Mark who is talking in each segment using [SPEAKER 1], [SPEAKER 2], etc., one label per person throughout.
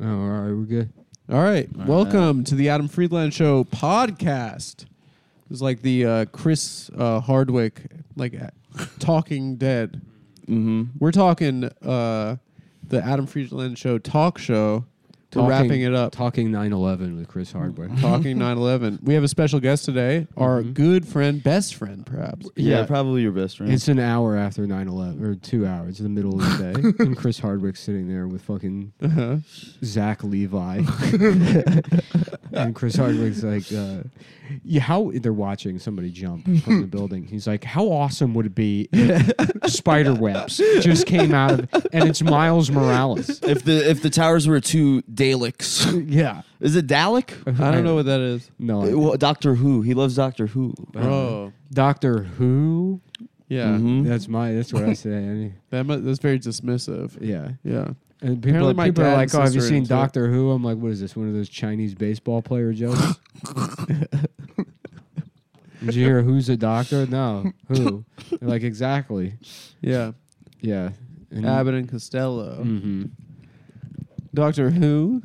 [SPEAKER 1] Oh, all right, we're good.
[SPEAKER 2] All right. Welcome to the Adam Friedland Show podcast. It was like the uh, Chris uh, Hardwick, like uh, Talking Dead.
[SPEAKER 3] Mm-hmm.
[SPEAKER 2] We're talking uh, the Adam Friedland Show talk show. We're
[SPEAKER 1] Talking-
[SPEAKER 2] wrapping it up.
[SPEAKER 1] Talking 9/11 with Chris Hardwick.
[SPEAKER 2] talking 9/11. We have a special guest today, our good friend, best friend, perhaps.
[SPEAKER 3] Yeah,
[SPEAKER 1] Yeah.
[SPEAKER 3] probably your best friend.
[SPEAKER 1] It's an hour after 9/11 or 2 hours, it's the middle of the day, and Chris Hardwick's sitting there with fucking
[SPEAKER 2] Uh-huh.
[SPEAKER 1] Zach Levi. and Chris Hardwick's like, uh, yeah, how they're watching somebody jump from the building. He's like, how awesome would it be if spider webs just came out of, and it's Miles Morales.
[SPEAKER 3] if the if the towers were two Daleks,
[SPEAKER 1] Yeah.
[SPEAKER 3] is it Dalek?
[SPEAKER 2] I don't know what that is.
[SPEAKER 1] No. I-
[SPEAKER 3] Well, Uh, Doctor Who. He loves Doctor Who.
[SPEAKER 2] Oh,
[SPEAKER 1] Doctor Who?
[SPEAKER 2] yeah.
[SPEAKER 3] Mhm.
[SPEAKER 1] That's my, that's what I say. Any,
[SPEAKER 2] That mu- that's very dismissive.
[SPEAKER 1] yeah.
[SPEAKER 2] Yeah.
[SPEAKER 1] And people,
[SPEAKER 2] Apparently
[SPEAKER 1] are-
[SPEAKER 2] my
[SPEAKER 1] people
[SPEAKER 2] dad
[SPEAKER 1] are
[SPEAKER 2] and
[SPEAKER 1] like, oh, have you
[SPEAKER 2] sister are
[SPEAKER 1] seen
[SPEAKER 2] into it."
[SPEAKER 1] Doctor Who? I'm like, what is this? One of those Chinese baseball player jokes? Did you hear who's a doctor? No. Who? They're like, exactly.
[SPEAKER 2] Yeah.
[SPEAKER 1] Yeah. And-
[SPEAKER 2] Abbott and Costello.
[SPEAKER 1] Mhm.
[SPEAKER 2] Doctor Who.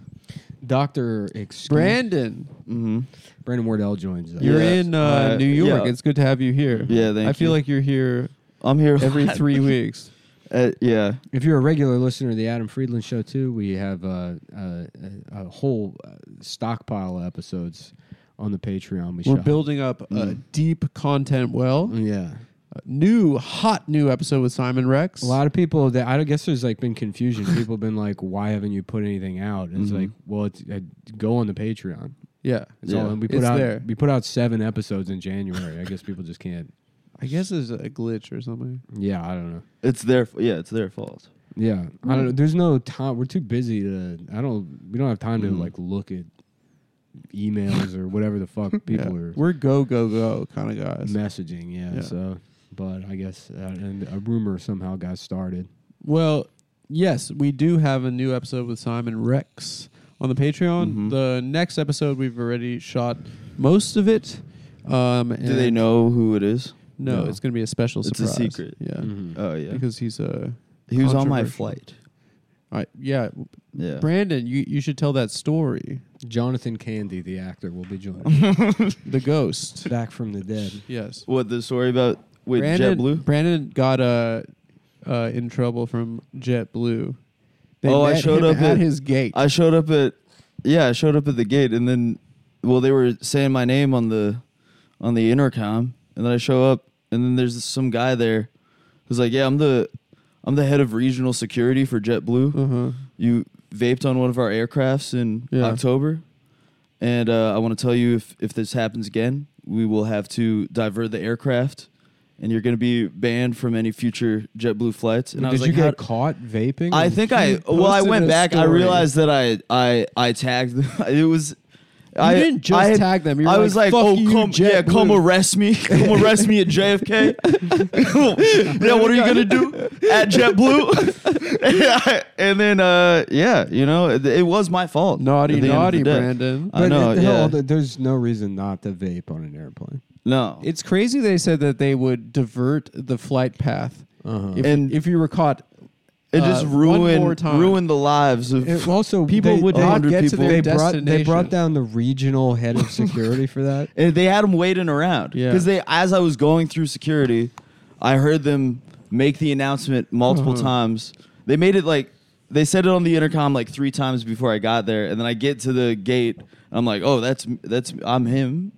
[SPEAKER 1] Doctor excuse-
[SPEAKER 2] Brandon,
[SPEAKER 3] Mm-hmm.
[SPEAKER 1] Brandon Wardell joins us.
[SPEAKER 2] you're
[SPEAKER 3] Yeah.
[SPEAKER 2] in uh,
[SPEAKER 3] Uh,
[SPEAKER 2] New York.
[SPEAKER 3] yeah.
[SPEAKER 2] It's good to have you here.
[SPEAKER 3] Yeah, thank
[SPEAKER 2] I feel
[SPEAKER 3] you.
[SPEAKER 2] like you're here
[SPEAKER 3] I'm here
[SPEAKER 2] every
[SPEAKER 3] a lot.
[SPEAKER 2] three weeks.
[SPEAKER 3] Uh, yeah,
[SPEAKER 1] If you're a regular listener of the Adam Friedland Show too, we have uh, uh, a, a whole uh, stockpile of episodes on the Patreon. We
[SPEAKER 2] We're
[SPEAKER 1] shall-
[SPEAKER 2] building up a
[SPEAKER 3] Mm.
[SPEAKER 2] deep content well.
[SPEAKER 1] Yeah.
[SPEAKER 2] A new, hot new episode with Simon Rex.
[SPEAKER 1] A lot of people that I guess there's like been confusion. People have been like, "Why haven't you put anything out?"
[SPEAKER 2] Mm-hmm.
[SPEAKER 1] And it's like, well, it's, uh, go on the Patreon.
[SPEAKER 2] Yeah.
[SPEAKER 1] It's
[SPEAKER 3] Yeah.
[SPEAKER 1] all, and we put
[SPEAKER 2] It's
[SPEAKER 1] out
[SPEAKER 2] there.
[SPEAKER 1] we put out seven episodes in January. I guess people just can't.
[SPEAKER 2] I guess it's a glitch or something.
[SPEAKER 1] Yeah, I don't know.
[SPEAKER 3] it's their f- yeah, it's their fault.
[SPEAKER 1] Yeah, I don't know. There's no time. We're too busy to. I don't. We don't have time
[SPEAKER 2] Mm-hmm.
[SPEAKER 1] to like look at emails or whatever the fuck
[SPEAKER 2] Yeah.
[SPEAKER 1] people are
[SPEAKER 2] We're go, go, go kind of guys.
[SPEAKER 1] messaging. Yeah,
[SPEAKER 2] Yeah.
[SPEAKER 1] So, but I guess uh, and a rumor somehow got started.
[SPEAKER 2] Well, yes, we do have a new episode with Simon Rex on the Patreon.
[SPEAKER 3] Mm-hmm.
[SPEAKER 2] The next episode we've already shot most of it. Um,
[SPEAKER 3] Do they know who it is?
[SPEAKER 2] No,
[SPEAKER 1] No.
[SPEAKER 2] it's going to be a special
[SPEAKER 3] It's a
[SPEAKER 2] surprise.
[SPEAKER 3] secret.
[SPEAKER 2] Yeah.
[SPEAKER 1] Mm-hmm.
[SPEAKER 3] Oh yeah,
[SPEAKER 2] Because he's a.
[SPEAKER 3] he was on my
[SPEAKER 2] controversial.
[SPEAKER 3] flight.
[SPEAKER 2] I, yeah.
[SPEAKER 3] Yeah,
[SPEAKER 2] Brandon, you, you should tell that story.
[SPEAKER 1] Jonathan Candy, the actor, will be joining
[SPEAKER 2] The ghost.
[SPEAKER 1] back from the dead.
[SPEAKER 2] yes.
[SPEAKER 3] what the story about with
[SPEAKER 2] Brandon,
[SPEAKER 3] JetBlue?
[SPEAKER 2] Brandon got uh, uh, in trouble from JetBlue. They
[SPEAKER 3] Oh, I
[SPEAKER 2] met
[SPEAKER 3] showed
[SPEAKER 2] him
[SPEAKER 3] up
[SPEAKER 2] at,
[SPEAKER 3] at-
[SPEAKER 2] his gate.
[SPEAKER 3] I showed up at yeah, I showed up at the gate and then well they were saying my name on the on the intercom and then I show up and then there's some guy there who's like, "Yeah, I'm the I'm the head of regional security for JetBlue.
[SPEAKER 2] uh-huh.
[SPEAKER 3] You vaped on one of our aircrafts in
[SPEAKER 2] Yeah.
[SPEAKER 3] October. And uh, I want to tell you if if this happens again, we will have to divert the aircraft and you're going to be banned from any future JetBlue flights." And I was
[SPEAKER 1] Did
[SPEAKER 3] like,
[SPEAKER 1] you
[SPEAKER 3] "How-
[SPEAKER 1] get caught vaping?
[SPEAKER 3] I think I well I
[SPEAKER 2] Mm. posted
[SPEAKER 3] went
[SPEAKER 2] a
[SPEAKER 3] back. I
[SPEAKER 2] story.
[SPEAKER 3] realized that I I I tagged. them. It was. I
[SPEAKER 2] You didn't just
[SPEAKER 3] I had-
[SPEAKER 2] tag them. You were
[SPEAKER 3] I was
[SPEAKER 2] like,
[SPEAKER 3] like,
[SPEAKER 2] "Fuck
[SPEAKER 3] oh,
[SPEAKER 2] you,
[SPEAKER 3] come, yeah,
[SPEAKER 2] JetBlue."
[SPEAKER 3] come arrest me, come arrest me at JFK. yeah, what are you gonna do at JetBlue? and, I- and then, uh, yeah, you know, it, it was my fault.
[SPEAKER 2] Naughty,
[SPEAKER 3] at the end of
[SPEAKER 2] naughty,
[SPEAKER 3] the day.
[SPEAKER 2] Brandon.
[SPEAKER 3] I
[SPEAKER 1] But
[SPEAKER 3] know,
[SPEAKER 1] what the hell,
[SPEAKER 3] yeah.
[SPEAKER 1] th- there's no reason not to vape on an airplane.
[SPEAKER 3] no,
[SPEAKER 2] It's crazy they said that they would divert the flight path
[SPEAKER 1] Uh-huh.
[SPEAKER 2] if,
[SPEAKER 3] And-
[SPEAKER 2] if you were caught.
[SPEAKER 3] it just
[SPEAKER 2] uh, one more
[SPEAKER 3] ruined
[SPEAKER 2] time.
[SPEAKER 3] ruined the lives of
[SPEAKER 1] It also,
[SPEAKER 2] People
[SPEAKER 1] they-
[SPEAKER 2] would
[SPEAKER 1] they-
[SPEAKER 2] not get to
[SPEAKER 1] people- they
[SPEAKER 2] their
[SPEAKER 1] brought, they
[SPEAKER 2] destination.
[SPEAKER 1] brought down the regional head of security for that.
[SPEAKER 3] And they had them waiting around
[SPEAKER 2] Yeah.
[SPEAKER 3] because they, as I was going through security, I heard them make the announcement multiple times. They made it like they said it on the intercom like three times before I got there, and then I get to the gate. I'm like, oh, that's that's I'm him,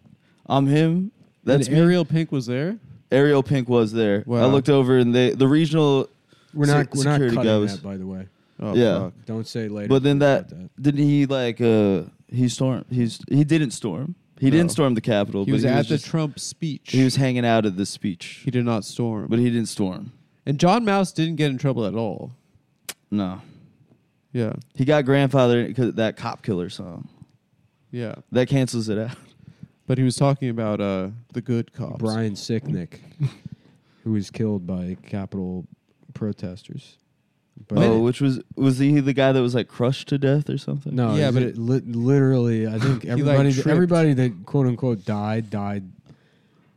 [SPEAKER 3] I'm him. That's
[SPEAKER 2] and
[SPEAKER 3] Ariel.
[SPEAKER 2] Ariel Pink was there.
[SPEAKER 3] Ariel Pink was there.
[SPEAKER 2] Wow.
[SPEAKER 3] I looked over and they the regional.
[SPEAKER 1] We're
[SPEAKER 3] se-
[SPEAKER 1] not, we're not
[SPEAKER 3] security
[SPEAKER 1] cutting
[SPEAKER 3] guy was-
[SPEAKER 1] that, by the way.
[SPEAKER 2] Oh,
[SPEAKER 3] Yeah.
[SPEAKER 2] fuck.
[SPEAKER 1] Don't say later.
[SPEAKER 3] But then that
[SPEAKER 1] about
[SPEAKER 3] didn't he like uh he stormed he's he didn't storm he didn't storm the Capitol.
[SPEAKER 2] He
[SPEAKER 3] but
[SPEAKER 2] was at the
[SPEAKER 3] just-
[SPEAKER 2] Trump speech.
[SPEAKER 3] he was hanging out at the speech,
[SPEAKER 2] He did not storm.
[SPEAKER 3] but he didn't storm.
[SPEAKER 2] and John Mouse didn't get in trouble at all.
[SPEAKER 3] No.
[SPEAKER 2] Yeah.
[SPEAKER 3] He got grandfathered because that cop killer song
[SPEAKER 2] Yeah.
[SPEAKER 3] that cancels it out.
[SPEAKER 2] But he was talking about uh, the good cops.
[SPEAKER 1] Brian Sicknick, who was killed by Capitol protesters. But
[SPEAKER 3] oh, which was was he the guy that was like crushed to death or something?
[SPEAKER 1] no,
[SPEAKER 2] Yeah,
[SPEAKER 1] yeah, but
[SPEAKER 2] but
[SPEAKER 1] it, li- literally, I think everybody,
[SPEAKER 2] tripped.
[SPEAKER 1] everybody that quote unquote died died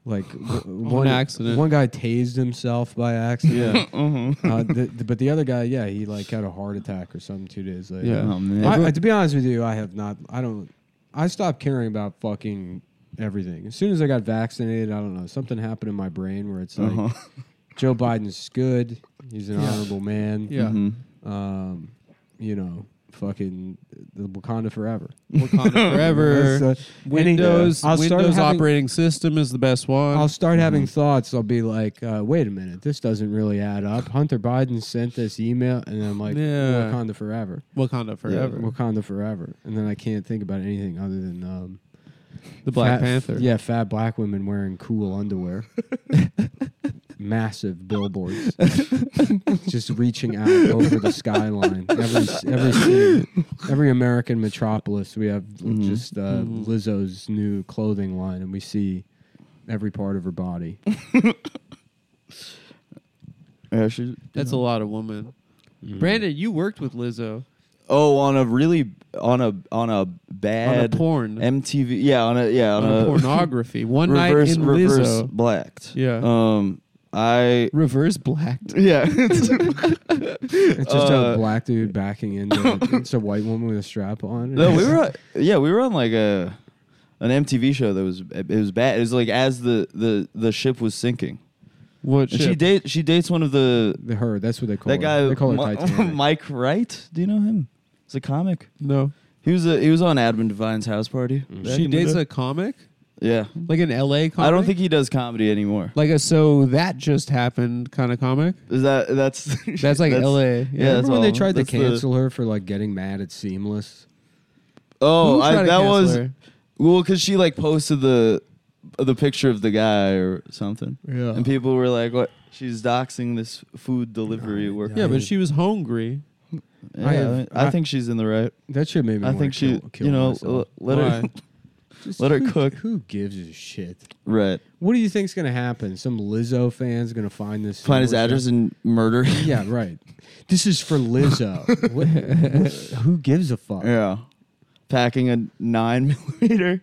[SPEAKER 1] Like w- one
[SPEAKER 2] accident.
[SPEAKER 1] one guy tased himself by accident.
[SPEAKER 3] Yeah.
[SPEAKER 1] uh, th- th- but the other guy, yeah, he like had a heart attack or something two days later.
[SPEAKER 2] Yeah.
[SPEAKER 3] Oh, man.
[SPEAKER 1] I, I- to be honest with you, I have not. I don't. I stopped caring about fucking everything as soon as I got vaccinated. I don't know. Something happened in my brain where it's
[SPEAKER 3] Uh-huh.
[SPEAKER 1] like, Joe Biden's good. He's an honorable man.
[SPEAKER 2] Yeah.
[SPEAKER 3] Mhm.
[SPEAKER 1] Um, you know, fucking the Wakanda forever.
[SPEAKER 2] Wakanda
[SPEAKER 1] That's, uh,
[SPEAKER 2] forever. Windows
[SPEAKER 1] any- I'll start
[SPEAKER 2] Windows
[SPEAKER 1] having-
[SPEAKER 2] operating Mm-hmm. system is the best one.
[SPEAKER 1] I'll start having thoughts. I'll be like, uh, wait a minute, this doesn't really add up. Hunter Biden sent this email, and I'm like,
[SPEAKER 2] Yeah.
[SPEAKER 1] Wakanda forever,
[SPEAKER 2] Wakanda forever.
[SPEAKER 1] Wakanda forever, and then I can't think about anything other than um,
[SPEAKER 2] The
[SPEAKER 1] fat-
[SPEAKER 2] Black Panther.
[SPEAKER 1] Yeah, fat black women wearing cool underwear. Massive billboards, just reaching out over the skyline. Every every city, every American metropolis, we have
[SPEAKER 2] Mm-hmm.
[SPEAKER 1] just uh, Lizzo's new clothing line, and we see every part of her body.
[SPEAKER 3] Yeah, she-
[SPEAKER 2] That's a lot of women. Mm-hmm. Brandon, you worked with Lizzo
[SPEAKER 3] oh, on a really on a on a bad
[SPEAKER 2] on a porn,
[SPEAKER 3] MTV. Yeah, on a yeah on,
[SPEAKER 2] on a pornography. One
[SPEAKER 3] uh, reverse
[SPEAKER 2] night in
[SPEAKER 3] reverse
[SPEAKER 2] Lizzo,
[SPEAKER 3] blacked.
[SPEAKER 2] Yeah.
[SPEAKER 3] Um, I
[SPEAKER 2] reverse blacked.
[SPEAKER 3] yeah.
[SPEAKER 1] It's just
[SPEAKER 3] Uh,
[SPEAKER 1] a black dude backing into it's a white woman with a strap on.
[SPEAKER 3] no, we were yeah we were on like a an MTV show that was it was bad. It was like as the the the ship was sinking.
[SPEAKER 2] What?
[SPEAKER 3] And she
[SPEAKER 2] ship?
[SPEAKER 3] date she dates one of the
[SPEAKER 1] The- her. That's what they call
[SPEAKER 3] that
[SPEAKER 1] her.
[SPEAKER 3] guy
[SPEAKER 1] They call her
[SPEAKER 3] Mi-
[SPEAKER 1] Titanic.
[SPEAKER 3] Mike Wright. Do you know him? He's a comic.
[SPEAKER 2] No,
[SPEAKER 3] He was a, he was on Adam Devine's house party. back
[SPEAKER 2] she
[SPEAKER 3] in the
[SPEAKER 2] dates
[SPEAKER 3] day.
[SPEAKER 2] a comic,
[SPEAKER 3] yeah.
[SPEAKER 2] like an LA comic.
[SPEAKER 3] I don't think he does comedy anymore.
[SPEAKER 2] like a so that just happened kind of comic.
[SPEAKER 3] Is that that's
[SPEAKER 2] That's like LA.
[SPEAKER 3] Yeah, that's
[SPEAKER 1] Remember when they
[SPEAKER 3] all.
[SPEAKER 1] tried to
[SPEAKER 3] That's the-
[SPEAKER 1] cancel her for like getting mad at Seamless?
[SPEAKER 3] Oh,
[SPEAKER 2] Who
[SPEAKER 3] I,
[SPEAKER 2] tried to
[SPEAKER 3] that
[SPEAKER 2] cancel
[SPEAKER 3] was
[SPEAKER 2] her?
[SPEAKER 3] well because she like posted the the picture of the guy or something,
[SPEAKER 2] Yeah.
[SPEAKER 3] and people were like, "What? She's doxing this food delivery worker."
[SPEAKER 2] Yeah, but she was hungry.
[SPEAKER 3] Yeah,
[SPEAKER 1] I
[SPEAKER 3] I,
[SPEAKER 1] have-
[SPEAKER 3] mean, I think she's in the right.
[SPEAKER 1] That shit made me.
[SPEAKER 3] I
[SPEAKER 1] wanna
[SPEAKER 3] think she,
[SPEAKER 1] kill, kill
[SPEAKER 3] you know,
[SPEAKER 1] myself.
[SPEAKER 3] l- let her
[SPEAKER 2] Why?
[SPEAKER 1] Just
[SPEAKER 3] let her
[SPEAKER 1] who-
[SPEAKER 3] cook.
[SPEAKER 1] Who gives a shit?
[SPEAKER 3] right
[SPEAKER 1] What do you think's gonna happen? Some Lizzo fan's gonna find this.
[SPEAKER 3] find his
[SPEAKER 1] Seamless
[SPEAKER 3] address and murder.
[SPEAKER 1] guy- Yeah, right. This is for Lizzo. What- who gives a fuck?
[SPEAKER 3] yeah, packing a nine millimeter.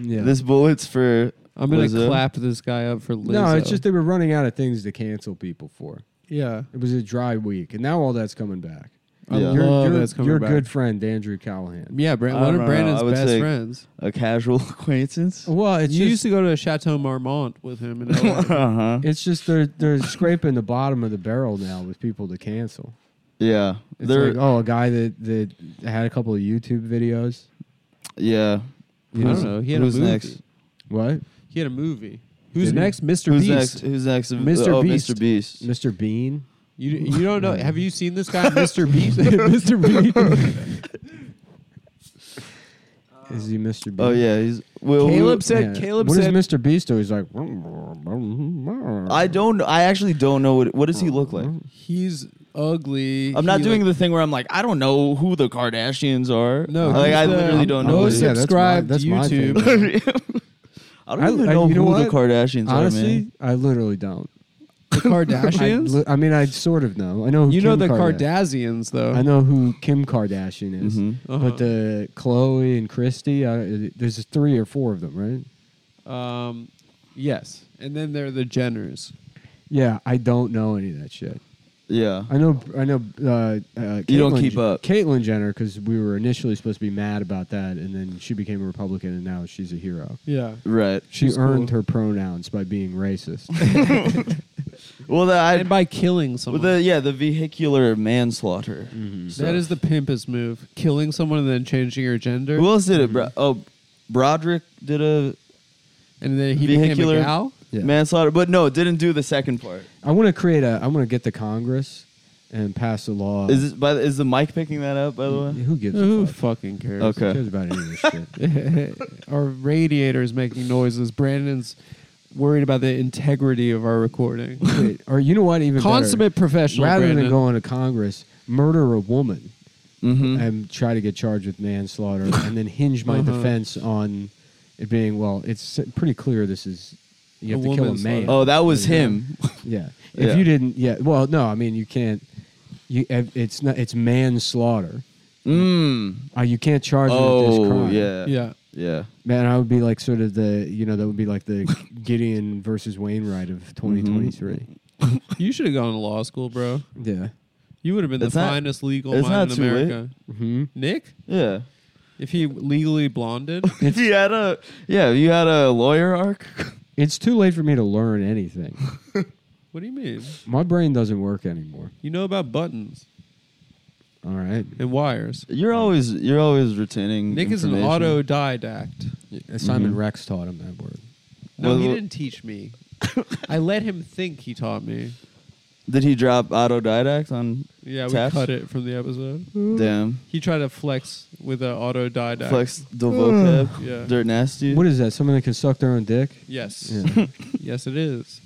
[SPEAKER 1] Yeah.
[SPEAKER 3] This bullet's for
[SPEAKER 2] I'm gonna
[SPEAKER 3] Lizzo.
[SPEAKER 2] clap this guy up for Lizzo.
[SPEAKER 1] no, it's just they were running out of things to cancel people for.
[SPEAKER 2] yeah.
[SPEAKER 1] It was a dry week, and now all that's coming back.
[SPEAKER 2] I
[SPEAKER 3] Yeah.
[SPEAKER 2] love
[SPEAKER 1] Your, your,
[SPEAKER 2] that's coming
[SPEAKER 1] your
[SPEAKER 2] back.
[SPEAKER 1] good friend Andrew Callahan.
[SPEAKER 2] Yeah, Brand-
[SPEAKER 3] I
[SPEAKER 2] one
[SPEAKER 3] don't know.
[SPEAKER 2] of Brandon's
[SPEAKER 3] I would
[SPEAKER 2] best
[SPEAKER 3] say-
[SPEAKER 2] friends.
[SPEAKER 3] a casual acquaintance.
[SPEAKER 1] Well, it's
[SPEAKER 2] You
[SPEAKER 1] just,
[SPEAKER 2] used to go to Chateau Marmont with him, in LA.
[SPEAKER 3] Uh huh.
[SPEAKER 1] it's just they're they're scraping the bottom of the barrel now with people to cancel.
[SPEAKER 3] Yeah,
[SPEAKER 1] It's
[SPEAKER 3] they're
[SPEAKER 1] like, oh, a guy that that had a couple of YouTube videos. oh.
[SPEAKER 3] yeah.
[SPEAKER 2] I don't know. Oh, He had a
[SPEAKER 3] Who's
[SPEAKER 2] movie.
[SPEAKER 3] next?
[SPEAKER 1] What?
[SPEAKER 2] He had a movie. Who's
[SPEAKER 1] Did he?
[SPEAKER 2] next? Mr.
[SPEAKER 3] Who's
[SPEAKER 2] Beast.
[SPEAKER 3] next? Who's next?
[SPEAKER 1] Mr.
[SPEAKER 3] Oh,
[SPEAKER 1] Beast.
[SPEAKER 3] Mr. Beast.
[SPEAKER 1] Mr. Bean?
[SPEAKER 2] You you don't know? Have you seen this guy, Mr. Beast? Mr. Beast.
[SPEAKER 1] Is he Mr. Bean?
[SPEAKER 3] Oh yeah, he's well.
[SPEAKER 2] Caleb
[SPEAKER 3] we-
[SPEAKER 2] said. Caleb
[SPEAKER 1] What is
[SPEAKER 2] said.
[SPEAKER 1] Mr. Beast do? He's like,
[SPEAKER 3] I don't. I actually don't know what. What does he look like?
[SPEAKER 2] He's ugly.
[SPEAKER 3] I'm not doing the thing where I'm like, I don't know who the Kardashians are.
[SPEAKER 2] No,
[SPEAKER 3] like
[SPEAKER 2] he's
[SPEAKER 3] I
[SPEAKER 2] the-
[SPEAKER 3] literally don't know.
[SPEAKER 1] Oh, yeah,
[SPEAKER 2] No
[SPEAKER 1] that's my-
[SPEAKER 2] subscribe
[SPEAKER 1] that's my
[SPEAKER 2] YouTube.
[SPEAKER 1] favorite.
[SPEAKER 3] I
[SPEAKER 1] I-
[SPEAKER 3] don't even
[SPEAKER 1] I-
[SPEAKER 3] know
[SPEAKER 1] you know
[SPEAKER 3] who
[SPEAKER 1] what?
[SPEAKER 3] the Kardashians are, man.
[SPEAKER 1] Honestly, I literally don't.
[SPEAKER 2] the
[SPEAKER 1] I,
[SPEAKER 2] Kardashians.
[SPEAKER 1] li- I mean, I sort of know. I know. Who
[SPEAKER 2] you
[SPEAKER 1] Kim
[SPEAKER 2] know the
[SPEAKER 1] Kardashian.
[SPEAKER 2] Kardashians, though.
[SPEAKER 1] I know who Kim Kardashian is,
[SPEAKER 3] Mhm.
[SPEAKER 2] Uh-huh.
[SPEAKER 1] but the Chloe and Christy, I, there's three or four of them, right?
[SPEAKER 2] Um, yes, and then there are the Jenners.
[SPEAKER 1] Yeah, I don't know any of that shit.
[SPEAKER 3] Yeah.
[SPEAKER 1] I know, I know. Uh, uh,
[SPEAKER 3] You don't
[SPEAKER 1] Caitlyn-
[SPEAKER 3] keep up.
[SPEAKER 1] Caitlyn Jenner, because we were initially supposed to be mad about that, and then she became a Republican, and now she's a hero.
[SPEAKER 2] Yeah,
[SPEAKER 3] Right.
[SPEAKER 1] She
[SPEAKER 2] She's
[SPEAKER 1] earned
[SPEAKER 2] cool.
[SPEAKER 1] her pronouns by being racist.
[SPEAKER 3] Well, the, I,
[SPEAKER 2] and by killing
[SPEAKER 3] well,
[SPEAKER 2] someone.
[SPEAKER 3] the yeah the vehicular manslaughter. So-
[SPEAKER 2] Mm-hmm. that is the pimpest move: killing someone and then changing your gender.
[SPEAKER 3] Who else did it? Bro- oh, Broderick did a
[SPEAKER 2] and then he
[SPEAKER 3] vehicular
[SPEAKER 2] became a gal.
[SPEAKER 1] Yeah.
[SPEAKER 3] manslaughter, but no, didn't do the second part.
[SPEAKER 1] I want to create a. I want to get the Congress and pass a law.
[SPEAKER 3] Is this, by the, is the mic picking that up? By the way,
[SPEAKER 1] Who gives
[SPEAKER 2] Who
[SPEAKER 1] a fuck?
[SPEAKER 2] fucking cares?
[SPEAKER 3] Okay.
[SPEAKER 1] Who cares about any of this shit?
[SPEAKER 2] our radiator is making noises. Brandon's worried about the integrity of our recording.
[SPEAKER 1] Wait, or you know what? Even better,
[SPEAKER 2] Consummate professional.
[SPEAKER 1] rather
[SPEAKER 2] Brandon.
[SPEAKER 1] than going to Congress, murder a woman
[SPEAKER 3] Mm-hmm.
[SPEAKER 1] and try to get charged with manslaughter, and then hinge my
[SPEAKER 2] Uh-huh.
[SPEAKER 1] defense on it being well. It's pretty clear this is you
[SPEAKER 2] A
[SPEAKER 1] have to kill a
[SPEAKER 2] woman's
[SPEAKER 1] man.
[SPEAKER 2] slaughter.
[SPEAKER 3] Oh, that was him.
[SPEAKER 1] Yeah. If
[SPEAKER 3] Yeah.
[SPEAKER 1] you didn't, yeah. Well, no, I mean you can't. You if it's not it's manslaughter.
[SPEAKER 3] Mm.
[SPEAKER 1] Uh, you can't charge me with
[SPEAKER 3] Oh,
[SPEAKER 1] this crime.
[SPEAKER 3] yeah.
[SPEAKER 2] yeah.
[SPEAKER 3] Yeah.
[SPEAKER 1] Man, I would be like sort of the you know that would be like the Gideon versus Wainwright of 2023.
[SPEAKER 2] You should have gone to law school, bro.
[SPEAKER 1] Yeah.
[SPEAKER 2] You would have been
[SPEAKER 3] It's
[SPEAKER 2] the
[SPEAKER 3] not-
[SPEAKER 2] finest legal
[SPEAKER 3] it's
[SPEAKER 2] mind
[SPEAKER 3] not
[SPEAKER 2] in
[SPEAKER 3] too late.
[SPEAKER 2] America.
[SPEAKER 1] hmm
[SPEAKER 2] Nick,
[SPEAKER 3] Yeah.
[SPEAKER 2] if he legally blonded,
[SPEAKER 3] If you had a yeah, you had a lawyer arc.
[SPEAKER 1] It's too late for me to learn anything.
[SPEAKER 2] what do you mean?
[SPEAKER 1] My brain doesn't work anymore.
[SPEAKER 2] You know about buttons
[SPEAKER 1] All right.
[SPEAKER 2] and wires.
[SPEAKER 3] You're always you're always retaining.
[SPEAKER 2] Nick is an
[SPEAKER 3] information.
[SPEAKER 2] autodidact.
[SPEAKER 1] Simon
[SPEAKER 2] Mm-hmm.
[SPEAKER 3] Mhm.
[SPEAKER 1] Rex taught him that word.
[SPEAKER 2] No, he
[SPEAKER 3] Well-
[SPEAKER 2] didn't teach me. I let him think he taught me.
[SPEAKER 3] Did he drop autodidact on?
[SPEAKER 2] Yeah, we
[SPEAKER 3] Taps?
[SPEAKER 2] cut it from the episode.
[SPEAKER 3] Damn.
[SPEAKER 2] He tried to flex with an autodidact.
[SPEAKER 3] Flex the vocab.
[SPEAKER 2] Yeah.
[SPEAKER 3] Dirt nasty.
[SPEAKER 1] Hmm. What is that? Someone that can suck their own dick?
[SPEAKER 2] Yes.
[SPEAKER 1] Yeah.
[SPEAKER 2] yes, it is.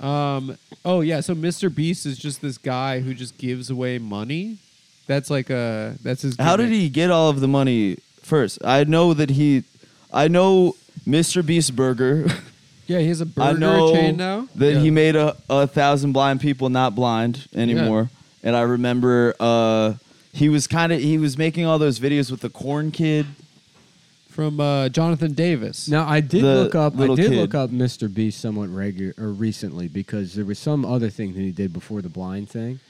[SPEAKER 2] Um. Oh yeah. So Mr. Beast is just this guy who just gives away money. That's like a. That's his.
[SPEAKER 3] How did
[SPEAKER 2] gimmick.
[SPEAKER 3] he get all of the money first? I know that he, I know Mr. Beast Burger.
[SPEAKER 2] Yeah, he has a
[SPEAKER 3] I
[SPEAKER 2] burger
[SPEAKER 3] know
[SPEAKER 2] chain now.
[SPEAKER 3] that
[SPEAKER 2] Yeah.
[SPEAKER 3] he made a, a thousand blind people not blind anymore. And I remember uh, he was kind of he was making all those videos with the corn kid.
[SPEAKER 2] from uh, Jonathan Davis.
[SPEAKER 1] Now I did
[SPEAKER 3] The
[SPEAKER 1] look up. I
[SPEAKER 3] little
[SPEAKER 1] did look
[SPEAKER 3] kid.
[SPEAKER 1] up Mr. Beast somewhat regular or recently because there was some other thing that he did before the blind thing,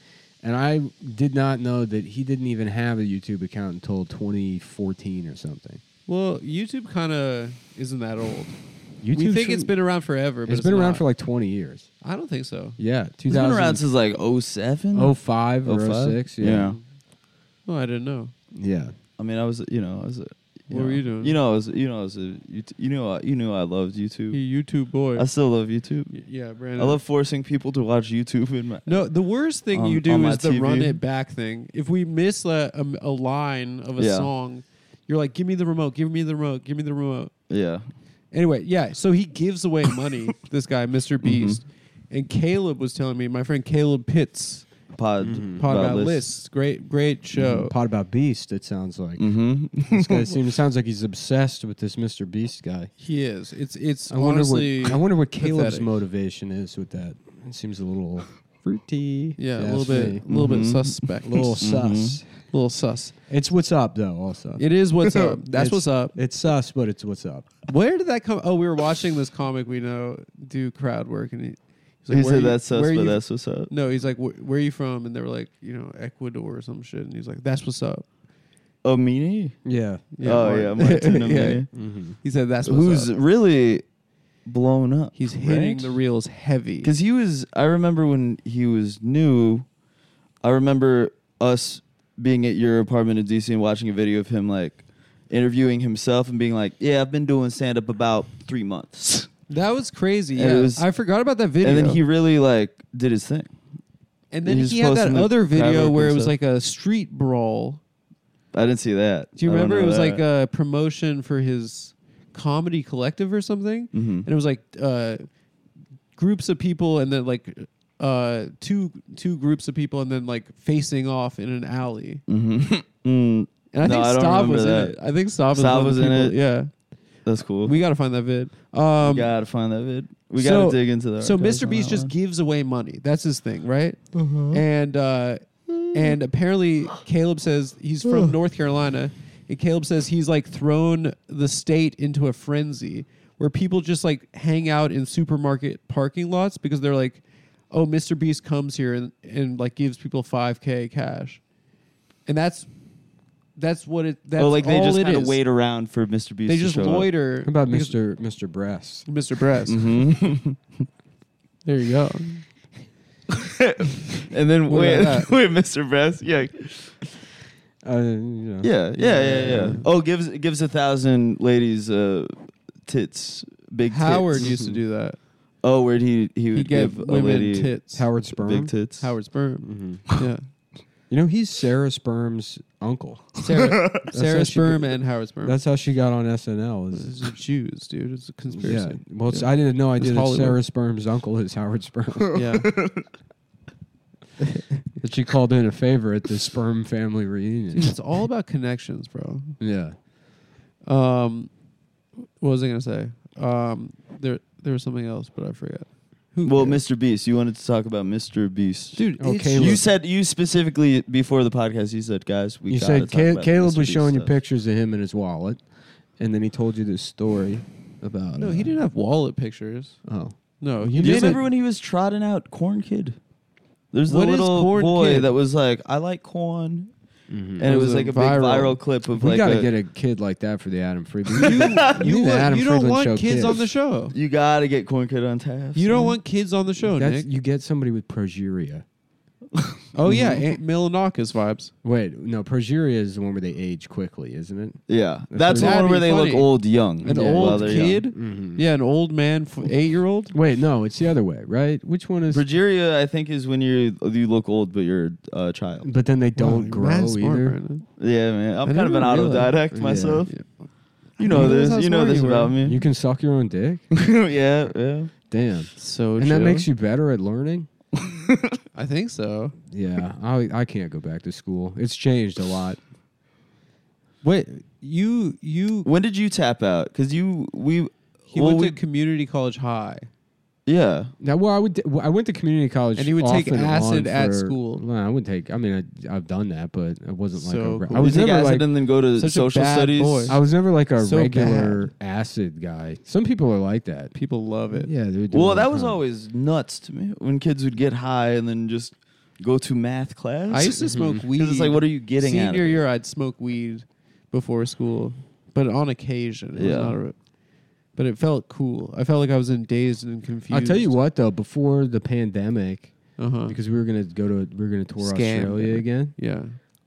[SPEAKER 1] and I did not know that he didn't even have a YouTube account until 2014 or something.
[SPEAKER 2] Well, YouTube kind of isn't that old.
[SPEAKER 1] YouTube
[SPEAKER 2] we think it's been around forever, but
[SPEAKER 1] it's been around
[SPEAKER 2] not.
[SPEAKER 1] for like 20 years.
[SPEAKER 2] I don't think so.
[SPEAKER 1] Yeah,
[SPEAKER 3] He's been around
[SPEAKER 1] 2005
[SPEAKER 3] since like 07?
[SPEAKER 1] or 06. Oh, Yeah.
[SPEAKER 3] Yeah.
[SPEAKER 2] No, I didn't know.
[SPEAKER 1] Yeah.
[SPEAKER 3] I mean, I was you know I was. you
[SPEAKER 2] What
[SPEAKER 3] know,
[SPEAKER 2] were you doing?
[SPEAKER 3] You know I was you know I was a, you, t- you know I, you knew I loved YouTube.
[SPEAKER 2] You YouTube boy.
[SPEAKER 3] I still love YouTube.
[SPEAKER 2] Y- yeah,
[SPEAKER 3] I
[SPEAKER 2] Brandon.
[SPEAKER 3] love forcing people to watch YouTube in my
[SPEAKER 2] No, the worst thing
[SPEAKER 3] Um,
[SPEAKER 2] you
[SPEAKER 3] on
[SPEAKER 2] do
[SPEAKER 3] my
[SPEAKER 2] is the
[SPEAKER 3] TV.
[SPEAKER 2] run it back thing. If we miss a, a, a line of a
[SPEAKER 3] Yeah.
[SPEAKER 2] song, you're like, "Give me the remote! Give me the remote! Give me the remote!"
[SPEAKER 3] yeah.
[SPEAKER 2] Anyway, yeah. So he gives away money. this guy, Mr.
[SPEAKER 3] Mm-hmm.
[SPEAKER 2] Beast, and Caleb was telling me, my friend Caleb Pitts,
[SPEAKER 3] pod
[SPEAKER 2] Pod About Lists, great, great
[SPEAKER 3] Mm-hmm.
[SPEAKER 2] show.
[SPEAKER 1] Pot about Beast. It sounds like
[SPEAKER 2] Mm-hmm.
[SPEAKER 3] hmm
[SPEAKER 1] this guy seems sounds like he's obsessed with this Mr. Beast guy.
[SPEAKER 2] He is. It's it's
[SPEAKER 1] I wonder
[SPEAKER 2] honestly.
[SPEAKER 1] what I wonder what Caleb's
[SPEAKER 2] pathetic.
[SPEAKER 1] motivation is with that. It seems a little fruity.
[SPEAKER 2] yeah,
[SPEAKER 1] if you
[SPEAKER 2] a little
[SPEAKER 1] ask
[SPEAKER 2] bit, Mm-hmm.
[SPEAKER 1] me.
[SPEAKER 2] a little bit
[SPEAKER 3] Mhm.
[SPEAKER 2] suspect,
[SPEAKER 1] a little sus.
[SPEAKER 2] little sus.
[SPEAKER 1] It's what's up though. Also,
[SPEAKER 2] It is what's up. That's
[SPEAKER 1] It's-
[SPEAKER 2] what's up.
[SPEAKER 1] It's sus, but it's what's up.
[SPEAKER 2] Where did that come? Oh, we were watching this comic we know do crowd work, and he, he's
[SPEAKER 3] He
[SPEAKER 2] "Where are
[SPEAKER 3] said
[SPEAKER 2] you-
[SPEAKER 3] that's us,
[SPEAKER 2] where are
[SPEAKER 3] but
[SPEAKER 2] you-
[SPEAKER 3] that's what's up.
[SPEAKER 2] no. He's like, "Wh- where are you from? And they were like, you know, Ecuador or some shit, and he's like, that's what's up.
[SPEAKER 3] A meanie?
[SPEAKER 1] Yeah.
[SPEAKER 3] oh
[SPEAKER 2] Mark.
[SPEAKER 3] yeah, Martina
[SPEAKER 2] Yeah.
[SPEAKER 3] Meanie.
[SPEAKER 2] He said that's what's
[SPEAKER 3] Who's
[SPEAKER 2] up."
[SPEAKER 3] really blown up?
[SPEAKER 2] He's hitting the reels heavy.
[SPEAKER 3] because he was. I remember when he was new. I remember us being at your apartment in DC and watching a video of him like interviewing himself and being like, "Yeah, I've been doing stand up about three months,"
[SPEAKER 2] That was crazy.
[SPEAKER 3] And it
[SPEAKER 2] Yeah,
[SPEAKER 3] was-
[SPEAKER 2] I forgot about that video.
[SPEAKER 3] and then he really like did his thing.
[SPEAKER 2] and then
[SPEAKER 3] he was
[SPEAKER 2] he had that
[SPEAKER 3] posting the
[SPEAKER 2] other
[SPEAKER 3] crowd work
[SPEAKER 2] video
[SPEAKER 3] and
[SPEAKER 2] where it was
[SPEAKER 3] stuff.
[SPEAKER 2] like a street brawl.
[SPEAKER 3] I didn't see that.
[SPEAKER 2] Do you
[SPEAKER 3] I don't
[SPEAKER 2] remember?
[SPEAKER 3] know
[SPEAKER 2] It was
[SPEAKER 3] that.
[SPEAKER 2] like a promotion for his comedy collective or something.
[SPEAKER 3] Mhm.
[SPEAKER 2] and it was like uh, groups of people and then like uh, two two groups of people and then like facing off in an alley.
[SPEAKER 3] Mhm. Mm,
[SPEAKER 2] And I
[SPEAKER 3] No,
[SPEAKER 2] think
[SPEAKER 3] I don't
[SPEAKER 2] Stav was
[SPEAKER 3] remember
[SPEAKER 2] in it.
[SPEAKER 3] that.
[SPEAKER 2] I think Stav was,
[SPEAKER 3] Stav
[SPEAKER 2] one of the
[SPEAKER 3] was in
[SPEAKER 2] people.
[SPEAKER 3] it.
[SPEAKER 2] Yeah,
[SPEAKER 3] that's cool.
[SPEAKER 2] uh, we got to find that vid. Um,
[SPEAKER 3] we gotta find that vid. We
[SPEAKER 2] so-
[SPEAKER 3] gotta dig into that.
[SPEAKER 2] so Mr. Beast just gives away money. That's his thing, right? And uh, and apparently Caleb says he's from North Carolina, and Caleb says he's like thrown the state into a frenzy where people just like hang out in supermarket parking lots because they're like, oh, Mr. Beast comes here and and like gives people five k cash, and that's that's what it. That's
[SPEAKER 3] oh, like they
[SPEAKER 2] all
[SPEAKER 3] just
[SPEAKER 2] it
[SPEAKER 3] kind of
[SPEAKER 2] is.
[SPEAKER 3] wait around for Mr. Beast.
[SPEAKER 2] They
[SPEAKER 3] to
[SPEAKER 2] just
[SPEAKER 3] show up.
[SPEAKER 2] loiter.
[SPEAKER 1] How about
[SPEAKER 2] because-
[SPEAKER 1] Mr. Mr. Brass?
[SPEAKER 2] Mr. Bress?
[SPEAKER 1] Mm-hmm.
[SPEAKER 2] There you go.
[SPEAKER 3] And then
[SPEAKER 2] What
[SPEAKER 3] wait,
[SPEAKER 2] about that?
[SPEAKER 3] wait, Mr. Brass. Yeah.
[SPEAKER 1] Uh, you know.
[SPEAKER 3] yeah, yeah, yeah, yeah,
[SPEAKER 1] yeah.
[SPEAKER 3] Oh, gives gives a thousand ladies uh, tits, big
[SPEAKER 2] Howard
[SPEAKER 3] tits.
[SPEAKER 2] used to do that.
[SPEAKER 3] Oh, where'd he he
[SPEAKER 2] He
[SPEAKER 3] would
[SPEAKER 2] gave
[SPEAKER 3] give a
[SPEAKER 2] women
[SPEAKER 3] lady
[SPEAKER 2] tits.
[SPEAKER 1] Howard Sperm.
[SPEAKER 3] big tits.
[SPEAKER 2] Howard Sperm.
[SPEAKER 1] Mhm.
[SPEAKER 2] Yeah.
[SPEAKER 1] You know he's Sarah Sperm's uncle.
[SPEAKER 2] Sarah,
[SPEAKER 1] how
[SPEAKER 2] Sarah
[SPEAKER 1] she
[SPEAKER 2] Sperm and Howard Sperm.
[SPEAKER 1] That's how she got on SNL. Is
[SPEAKER 2] These are Jews, dude. It's a
[SPEAKER 1] Yeah.
[SPEAKER 2] conspiracy.
[SPEAKER 1] Well, it's,
[SPEAKER 2] Yeah.
[SPEAKER 1] I didn't know. I
[SPEAKER 2] It's
[SPEAKER 1] did.
[SPEAKER 2] Hollywood.
[SPEAKER 1] Sarah Sperm's uncle is Howard Sperm.
[SPEAKER 2] Yeah.
[SPEAKER 1] that she called in a favor at the Sperm family reunion.
[SPEAKER 2] Dude, it's all about connections, bro.
[SPEAKER 1] yeah.
[SPEAKER 2] Um, what was I gonna say? Um, there, there was something else, but I forgot. Who
[SPEAKER 3] Well,
[SPEAKER 2] cares?
[SPEAKER 3] Mr. Beast, you wanted to talk about Mr. Beast.
[SPEAKER 2] dude.
[SPEAKER 1] Oh,
[SPEAKER 2] it's-
[SPEAKER 1] Caleb.
[SPEAKER 3] you said you specifically before the podcast. You said, guys, we
[SPEAKER 1] you
[SPEAKER 3] gotta
[SPEAKER 1] said
[SPEAKER 3] talk
[SPEAKER 1] Ca-
[SPEAKER 3] about
[SPEAKER 1] Caleb was
[SPEAKER 3] Mr. Beast
[SPEAKER 1] showing you
[SPEAKER 3] stuff."
[SPEAKER 1] pictures of him in his wallet, and then he told you this story about.
[SPEAKER 2] No,
[SPEAKER 1] uh,
[SPEAKER 2] he didn't have wallet pictures.
[SPEAKER 1] Oh,
[SPEAKER 2] No, he
[SPEAKER 3] You
[SPEAKER 2] didn't.
[SPEAKER 3] remember when he was trotting out Corn Kid? There's the
[SPEAKER 2] What is
[SPEAKER 3] little
[SPEAKER 2] Corn
[SPEAKER 3] boy
[SPEAKER 2] Kid?
[SPEAKER 3] that was like, I like corn. And
[SPEAKER 2] That
[SPEAKER 3] it
[SPEAKER 2] was
[SPEAKER 3] was
[SPEAKER 2] a
[SPEAKER 3] like a
[SPEAKER 2] viral-
[SPEAKER 3] big viral clip of
[SPEAKER 1] we
[SPEAKER 3] like.
[SPEAKER 1] gotta
[SPEAKER 3] a-
[SPEAKER 1] get a kid like that for the Adam Friedman.
[SPEAKER 2] you,
[SPEAKER 1] need an
[SPEAKER 2] want-
[SPEAKER 1] Adam
[SPEAKER 2] you don't
[SPEAKER 1] Friedland
[SPEAKER 2] want
[SPEAKER 1] show
[SPEAKER 2] kids on the
[SPEAKER 1] kids.
[SPEAKER 2] show.
[SPEAKER 3] you gotta get Corn Kid on tap.
[SPEAKER 2] You don't want kids on the show,
[SPEAKER 1] That's,
[SPEAKER 2] Nick.
[SPEAKER 1] you get somebody with progeria.
[SPEAKER 2] Oh yeah, Aunt Milanakis vibes.
[SPEAKER 1] Wait, no, progeria is the one where they age quickly, isn't it?
[SPEAKER 3] Yeah.
[SPEAKER 1] That's
[SPEAKER 3] That's the one
[SPEAKER 2] pretty
[SPEAKER 3] where they look
[SPEAKER 2] funny.
[SPEAKER 3] old young.
[SPEAKER 2] An
[SPEAKER 3] Yeah, while
[SPEAKER 2] old
[SPEAKER 3] they're young.
[SPEAKER 2] kid.
[SPEAKER 1] Mm-hmm.
[SPEAKER 2] Yeah, an old man, f- eight year old.
[SPEAKER 1] Wait, no, it's the other way, right? Which one is?
[SPEAKER 3] Progeria, I think, is when you you look old but you're a uh, child.
[SPEAKER 1] but then they don't
[SPEAKER 2] Wow,
[SPEAKER 1] grow
[SPEAKER 2] man's smart,
[SPEAKER 1] either.
[SPEAKER 2] Brandon.
[SPEAKER 3] Yeah, man. I'm
[SPEAKER 2] I
[SPEAKER 3] kind of an
[SPEAKER 2] never
[SPEAKER 3] autodidact
[SPEAKER 1] realized-
[SPEAKER 3] myself.
[SPEAKER 2] Yeah.
[SPEAKER 3] You
[SPEAKER 2] I
[SPEAKER 3] know
[SPEAKER 2] didn't realize how
[SPEAKER 3] this. You know
[SPEAKER 2] smart
[SPEAKER 3] this
[SPEAKER 2] you were.
[SPEAKER 3] about me.
[SPEAKER 1] You can suck your own dick.
[SPEAKER 3] yeah, yeah.
[SPEAKER 1] Damn,
[SPEAKER 2] So
[SPEAKER 1] and that
[SPEAKER 2] chill.
[SPEAKER 1] makes you better at learning.
[SPEAKER 2] I think so.
[SPEAKER 1] Yeah, I I can't go back to school. It's changed a lot.
[SPEAKER 2] Wait, you you
[SPEAKER 3] When did you tap out? Because you we
[SPEAKER 2] he
[SPEAKER 3] well,
[SPEAKER 2] went
[SPEAKER 3] we-
[SPEAKER 2] to community college high.
[SPEAKER 3] yeah.
[SPEAKER 1] Now, well, I would. well, I went to community college,
[SPEAKER 2] And you would take
[SPEAKER 1] off on
[SPEAKER 2] acid at
[SPEAKER 1] for-
[SPEAKER 2] school.
[SPEAKER 1] Well, I would take. I mean, I, I've done that, but I wasn't like.
[SPEAKER 2] So
[SPEAKER 1] a, re-
[SPEAKER 2] cool.
[SPEAKER 1] I was
[SPEAKER 3] you take
[SPEAKER 1] never
[SPEAKER 3] acid
[SPEAKER 1] like.
[SPEAKER 3] and then go to
[SPEAKER 2] such a
[SPEAKER 3] social
[SPEAKER 2] bad
[SPEAKER 3] studies.
[SPEAKER 2] boy.
[SPEAKER 1] I was never like a
[SPEAKER 2] So
[SPEAKER 1] regular acid guy. Some people are like that.
[SPEAKER 2] People love it.
[SPEAKER 1] Yeah, they would do it all
[SPEAKER 3] Well,
[SPEAKER 1] the
[SPEAKER 3] that was
[SPEAKER 1] time.
[SPEAKER 3] always nuts to me when kids would get high and then just go to math class.
[SPEAKER 2] I used to smoke weed.
[SPEAKER 3] it's like, what are you getting
[SPEAKER 2] Senior
[SPEAKER 3] out of it?
[SPEAKER 2] year, I'd smoke weed before school, but on occasion. It was
[SPEAKER 3] Yeah.
[SPEAKER 2] not a, but it felt cool. I felt like I was in dazed and confused.
[SPEAKER 1] I'll tell you what, though, before the pandemic,
[SPEAKER 2] Uh huh.
[SPEAKER 1] because we were gonna go to we were gonna tour
[SPEAKER 2] Scam.
[SPEAKER 1] Australia again,
[SPEAKER 2] Yeah.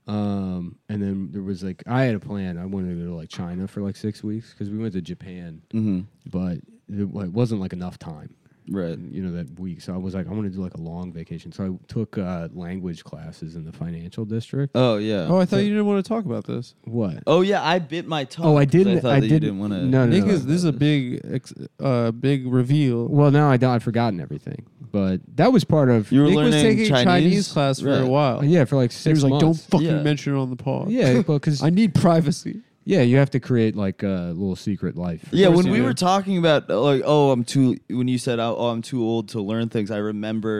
[SPEAKER 1] um, and then there was like I had a plan. I wanted to go to like China for like six weeks because we went to Japan,
[SPEAKER 3] hmm
[SPEAKER 1] but it wa- it wasn't like enough time. uh,
[SPEAKER 3] Right.
[SPEAKER 1] you know that week so i was like i want to do like a long vacation so i took uh, language classes in the financial district
[SPEAKER 3] Oh yeah.
[SPEAKER 2] Oh, I thought you didn't want to talk about this.
[SPEAKER 1] what
[SPEAKER 3] Oh, yeah. I bit my tongue.
[SPEAKER 1] oh i
[SPEAKER 3] 'cause
[SPEAKER 1] didn't
[SPEAKER 3] thought
[SPEAKER 1] i
[SPEAKER 3] that
[SPEAKER 1] didn't,
[SPEAKER 3] you didn't want to.
[SPEAKER 1] no, no,
[SPEAKER 2] Nick
[SPEAKER 1] no.
[SPEAKER 2] is this is a big, ex, uh, big reveal.
[SPEAKER 1] well now i don't i've forgotten everything but that was part of
[SPEAKER 3] You were
[SPEAKER 2] Nick was
[SPEAKER 3] learning
[SPEAKER 2] taking Chinese,
[SPEAKER 3] Chinese,
[SPEAKER 2] class for
[SPEAKER 3] Right.
[SPEAKER 2] a while.
[SPEAKER 1] uh, yeah for like six
[SPEAKER 2] he was like, "Don't
[SPEAKER 1] months.
[SPEAKER 2] fucking
[SPEAKER 3] Yeah.
[SPEAKER 2] mention it on the pod."
[SPEAKER 1] yeah well because
[SPEAKER 2] I need privacy.
[SPEAKER 1] yeah you have to create like a little secret life
[SPEAKER 3] Yeah,
[SPEAKER 2] course
[SPEAKER 3] when
[SPEAKER 2] you
[SPEAKER 3] we
[SPEAKER 2] do.
[SPEAKER 3] were talking about uh, like, oh, I'm too. When you said, oh, I'm too old to learn things, I remember,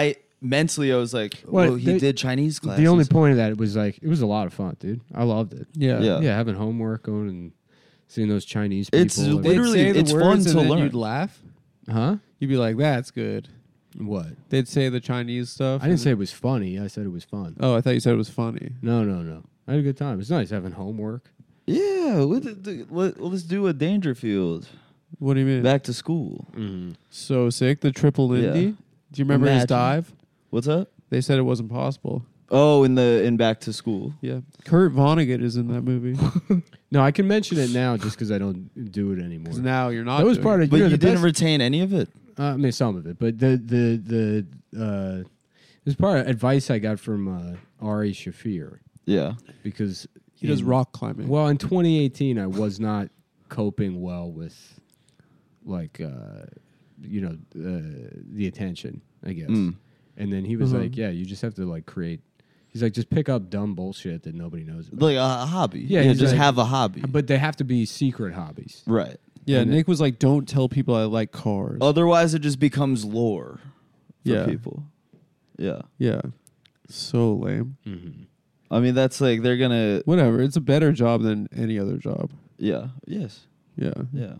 [SPEAKER 3] I mentally I was like,
[SPEAKER 1] Well,
[SPEAKER 3] well, he
[SPEAKER 1] they-
[SPEAKER 3] did Chinese class.
[SPEAKER 1] the only point of that was like it was a lot of fun dude i loved it
[SPEAKER 2] Yeah.
[SPEAKER 3] Yeah.
[SPEAKER 1] yeah having homework going and seeing those chinese people
[SPEAKER 3] It's
[SPEAKER 1] and-
[SPEAKER 2] They'd
[SPEAKER 3] Literally,
[SPEAKER 2] say the
[SPEAKER 3] it's
[SPEAKER 2] words
[SPEAKER 3] fun
[SPEAKER 2] and
[SPEAKER 3] to
[SPEAKER 2] then
[SPEAKER 3] learn.
[SPEAKER 2] You'd laugh.
[SPEAKER 1] huh
[SPEAKER 2] You'd be like, "That's good."
[SPEAKER 1] what
[SPEAKER 2] They'd say the Chinese stuff.
[SPEAKER 1] i
[SPEAKER 2] and
[SPEAKER 1] didn't say it was funny i said it was fun
[SPEAKER 2] Oh, I thought you said it was funny.
[SPEAKER 1] No, no, no. I had a good time. It's nice having homework.
[SPEAKER 3] yeah, what the- the- let, us do a Dangerfield
[SPEAKER 2] What do you mean?
[SPEAKER 3] back to school.
[SPEAKER 2] so sick. The triple
[SPEAKER 3] Yeah.
[SPEAKER 2] Lindy. Do you remember his
[SPEAKER 3] Imagine.
[SPEAKER 2] dive?
[SPEAKER 3] What's up?
[SPEAKER 2] They said it wasn't possible.
[SPEAKER 3] Oh, in the in back to school.
[SPEAKER 2] Yeah. Kurt Vonnegut is in that movie.
[SPEAKER 1] No, I can mention it now just because I don't do it anymore.
[SPEAKER 2] 'Cause now you're not.
[SPEAKER 1] That was
[SPEAKER 2] doing
[SPEAKER 1] part
[SPEAKER 2] it.
[SPEAKER 1] of
[SPEAKER 3] But
[SPEAKER 1] you, know,
[SPEAKER 3] you
[SPEAKER 1] the
[SPEAKER 3] didn't
[SPEAKER 1] best-
[SPEAKER 3] retain any of it.
[SPEAKER 1] uh, I mean, some of it, but the the the uh, it was part of advice I got from uh, Ari Shafir
[SPEAKER 3] Yeah.
[SPEAKER 1] because
[SPEAKER 2] He does
[SPEAKER 1] in-
[SPEAKER 2] rock climbing.
[SPEAKER 1] Well, in 2018, I was not coping well with like uh, you know uh, the attention, I guess.
[SPEAKER 3] Mm.
[SPEAKER 1] And then he was
[SPEAKER 2] Uh-huh.
[SPEAKER 1] like, "Yeah, you just have to like create." He's like, "Just pick up dumb bullshit that nobody knows about."
[SPEAKER 3] Like a, a hobby.
[SPEAKER 1] Yeah,
[SPEAKER 3] Yeah,
[SPEAKER 1] he's
[SPEAKER 3] just
[SPEAKER 1] like-
[SPEAKER 3] have a hobby.
[SPEAKER 1] But they have to be secret hobbies.
[SPEAKER 3] right.
[SPEAKER 2] yeah.
[SPEAKER 1] and
[SPEAKER 2] Nick was like, "Don't tell people I like cars."
[SPEAKER 3] Otherwise, it just becomes lore for
[SPEAKER 2] Yeah.
[SPEAKER 3] people. Yeah.
[SPEAKER 2] yeah. So lame.
[SPEAKER 3] Mm-hmm. I mean, that's like they're gonna.
[SPEAKER 2] Whatever. It's a better job than any other job.
[SPEAKER 3] Yeah. Yes.
[SPEAKER 2] Yeah.
[SPEAKER 3] Yeah.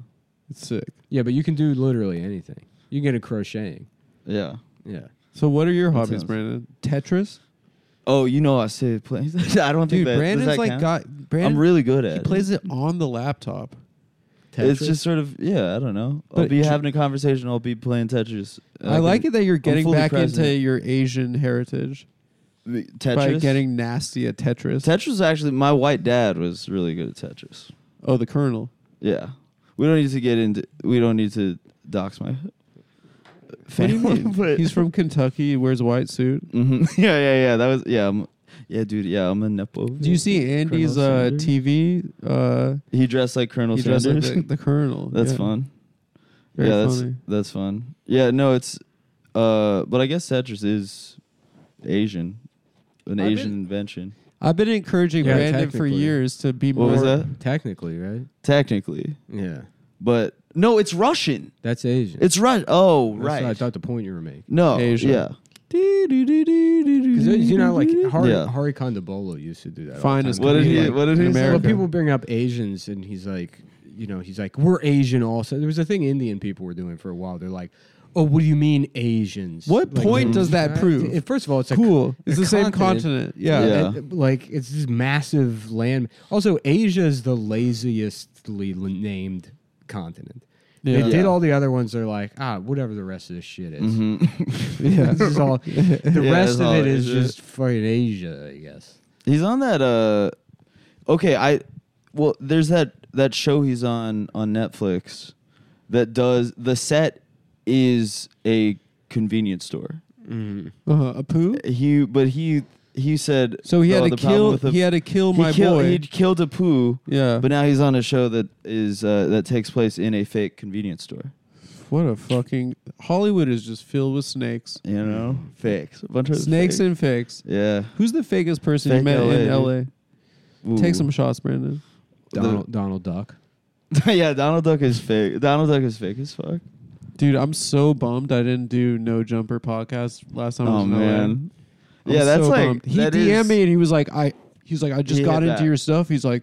[SPEAKER 2] It's sick.
[SPEAKER 1] Yeah, but you can do literally anything. You can get a crocheting.
[SPEAKER 3] Yeah.
[SPEAKER 1] Yeah.
[SPEAKER 2] So what are your
[SPEAKER 3] That
[SPEAKER 2] hobbies,
[SPEAKER 3] sounds-
[SPEAKER 2] Brandon? Tetris.
[SPEAKER 3] Oh, you know I say playing. I don't think
[SPEAKER 2] Dude,
[SPEAKER 3] that, does
[SPEAKER 2] Brandon's
[SPEAKER 3] that
[SPEAKER 2] like
[SPEAKER 3] count?
[SPEAKER 2] got. Brandon,
[SPEAKER 3] I'm really good at.
[SPEAKER 2] He
[SPEAKER 3] it.
[SPEAKER 2] plays it on the laptop.
[SPEAKER 3] It's just sort of yeah. I don't know. I'll
[SPEAKER 2] But
[SPEAKER 3] be
[SPEAKER 2] j-
[SPEAKER 3] having a conversation. I'll be playing Tetris.
[SPEAKER 2] I like it that you're getting
[SPEAKER 3] fully
[SPEAKER 2] back into
[SPEAKER 3] present.
[SPEAKER 2] your Asian heritage
[SPEAKER 3] it. Tetris.
[SPEAKER 2] by getting nasty at Tetris.
[SPEAKER 3] Tetris actually. My white dad was really good at Tetris.
[SPEAKER 2] oh, the Colonel.
[SPEAKER 3] Yeah. We don't need to get into. We don't need to dox my family. but-
[SPEAKER 2] He's from Kentucky. He wears a white suit.
[SPEAKER 3] Mhm. Yeah, yeah, yeah. That was yeah. I'm, yeah, dude. Yeah, I'm a nepo.
[SPEAKER 2] Do you see Andy's uh,
[SPEAKER 3] Sanders?
[SPEAKER 2] TV? Uh,
[SPEAKER 3] He dressed like Colonel
[SPEAKER 2] he dressed
[SPEAKER 3] Sanders.
[SPEAKER 2] like the, the Colonel.
[SPEAKER 3] That's
[SPEAKER 2] Yeah.
[SPEAKER 3] fun.
[SPEAKER 2] Very
[SPEAKER 3] yeah, that's
[SPEAKER 2] funny.
[SPEAKER 3] that's fun. Yeah, no, it's uh but I guess Tetris is Asian. An
[SPEAKER 2] I bet-
[SPEAKER 3] Asian invention.
[SPEAKER 2] I've been encouraging
[SPEAKER 1] Yeah,
[SPEAKER 2] Brandon for
[SPEAKER 1] technically.
[SPEAKER 2] years to be more.
[SPEAKER 3] What was that?
[SPEAKER 1] technically, right?
[SPEAKER 3] Technically.
[SPEAKER 1] Yeah.
[SPEAKER 3] But no, it's Russian.
[SPEAKER 1] That's Asian.
[SPEAKER 3] It's Russian. Oh,
[SPEAKER 1] That's what I
[SPEAKER 3] right.
[SPEAKER 1] thought the point you were making.
[SPEAKER 3] No.
[SPEAKER 2] Asia.
[SPEAKER 3] Yeah.
[SPEAKER 1] Because you know, like Hari,
[SPEAKER 3] Yeah.
[SPEAKER 1] Hari Kondabolu used to do that. all the
[SPEAKER 2] Finest
[SPEAKER 1] time.
[SPEAKER 3] What did he-
[SPEAKER 2] comedian
[SPEAKER 3] what did he
[SPEAKER 2] in
[SPEAKER 3] say?
[SPEAKER 1] Well,
[SPEAKER 2] America.
[SPEAKER 1] people bring up Asians, and he's like, you know, he's like, we're Asian also. There was a thing Indian people were doing for a while. They're like, oh, what do you mean Asians?
[SPEAKER 2] What
[SPEAKER 1] Like,
[SPEAKER 2] point
[SPEAKER 1] mm,
[SPEAKER 2] does that
[SPEAKER 1] uh,
[SPEAKER 2] prove?
[SPEAKER 1] it- first of all, it's a co-
[SPEAKER 2] cool. It's
[SPEAKER 1] a
[SPEAKER 2] the same continent. Yeah.
[SPEAKER 3] Yeah.
[SPEAKER 1] And, like it's this massive land. Also, Asia is the laziestly l- named continent.
[SPEAKER 2] Yeah.
[SPEAKER 1] They did
[SPEAKER 3] Yeah.
[SPEAKER 1] all the other ones. They're like, ah, whatever the rest of this shit is.
[SPEAKER 2] Mm-hmm.
[SPEAKER 1] this is all. The
[SPEAKER 3] Yeah,
[SPEAKER 1] rest
[SPEAKER 3] it's
[SPEAKER 1] of
[SPEAKER 3] all
[SPEAKER 1] it is
[SPEAKER 3] Asia.
[SPEAKER 1] just fucking Asia, I guess.
[SPEAKER 3] He's on that. Uh, okay, I. Well, there's that that show he's on on Netflix that does the set is a convenience store.
[SPEAKER 2] Uh-huh. A poo?
[SPEAKER 3] He but he he said
[SPEAKER 2] So he had
[SPEAKER 3] oh,
[SPEAKER 2] to
[SPEAKER 3] the problem
[SPEAKER 2] kill.
[SPEAKER 3] with the-
[SPEAKER 2] He had to kill
[SPEAKER 3] he
[SPEAKER 2] my
[SPEAKER 3] killed-
[SPEAKER 2] boy.
[SPEAKER 3] He killed a poo.
[SPEAKER 2] yeah.
[SPEAKER 3] But now he's on a show that is uh, that takes place in a fake convenience store.
[SPEAKER 2] what a fucking Hollywood is just filled with snakes,
[SPEAKER 3] You know, fakes a bunch of
[SPEAKER 2] Mm. snakes
[SPEAKER 3] fakes.
[SPEAKER 2] and fakes.
[SPEAKER 3] yeah.
[SPEAKER 2] Who's the fakest person you
[SPEAKER 3] Fake
[SPEAKER 2] met in
[SPEAKER 3] LA,
[SPEAKER 2] L.A.?
[SPEAKER 3] dude. Ooh.
[SPEAKER 2] Take some shots, Brandon.
[SPEAKER 3] The-
[SPEAKER 1] Donald, Donald Duck.
[SPEAKER 3] yeah, Donald Duck is fake. Donald Duck is fake as fuck.
[SPEAKER 2] Dude, I'm so bummed I didn't do No Jumper podcast last time. I was
[SPEAKER 3] Oh
[SPEAKER 2] in LA.
[SPEAKER 3] man.
[SPEAKER 2] I'm
[SPEAKER 3] yeah, that's
[SPEAKER 2] so
[SPEAKER 3] like
[SPEAKER 2] bummed. he
[SPEAKER 3] that
[SPEAKER 2] DM'd
[SPEAKER 3] is-
[SPEAKER 2] me and he was like, I. He's like, I just
[SPEAKER 3] Yeah,
[SPEAKER 2] got into
[SPEAKER 3] that.
[SPEAKER 2] your stuff. He's like,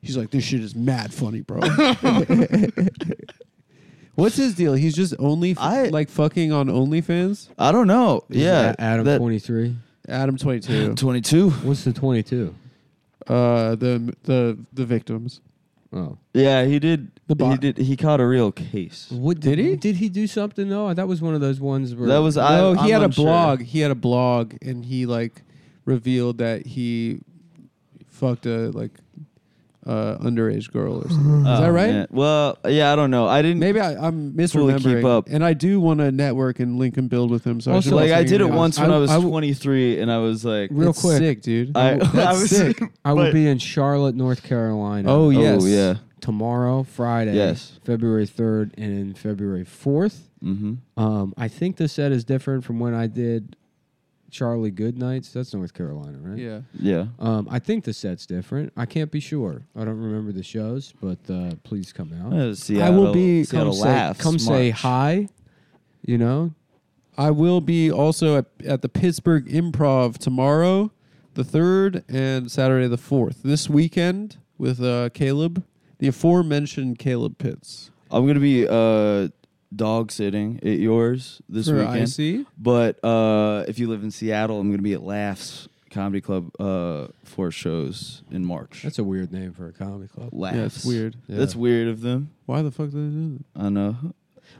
[SPEAKER 2] he's like, this shit is mad funny, bro. What's his deal? He's just only f-
[SPEAKER 3] I-
[SPEAKER 2] like fucking on OnlyFans.
[SPEAKER 3] I don't know. Yeah,
[SPEAKER 1] A- Adam
[SPEAKER 3] that-
[SPEAKER 1] twenty three.
[SPEAKER 2] Adam twenty two.
[SPEAKER 3] 22.
[SPEAKER 1] What's the twenty two?
[SPEAKER 2] Uh, the the the victims.
[SPEAKER 1] Oh,
[SPEAKER 3] Yeah, he did.
[SPEAKER 2] The
[SPEAKER 3] he
[SPEAKER 2] bot.
[SPEAKER 3] did. He caught a real case.
[SPEAKER 1] what
[SPEAKER 2] Did he?
[SPEAKER 1] Did he do something though? That was one of those ones where
[SPEAKER 3] That was I.
[SPEAKER 2] no, he
[SPEAKER 3] I'm
[SPEAKER 2] had a
[SPEAKER 3] unsure.
[SPEAKER 2] blog. He had a blog, and he like revealed that he fucked a like uh, underage girl or something. Is
[SPEAKER 3] Oh,
[SPEAKER 2] that right?
[SPEAKER 3] man. Well, yeah, I don't know. I didn't.
[SPEAKER 2] Maybe I, I'm
[SPEAKER 3] Fully
[SPEAKER 2] misremembering.
[SPEAKER 3] keep up.
[SPEAKER 2] And I do want to network and link and build with him. So
[SPEAKER 1] Also,
[SPEAKER 2] I should
[SPEAKER 3] like
[SPEAKER 2] also
[SPEAKER 3] I
[SPEAKER 2] be
[SPEAKER 3] did it
[SPEAKER 2] honest.
[SPEAKER 3] once when
[SPEAKER 1] I-
[SPEAKER 3] I, was
[SPEAKER 1] I w-
[SPEAKER 3] 23, and I was like,
[SPEAKER 1] Real
[SPEAKER 2] It's
[SPEAKER 1] quick.
[SPEAKER 2] sick, dude.
[SPEAKER 3] I,
[SPEAKER 2] That's
[SPEAKER 3] I was
[SPEAKER 2] sick.
[SPEAKER 1] I will
[SPEAKER 3] but-
[SPEAKER 1] be in Charlotte, North Carolina.
[SPEAKER 2] Oh yes.
[SPEAKER 3] Oh yeah.
[SPEAKER 1] tomorrow, Friday,
[SPEAKER 3] Yes.
[SPEAKER 1] February 3rd, and then February 4th.
[SPEAKER 3] Mm-hmm.
[SPEAKER 1] Um, I think the set is different from when I did Charlie Goodnights. That's North Carolina, right?
[SPEAKER 2] Yeah.
[SPEAKER 3] Yeah.
[SPEAKER 1] Um, I think the set's different. I can't be sure. I don't remember the shows, but uh, please come out.
[SPEAKER 3] Uh,
[SPEAKER 1] I will be.
[SPEAKER 3] Seattle
[SPEAKER 1] Come, say,
[SPEAKER 3] laughs
[SPEAKER 1] come say
[SPEAKER 3] March.
[SPEAKER 1] hi. You know,
[SPEAKER 2] I will be also at, at the Pittsburgh Improv tomorrow, the third, and Saturday the fourth. This weekend with uh, Caleb, the aforementioned Caleb Pitts.
[SPEAKER 3] I'm gonna be uh, dog sitting at yours this
[SPEAKER 2] for
[SPEAKER 3] weekend.
[SPEAKER 2] IC.
[SPEAKER 3] But uh, if you live in Seattle, I'm gonna be at Laughs Comedy Club uh, for shows in March.
[SPEAKER 1] that's a weird name for a comedy club.
[SPEAKER 3] Laughs.
[SPEAKER 2] Yeah, it's weird.
[SPEAKER 1] Yeah.
[SPEAKER 3] That's weird of them.
[SPEAKER 2] Why the fuck did I do that?
[SPEAKER 3] I know.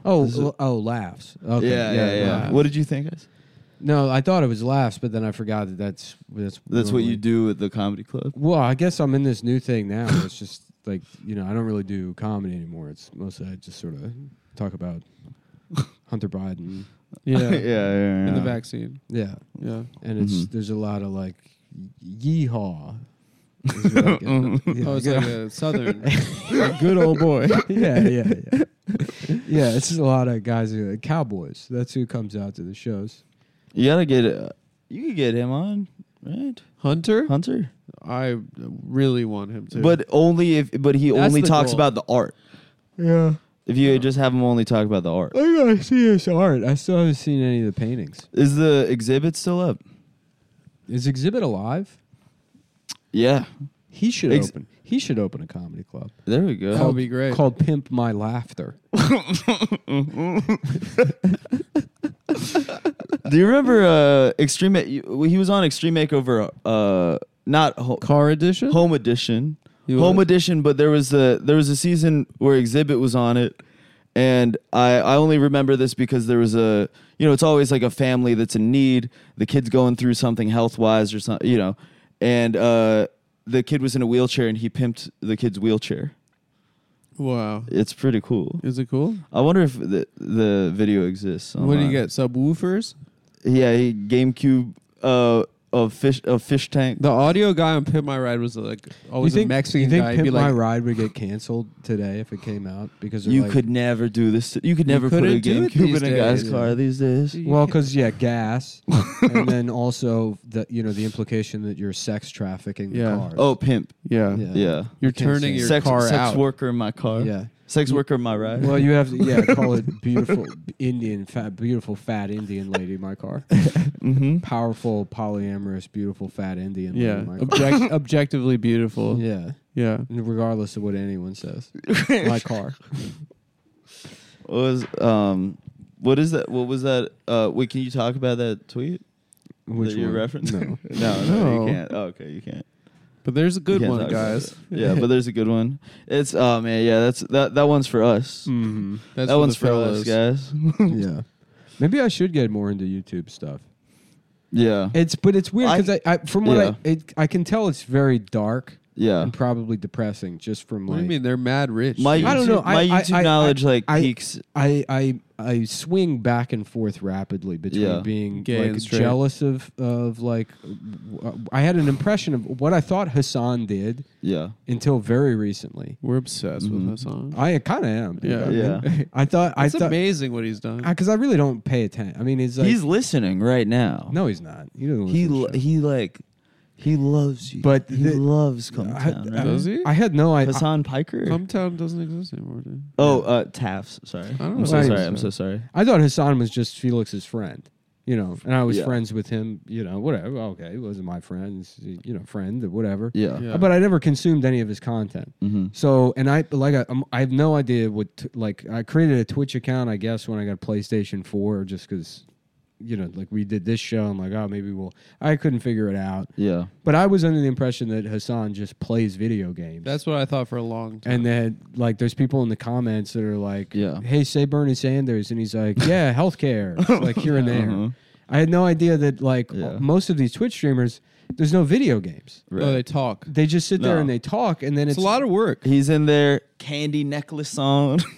[SPEAKER 1] Oh,
[SPEAKER 3] Is it-
[SPEAKER 1] l- oh, laughs. Okay,
[SPEAKER 3] yeah, yeah, yeah.
[SPEAKER 1] laughs.
[SPEAKER 3] What did you think? Guys?
[SPEAKER 1] No, I thought it was laughs, but then I forgot that that's that's
[SPEAKER 3] That's what
[SPEAKER 1] normally-
[SPEAKER 3] you do at the comedy club.
[SPEAKER 1] Well, I guess I'm in this new thing now. where it's just like you know, I don't really do comedy anymore. It's mostly I just sort of talk about Hunter Biden.
[SPEAKER 2] Yeah.
[SPEAKER 3] yeah, yeah, yeah.
[SPEAKER 2] And the vaccine.
[SPEAKER 1] Yeah,
[SPEAKER 2] Yeah.
[SPEAKER 1] and it's
[SPEAKER 3] Mhm.
[SPEAKER 1] there's a lot of like yeehaw. is what I get. yeah,
[SPEAKER 2] oh, it's
[SPEAKER 1] yeah.
[SPEAKER 2] like a southern, a good old boy.
[SPEAKER 1] yeah, yeah, yeah. Yeah, it's just a lot of guys who are like, cowboys. That's who comes out to the shows.
[SPEAKER 3] You gotta get. Uh, you could get him on, right,
[SPEAKER 2] Hunter,
[SPEAKER 3] Hunter?
[SPEAKER 2] I really want him to.
[SPEAKER 3] But only if. But he
[SPEAKER 2] That's
[SPEAKER 3] only
[SPEAKER 2] the
[SPEAKER 3] talks
[SPEAKER 2] goal.
[SPEAKER 3] about the art.
[SPEAKER 1] Yeah.
[SPEAKER 3] If you just have him only talk about the art,
[SPEAKER 1] I gotta see his art. I still haven't seen any of the paintings.
[SPEAKER 3] is the exhibit still up?
[SPEAKER 1] Is exhibit alive?
[SPEAKER 3] Yeah,
[SPEAKER 1] He should
[SPEAKER 3] Ex-
[SPEAKER 1] open. He should open a comedy club.
[SPEAKER 3] there we
[SPEAKER 2] that
[SPEAKER 3] go.
[SPEAKER 2] would be great.
[SPEAKER 1] called Pimp My Laughter.
[SPEAKER 3] do you remember uh, Extreme? you- He was on Extreme Makeover, uh, not ho-
[SPEAKER 2] Car edition.
[SPEAKER 3] Home Edition.
[SPEAKER 2] He was-
[SPEAKER 3] Home Edition, but there was a there was a season where Exhibit was on it, and I I only remember this because there was a you know it's always like a family that's in need, the kid's going through something health wise or something you know, and uh, the kid was in a wheelchair and he pimped the kid's wheelchair.
[SPEAKER 2] Wow.
[SPEAKER 3] It's pretty cool.
[SPEAKER 2] Is it cool?
[SPEAKER 3] I wonder if the the video exists.
[SPEAKER 2] What do you
[SPEAKER 3] online.
[SPEAKER 2] get? Subwoofers.
[SPEAKER 3] Yeah, he GameCube uh of fish of fish tank.
[SPEAKER 2] The audio guy on Pit My Ride was like always a Mexican
[SPEAKER 1] you think
[SPEAKER 2] guy. He'd
[SPEAKER 1] Pimp
[SPEAKER 2] be like,
[SPEAKER 1] My Ride would get canceled today if it came out because they're
[SPEAKER 3] You
[SPEAKER 1] like,
[SPEAKER 3] could never do this. You could never put a
[SPEAKER 2] couldn't do it
[SPEAKER 3] GameCube
[SPEAKER 2] these
[SPEAKER 3] in a guy's
[SPEAKER 2] days.
[SPEAKER 3] car these days.
[SPEAKER 1] Well, because yeah, gas, and then also the you know the implication that you're sex trafficking
[SPEAKER 2] Yeah.
[SPEAKER 1] cars.
[SPEAKER 3] Oh, pimp.
[SPEAKER 2] yeah,
[SPEAKER 1] Yeah.
[SPEAKER 3] Yeah.
[SPEAKER 2] you're
[SPEAKER 1] You can't
[SPEAKER 2] turning
[SPEAKER 1] say
[SPEAKER 2] your
[SPEAKER 3] sex
[SPEAKER 2] car
[SPEAKER 3] sex
[SPEAKER 2] out.
[SPEAKER 3] worker in my car.
[SPEAKER 1] yeah.
[SPEAKER 3] Sex worker in my ride.
[SPEAKER 1] Well, you have to, yeah call it beautiful Indian fat beautiful fat Indian lady in my car.
[SPEAKER 3] Mm-hmm.
[SPEAKER 1] powerful, polyamorous, beautiful, fat Indian.
[SPEAKER 2] Yeah,
[SPEAKER 1] lady, Michael.
[SPEAKER 2] Object- objectively beautiful. Yeah.
[SPEAKER 1] yeah. Regardless of what anyone says, my car.
[SPEAKER 3] What was um, what is that? What was that? Uh, wait, can you talk about that tweet
[SPEAKER 1] Which
[SPEAKER 3] that you
[SPEAKER 1] one?
[SPEAKER 3] referenced?
[SPEAKER 1] No.
[SPEAKER 3] no, no,
[SPEAKER 2] No.
[SPEAKER 3] you can't. Oh, okay, you can't.
[SPEAKER 2] But there's a good
[SPEAKER 3] You can't
[SPEAKER 2] one,
[SPEAKER 3] talk about
[SPEAKER 2] guys.
[SPEAKER 3] it. yeah, but there's a good one. It's oh man, yeah, that's that that one's for us.
[SPEAKER 1] Mm,
[SPEAKER 2] mm-hmm. That's
[SPEAKER 3] that
[SPEAKER 2] for
[SPEAKER 3] one's
[SPEAKER 2] the
[SPEAKER 3] for
[SPEAKER 2] fellas.
[SPEAKER 3] us, guys.
[SPEAKER 1] yeah. Maybe I should get more into YouTube stuff.
[SPEAKER 3] yeah,
[SPEAKER 1] It's but it's weird
[SPEAKER 3] I-
[SPEAKER 1] because I, I from what
[SPEAKER 3] Yeah.
[SPEAKER 1] I it, I can tell it's very dark
[SPEAKER 3] yeah.
[SPEAKER 1] and probably depressing just from
[SPEAKER 2] What
[SPEAKER 1] like
[SPEAKER 2] do you mean? They're mad rich.
[SPEAKER 3] My YouTube,
[SPEAKER 1] I don't know.
[SPEAKER 3] My
[SPEAKER 1] I- I-
[SPEAKER 3] YouTube
[SPEAKER 1] I-
[SPEAKER 3] knowledge like
[SPEAKER 1] I-
[SPEAKER 3] peaks.
[SPEAKER 1] I I I swing back and forth rapidly between
[SPEAKER 3] Yeah.
[SPEAKER 1] being
[SPEAKER 2] Gay
[SPEAKER 1] like
[SPEAKER 2] and straight.
[SPEAKER 1] jealous of of like w- I had an impression of what I thought Hassan did
[SPEAKER 3] Yeah,
[SPEAKER 1] until very recently.
[SPEAKER 2] We're obsessed
[SPEAKER 3] Mhm.
[SPEAKER 2] with Hassan.
[SPEAKER 1] I kind of am. dude.
[SPEAKER 2] Yeah.
[SPEAKER 1] I mean,
[SPEAKER 3] Yeah.
[SPEAKER 1] I thought I
[SPEAKER 2] It's
[SPEAKER 1] thought
[SPEAKER 2] amazing what he's done.
[SPEAKER 1] because I, really don't pay attention. I mean, he's like
[SPEAKER 3] he's listening right now.
[SPEAKER 1] no, he's not. He doesn't.
[SPEAKER 3] he
[SPEAKER 1] listen to
[SPEAKER 3] lo-
[SPEAKER 1] the show.
[SPEAKER 3] he like he loves you,
[SPEAKER 1] But
[SPEAKER 3] he
[SPEAKER 1] the-
[SPEAKER 3] loves coming
[SPEAKER 1] I,
[SPEAKER 3] down.
[SPEAKER 1] I-
[SPEAKER 3] Right?
[SPEAKER 2] Does he?
[SPEAKER 1] I had no idea.
[SPEAKER 3] Hassan Piker.
[SPEAKER 2] Hometown doesn't exist anymore. Dude.
[SPEAKER 3] oh, uh, Tafs. Sorry,
[SPEAKER 2] don't
[SPEAKER 3] I'm
[SPEAKER 2] know.
[SPEAKER 3] so
[SPEAKER 1] Right.
[SPEAKER 3] sorry. I'm so sorry.
[SPEAKER 1] I thought Hassan was just Felix's friend, you know, and I was
[SPEAKER 3] Yeah.
[SPEAKER 1] friends with him, you know, whatever. Okay, he wasn't my friend, he's, you know, friend or whatever.
[SPEAKER 3] Yeah.
[SPEAKER 2] Yeah.
[SPEAKER 1] But I never consumed any of his content.
[SPEAKER 3] Mhm.
[SPEAKER 1] So, and I like I, um, I have no idea what t- like I created a Twitch account, I guess, when I got a PlayStation Four, just because, you know, like we did this show. I'm like, oh, maybe we'll. I couldn't figure it out,
[SPEAKER 3] Yeah.
[SPEAKER 1] but I was under the impression that Hassan just plays video games.
[SPEAKER 2] That's what I thought for a long time.
[SPEAKER 1] and then, like, there's people in the comments that are like,
[SPEAKER 3] Yeah.
[SPEAKER 1] hey, say Bernie Sanders. And he's like, yeah, healthcare. It's like here and there.
[SPEAKER 3] Uh-huh.
[SPEAKER 1] I had no idea that, like,
[SPEAKER 3] Yeah.
[SPEAKER 1] most of these Twitch streamers, there's no video games.
[SPEAKER 2] No,
[SPEAKER 3] Right.
[SPEAKER 2] Oh, they talk.
[SPEAKER 1] They just sit there
[SPEAKER 3] No.
[SPEAKER 1] and they talk, and then
[SPEAKER 2] It's
[SPEAKER 1] it's,
[SPEAKER 2] a lot of work.
[SPEAKER 3] He's in there, candy necklace on,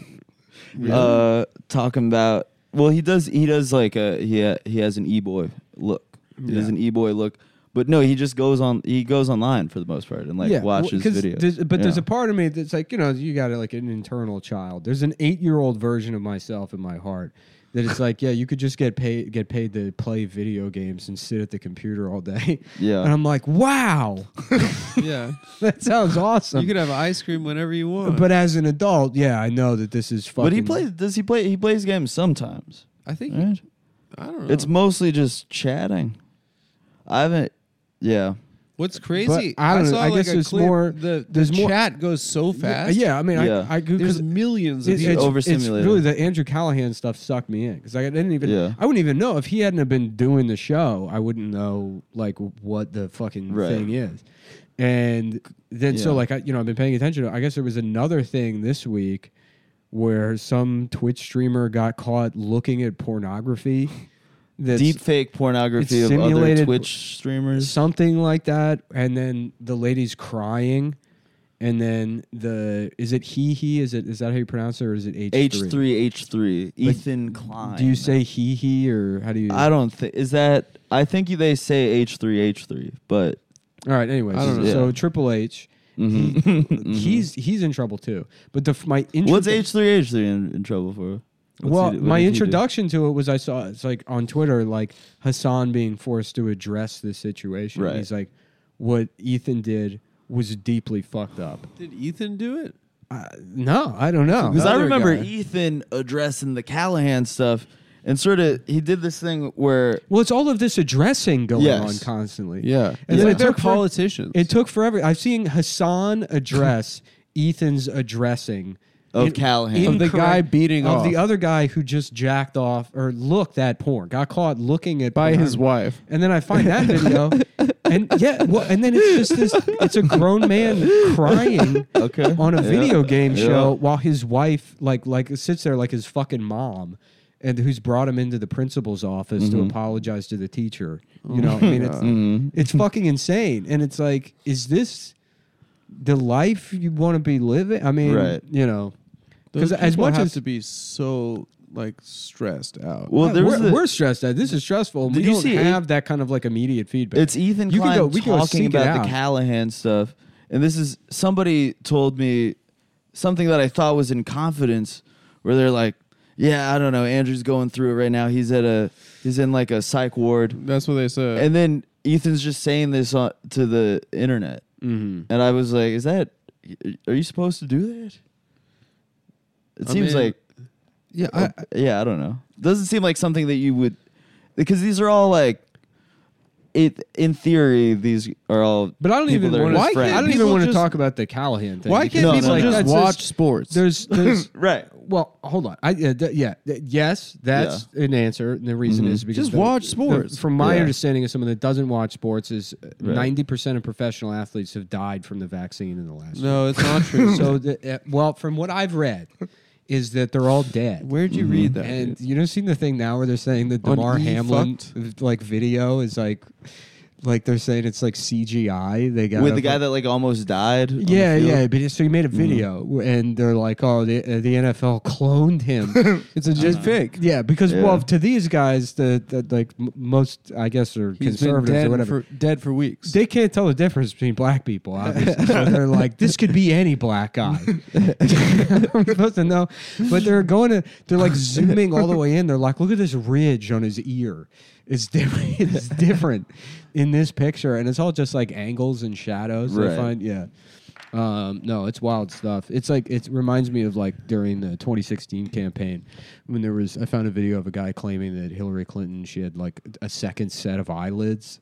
[SPEAKER 3] uh, talking about. Well, he does. He does like a he. Ha, he has an e boy look. He has
[SPEAKER 1] Yeah.
[SPEAKER 3] an e boy look. But no, he just goes on. He goes online for the most part and like
[SPEAKER 1] yeah, well,
[SPEAKER 3] watches
[SPEAKER 1] 'cause
[SPEAKER 3] videos.
[SPEAKER 1] there's- But there's
[SPEAKER 3] Yeah.
[SPEAKER 1] a part of me that's like, you know, you got like an internal child. There's an eight year old version of myself in my heart that it's like, yeah, you could just get paid get paid to play video games and sit at the computer all day.
[SPEAKER 3] Yeah.
[SPEAKER 1] and I'm like, wow,
[SPEAKER 2] yeah.
[SPEAKER 1] that sounds awesome.
[SPEAKER 2] You could have ice cream whenever you want.
[SPEAKER 1] but as an adult, yeah, I know that this is fucking.
[SPEAKER 3] But he plays. Does he play? He plays games sometimes.
[SPEAKER 2] I think
[SPEAKER 3] Right?
[SPEAKER 2] I don't know.
[SPEAKER 3] It's mostly just chatting. I haven't. Yeah.
[SPEAKER 2] What's crazy?
[SPEAKER 1] I don't know. I guess
[SPEAKER 2] a
[SPEAKER 1] there's
[SPEAKER 2] clip-
[SPEAKER 1] more-
[SPEAKER 2] The,
[SPEAKER 1] there's
[SPEAKER 2] the
[SPEAKER 1] more-
[SPEAKER 2] chat goes so fast.
[SPEAKER 1] Yeah, I mean,
[SPEAKER 3] Yeah.
[SPEAKER 1] I, I
[SPEAKER 2] there's
[SPEAKER 1] because
[SPEAKER 2] millions of
[SPEAKER 1] it's, it's,
[SPEAKER 2] people.
[SPEAKER 1] it's
[SPEAKER 3] overstimulated.
[SPEAKER 1] really the Andrew Callahan stuff sucked me in because I didn't even
[SPEAKER 3] Yeah.
[SPEAKER 1] I wouldn't even know if he hadn't have been doing the show I wouldn't know like what the fucking
[SPEAKER 3] Right.
[SPEAKER 1] thing is and then so
[SPEAKER 3] Yeah.
[SPEAKER 1] like I you know I've been paying attention to, I guess there was another thing this week where some Twitch streamer got caught looking at pornography that's
[SPEAKER 3] Deep fake pornography
[SPEAKER 1] it's
[SPEAKER 3] of other
[SPEAKER 1] simulated-
[SPEAKER 3] Twitch streamers.
[SPEAKER 1] something like that and then the lady's crying and then the is it he he is it is that how you pronounce it or is it H3?
[SPEAKER 3] H three H three. Ethan Klein.
[SPEAKER 1] Do you say he he or how do you?
[SPEAKER 3] I don't think is that. I think they say H three H three, but
[SPEAKER 1] all right. Anyways,
[SPEAKER 2] I don't
[SPEAKER 3] know.
[SPEAKER 1] so
[SPEAKER 3] Yeah. Mm-hmm.
[SPEAKER 1] Triple H, he- he's he's in trouble too. But the f- my intro-
[SPEAKER 3] what's H three H three in in trouble for? What's
[SPEAKER 1] Well,
[SPEAKER 3] he do- what
[SPEAKER 1] my
[SPEAKER 3] did he do?
[SPEAKER 1] introduction to it was I saw it's like on Twitter like Hassan being forced to address this situation.
[SPEAKER 3] Right.
[SPEAKER 1] He's like, what Ethan did was deeply fucked up.
[SPEAKER 2] Did Ethan do it?
[SPEAKER 1] Uh, no, I don't know.
[SPEAKER 3] Because I
[SPEAKER 2] Other
[SPEAKER 3] remember E-
[SPEAKER 2] guy.
[SPEAKER 3] Ethan addressing the Callahan stuff, and sort of he did this thing where
[SPEAKER 1] Well, it's all of this addressing going
[SPEAKER 3] Yes.
[SPEAKER 1] on constantly.
[SPEAKER 2] Yeah.
[SPEAKER 1] And
[SPEAKER 2] It's
[SPEAKER 1] then
[SPEAKER 2] like
[SPEAKER 1] it
[SPEAKER 2] they're
[SPEAKER 1] took for-
[SPEAKER 2] politicians.
[SPEAKER 1] It took forever. I've seen Hassan address Ethan's addressing
[SPEAKER 3] of
[SPEAKER 1] in-
[SPEAKER 3] Callahan.
[SPEAKER 2] Of the guy beating
[SPEAKER 1] of the
[SPEAKER 2] off.
[SPEAKER 1] other guy who just jacked off or looked at porn, got caught looking at
[SPEAKER 2] by
[SPEAKER 1] porn.
[SPEAKER 2] his wife.
[SPEAKER 1] And then I find that video, and yeah, well, and then it's just this. It's a grown man crying
[SPEAKER 3] Okay.
[SPEAKER 1] on a
[SPEAKER 3] Yeah.
[SPEAKER 1] video game
[SPEAKER 3] Yeah.
[SPEAKER 1] show while his wife like like sits there like his fucking mom. And who's brought him into the principal's office to
[SPEAKER 3] Mm-hmm.
[SPEAKER 1] apologize to the teacher?
[SPEAKER 3] Oh
[SPEAKER 1] You know, I mean, it's it's fucking insane, and it's like, is this the life you want to be living? I mean,
[SPEAKER 3] Right.
[SPEAKER 1] you know,
[SPEAKER 2] Those
[SPEAKER 1] because as
[SPEAKER 2] people
[SPEAKER 1] much
[SPEAKER 2] have
[SPEAKER 1] as
[SPEAKER 2] to be so like stressed out.
[SPEAKER 3] well, there was
[SPEAKER 1] we're,
[SPEAKER 3] a,
[SPEAKER 1] we're stressed out. This is stressful.
[SPEAKER 3] Did
[SPEAKER 1] we
[SPEAKER 3] you
[SPEAKER 1] don't
[SPEAKER 3] see it-
[SPEAKER 1] have that kind of like immediate feedback.
[SPEAKER 3] It's Ethan
[SPEAKER 1] You can
[SPEAKER 3] Klein
[SPEAKER 1] go- we can go
[SPEAKER 3] talking
[SPEAKER 1] seek it
[SPEAKER 3] about
[SPEAKER 1] out.
[SPEAKER 3] the Callahan stuff, and this is somebody told me something that I thought was in confidence, where they're like, "Yeah, I don't know, Andrew's going through it right now. He's at a he's in like a psych ward."
[SPEAKER 2] That's what they said.
[SPEAKER 3] and then Ethan's just saying this on, to the internet,
[SPEAKER 1] Mm-hmm.
[SPEAKER 3] and I was like, "Is that? Are you supposed to do that?" It
[SPEAKER 2] I
[SPEAKER 3] seems
[SPEAKER 2] mean,
[SPEAKER 3] like,
[SPEAKER 2] yeah, I,
[SPEAKER 3] yeah, I don't know. Doesn't seem like something that you would, because these are all like it in theory these are all.
[SPEAKER 1] But I don't
[SPEAKER 3] people
[SPEAKER 1] even
[SPEAKER 3] that are
[SPEAKER 1] want.
[SPEAKER 3] his
[SPEAKER 1] to.
[SPEAKER 2] Why can't
[SPEAKER 3] friends.
[SPEAKER 1] I don't even
[SPEAKER 2] people
[SPEAKER 1] want to
[SPEAKER 2] just-
[SPEAKER 1] talk about the Callahan thing.
[SPEAKER 2] Why can't
[SPEAKER 1] because
[SPEAKER 3] No,
[SPEAKER 2] people
[SPEAKER 3] no, no.
[SPEAKER 2] just
[SPEAKER 1] that's
[SPEAKER 2] watch sports?
[SPEAKER 1] There's, there's
[SPEAKER 3] right?
[SPEAKER 1] well, hold on. I yeah, th- yeah th- yes, that's an answer. And the reason is because
[SPEAKER 2] Just
[SPEAKER 1] the-
[SPEAKER 2] watch
[SPEAKER 1] the-
[SPEAKER 2] sports.
[SPEAKER 1] from my
[SPEAKER 3] Mm-hmm. Yeah.
[SPEAKER 1] understanding of someone that doesn't watch sports is uh, ninety percent of professional athletes have died from the vaccine in the last. year.
[SPEAKER 2] no, it's not true.
[SPEAKER 1] So the, uh, well, from what I've read, is that they're all dead.
[SPEAKER 2] where'd you read that?
[SPEAKER 1] And you know, seen the thing now where they're saying that
[SPEAKER 2] On
[SPEAKER 1] Damar
[SPEAKER 2] E!
[SPEAKER 1] Hamlin like video is like, like they're saying it's like CGI. They got
[SPEAKER 3] With the
[SPEAKER 1] up-
[SPEAKER 3] guy that like almost died. on the
[SPEAKER 1] yeah,
[SPEAKER 3] field?
[SPEAKER 1] yeah. But so he
[SPEAKER 2] Mm.
[SPEAKER 1] made a video, w- and they're like, "Oh, the, uh, the NFL cloned him." Uh,
[SPEAKER 2] it's a just fake.
[SPEAKER 1] yeah, because
[SPEAKER 3] Yeah.
[SPEAKER 1] well, to these guys, the, the like m- most, I guess, are
[SPEAKER 2] He's been
[SPEAKER 1] conservatives or
[SPEAKER 2] dead
[SPEAKER 1] whatever.
[SPEAKER 2] for dead for weeks.
[SPEAKER 1] they can't tell the difference between black people, obviously. so they're like, this could be any black guy. I'm supposed to know. But they're going to, they're like zooming all the way in. They're like, look at this ridge on his ear. It's different. It's different in this picture. And it's all just like angles and shadows. They
[SPEAKER 3] Right.
[SPEAKER 1] find, yeah. Um, no, it's wild stuff. It's like it reminds me of like during the 2016 campaign when there was I found a video of a guy claiming that Hillary Clinton she had like a second set of eyelids,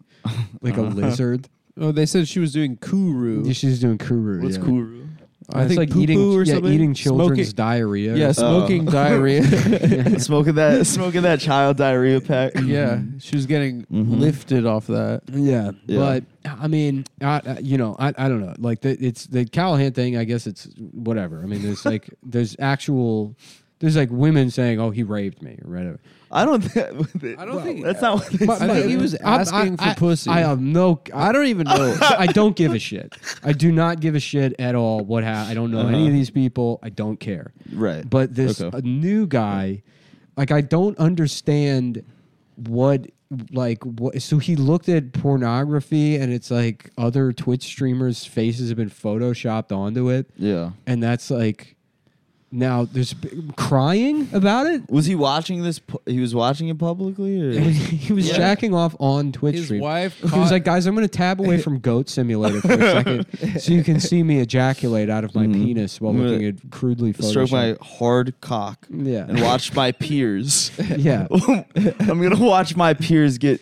[SPEAKER 1] like a lizard.
[SPEAKER 2] oh, they said she was doing kuru.
[SPEAKER 1] Yeah, she's doing kuru.
[SPEAKER 3] What's
[SPEAKER 1] yeah.
[SPEAKER 3] Kuru?
[SPEAKER 1] I
[SPEAKER 2] It's
[SPEAKER 1] think
[SPEAKER 2] like
[SPEAKER 1] eating,
[SPEAKER 2] poo-poo or
[SPEAKER 1] yeah,
[SPEAKER 2] something?
[SPEAKER 1] eating children's
[SPEAKER 2] Smoking-
[SPEAKER 1] diarrhea.
[SPEAKER 2] yeah, smoking diarrhea.
[SPEAKER 3] smoking that, smoking that child diarrhea pack.
[SPEAKER 2] yeah, she was getting
[SPEAKER 1] Mm-hmm.
[SPEAKER 2] lifted off that.
[SPEAKER 1] yeah,
[SPEAKER 3] Yeah.
[SPEAKER 1] But I mean, I, I, you know, I, I don't know. Like the, it's the Callahan thing. I guess it's whatever. I mean, there's like there's actual. There's like women saying, "Oh, he raped me,or whatever.
[SPEAKER 3] I don't. think.
[SPEAKER 2] I don't think-
[SPEAKER 3] that's not what they
[SPEAKER 2] My-
[SPEAKER 3] said.
[SPEAKER 2] my- think he was
[SPEAKER 1] I- I-
[SPEAKER 2] asking for
[SPEAKER 1] I-
[SPEAKER 2] pussy.
[SPEAKER 1] I have no.
[SPEAKER 2] I don't even know.
[SPEAKER 1] I don't give a shit. I do not give a shit at all. What ha- I don't know any of these people. I don't care.
[SPEAKER 3] Right.
[SPEAKER 1] But this
[SPEAKER 3] Okay.
[SPEAKER 1] uh, new guy, like I don't understand what like what so he looked at pornography and it's like other Twitch streamers' faces have been photoshopped onto it.
[SPEAKER 3] yeah.
[SPEAKER 1] And that's like now there's b- crying about it.
[SPEAKER 3] Was he watching this? pu- He was watching it publicly. Or?
[SPEAKER 1] he was
[SPEAKER 3] Yeah.
[SPEAKER 1] jacking off on Twitch.
[SPEAKER 2] His
[SPEAKER 1] stream.
[SPEAKER 2] wife
[SPEAKER 1] He was
[SPEAKER 2] caught-
[SPEAKER 1] like, "Guys, I'm going to tab away from Goat Simulator for a second, so you can see me ejaculate out of my penis while
[SPEAKER 3] Mm-hmm. I'm gonna
[SPEAKER 1] looking at crudely
[SPEAKER 3] stroke my
[SPEAKER 1] photoshopped."
[SPEAKER 3] hard cock
[SPEAKER 1] Yeah.
[SPEAKER 3] and watch my peers.
[SPEAKER 1] yeah,
[SPEAKER 3] I'm gonna watch my peers get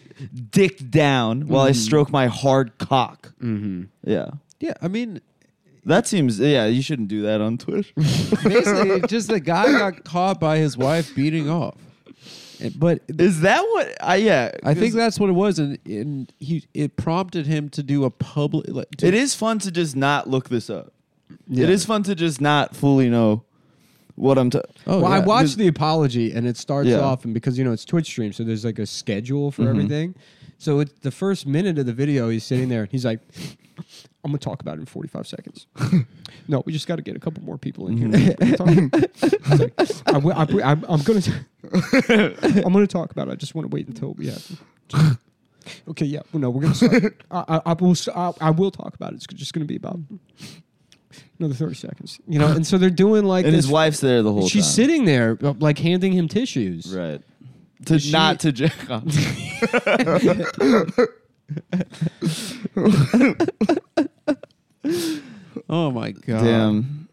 [SPEAKER 3] dicked down while I
[SPEAKER 2] Mm-hmm.
[SPEAKER 3] stroke my hard cock. Yeah,
[SPEAKER 2] yeah, I mean,
[SPEAKER 3] that seems. Yeah, you shouldn't do that on Twitch.
[SPEAKER 2] basically, just the guy got caught by his wife beating off. And- But
[SPEAKER 3] Is that what? I yeah.
[SPEAKER 2] I think
[SPEAKER 3] 'cause
[SPEAKER 2] that's what it was, and, and he it prompted him to do a public. Like, to-
[SPEAKER 3] it is fun to just not look this up.
[SPEAKER 1] Yeah.
[SPEAKER 3] It is fun to just not fully know what I'm. Ta-
[SPEAKER 2] Oh,
[SPEAKER 1] well, I
[SPEAKER 2] yeah.
[SPEAKER 1] watched the apology, and it starts
[SPEAKER 3] Yeah.
[SPEAKER 1] off, and because you know it's Twitch stream, so there's like a schedule for everything. So it's the first minute of the video, he's sitting there, and he's like, "I'm gonna talk about it in 45 seconds." no, we just got to get a couple more people in here. We're talking- He's like, I wi- I wi- I'm, I'm gonna, I'm gonna talk about it. I just want to wait until we have. Okay, yeah, well, no, we're gonna start. I, I, I will, st- I, I will talk about it. It's just gonna be about another 30 seconds, you know. And so they're doing like
[SPEAKER 3] and
[SPEAKER 1] this
[SPEAKER 3] his wife's there the whole
[SPEAKER 1] She's
[SPEAKER 3] time.
[SPEAKER 1] sitting there, uh, like handing him tissues.
[SPEAKER 3] Right. To
[SPEAKER 1] She- Uh-huh.
[SPEAKER 3] not to jack off.
[SPEAKER 2] oh my god!
[SPEAKER 3] Damn.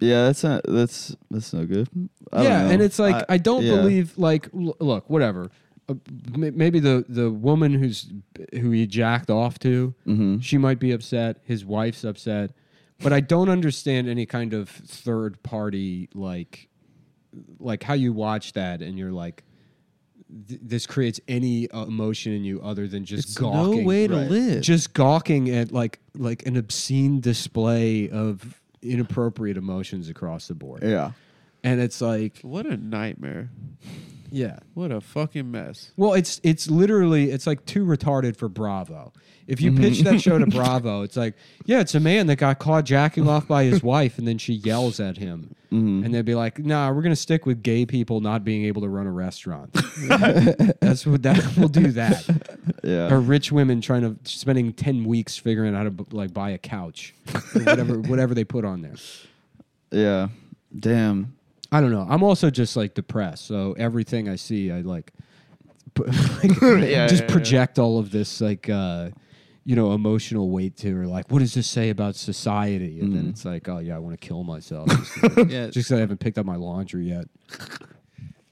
[SPEAKER 3] Yeah, that's not. That's that's no good. I
[SPEAKER 1] yeah,
[SPEAKER 3] don't know.
[SPEAKER 1] and it's like I, don't
[SPEAKER 3] yeah.
[SPEAKER 1] believe. Like, l- look, whatever. Uh, m- maybe the the woman who's who he jacked off to,
[SPEAKER 3] Mm-hmm.
[SPEAKER 1] she might be upset. His wife's upset, but I don't understand any kind of third party like, like how you watch that and you're like. th- This creates any uh, emotion in you other than just
[SPEAKER 2] It's
[SPEAKER 1] gawking.
[SPEAKER 2] no way to
[SPEAKER 3] Right.
[SPEAKER 2] live.
[SPEAKER 1] just gawking at like like an obscene display of inappropriate emotions across the board
[SPEAKER 3] Yeah.
[SPEAKER 1] and it's like
[SPEAKER 2] what a nightmare!
[SPEAKER 1] yeah
[SPEAKER 2] What a fucking mess!
[SPEAKER 1] well it's it's literally it's like too retarded for bravo if you pitch that show to bravo it's like yeah it's a man that got caught jacking off by his wife and then she yells at him and they'd be like nah we're gonna stick with gay people not being able to run a restaurant that's what that we'll do that
[SPEAKER 3] Yeah.
[SPEAKER 1] or rich women trying to spending 10 weeks figuring out how to bu- like buy a couch or whatever whatever they put on there
[SPEAKER 3] Yeah. Damn.
[SPEAKER 1] i don't know i'm also just like depressed so everything i see i like, pu- like,
[SPEAKER 3] Yeah,
[SPEAKER 1] just
[SPEAKER 3] yeah, yeah.
[SPEAKER 1] project all of this like uh you know emotional weight to or like what does this say about society and then it's like oh yeah i want to kill myself just 'cause-
[SPEAKER 2] Yeah,
[SPEAKER 1] just 'cause i haven't picked up my laundry yet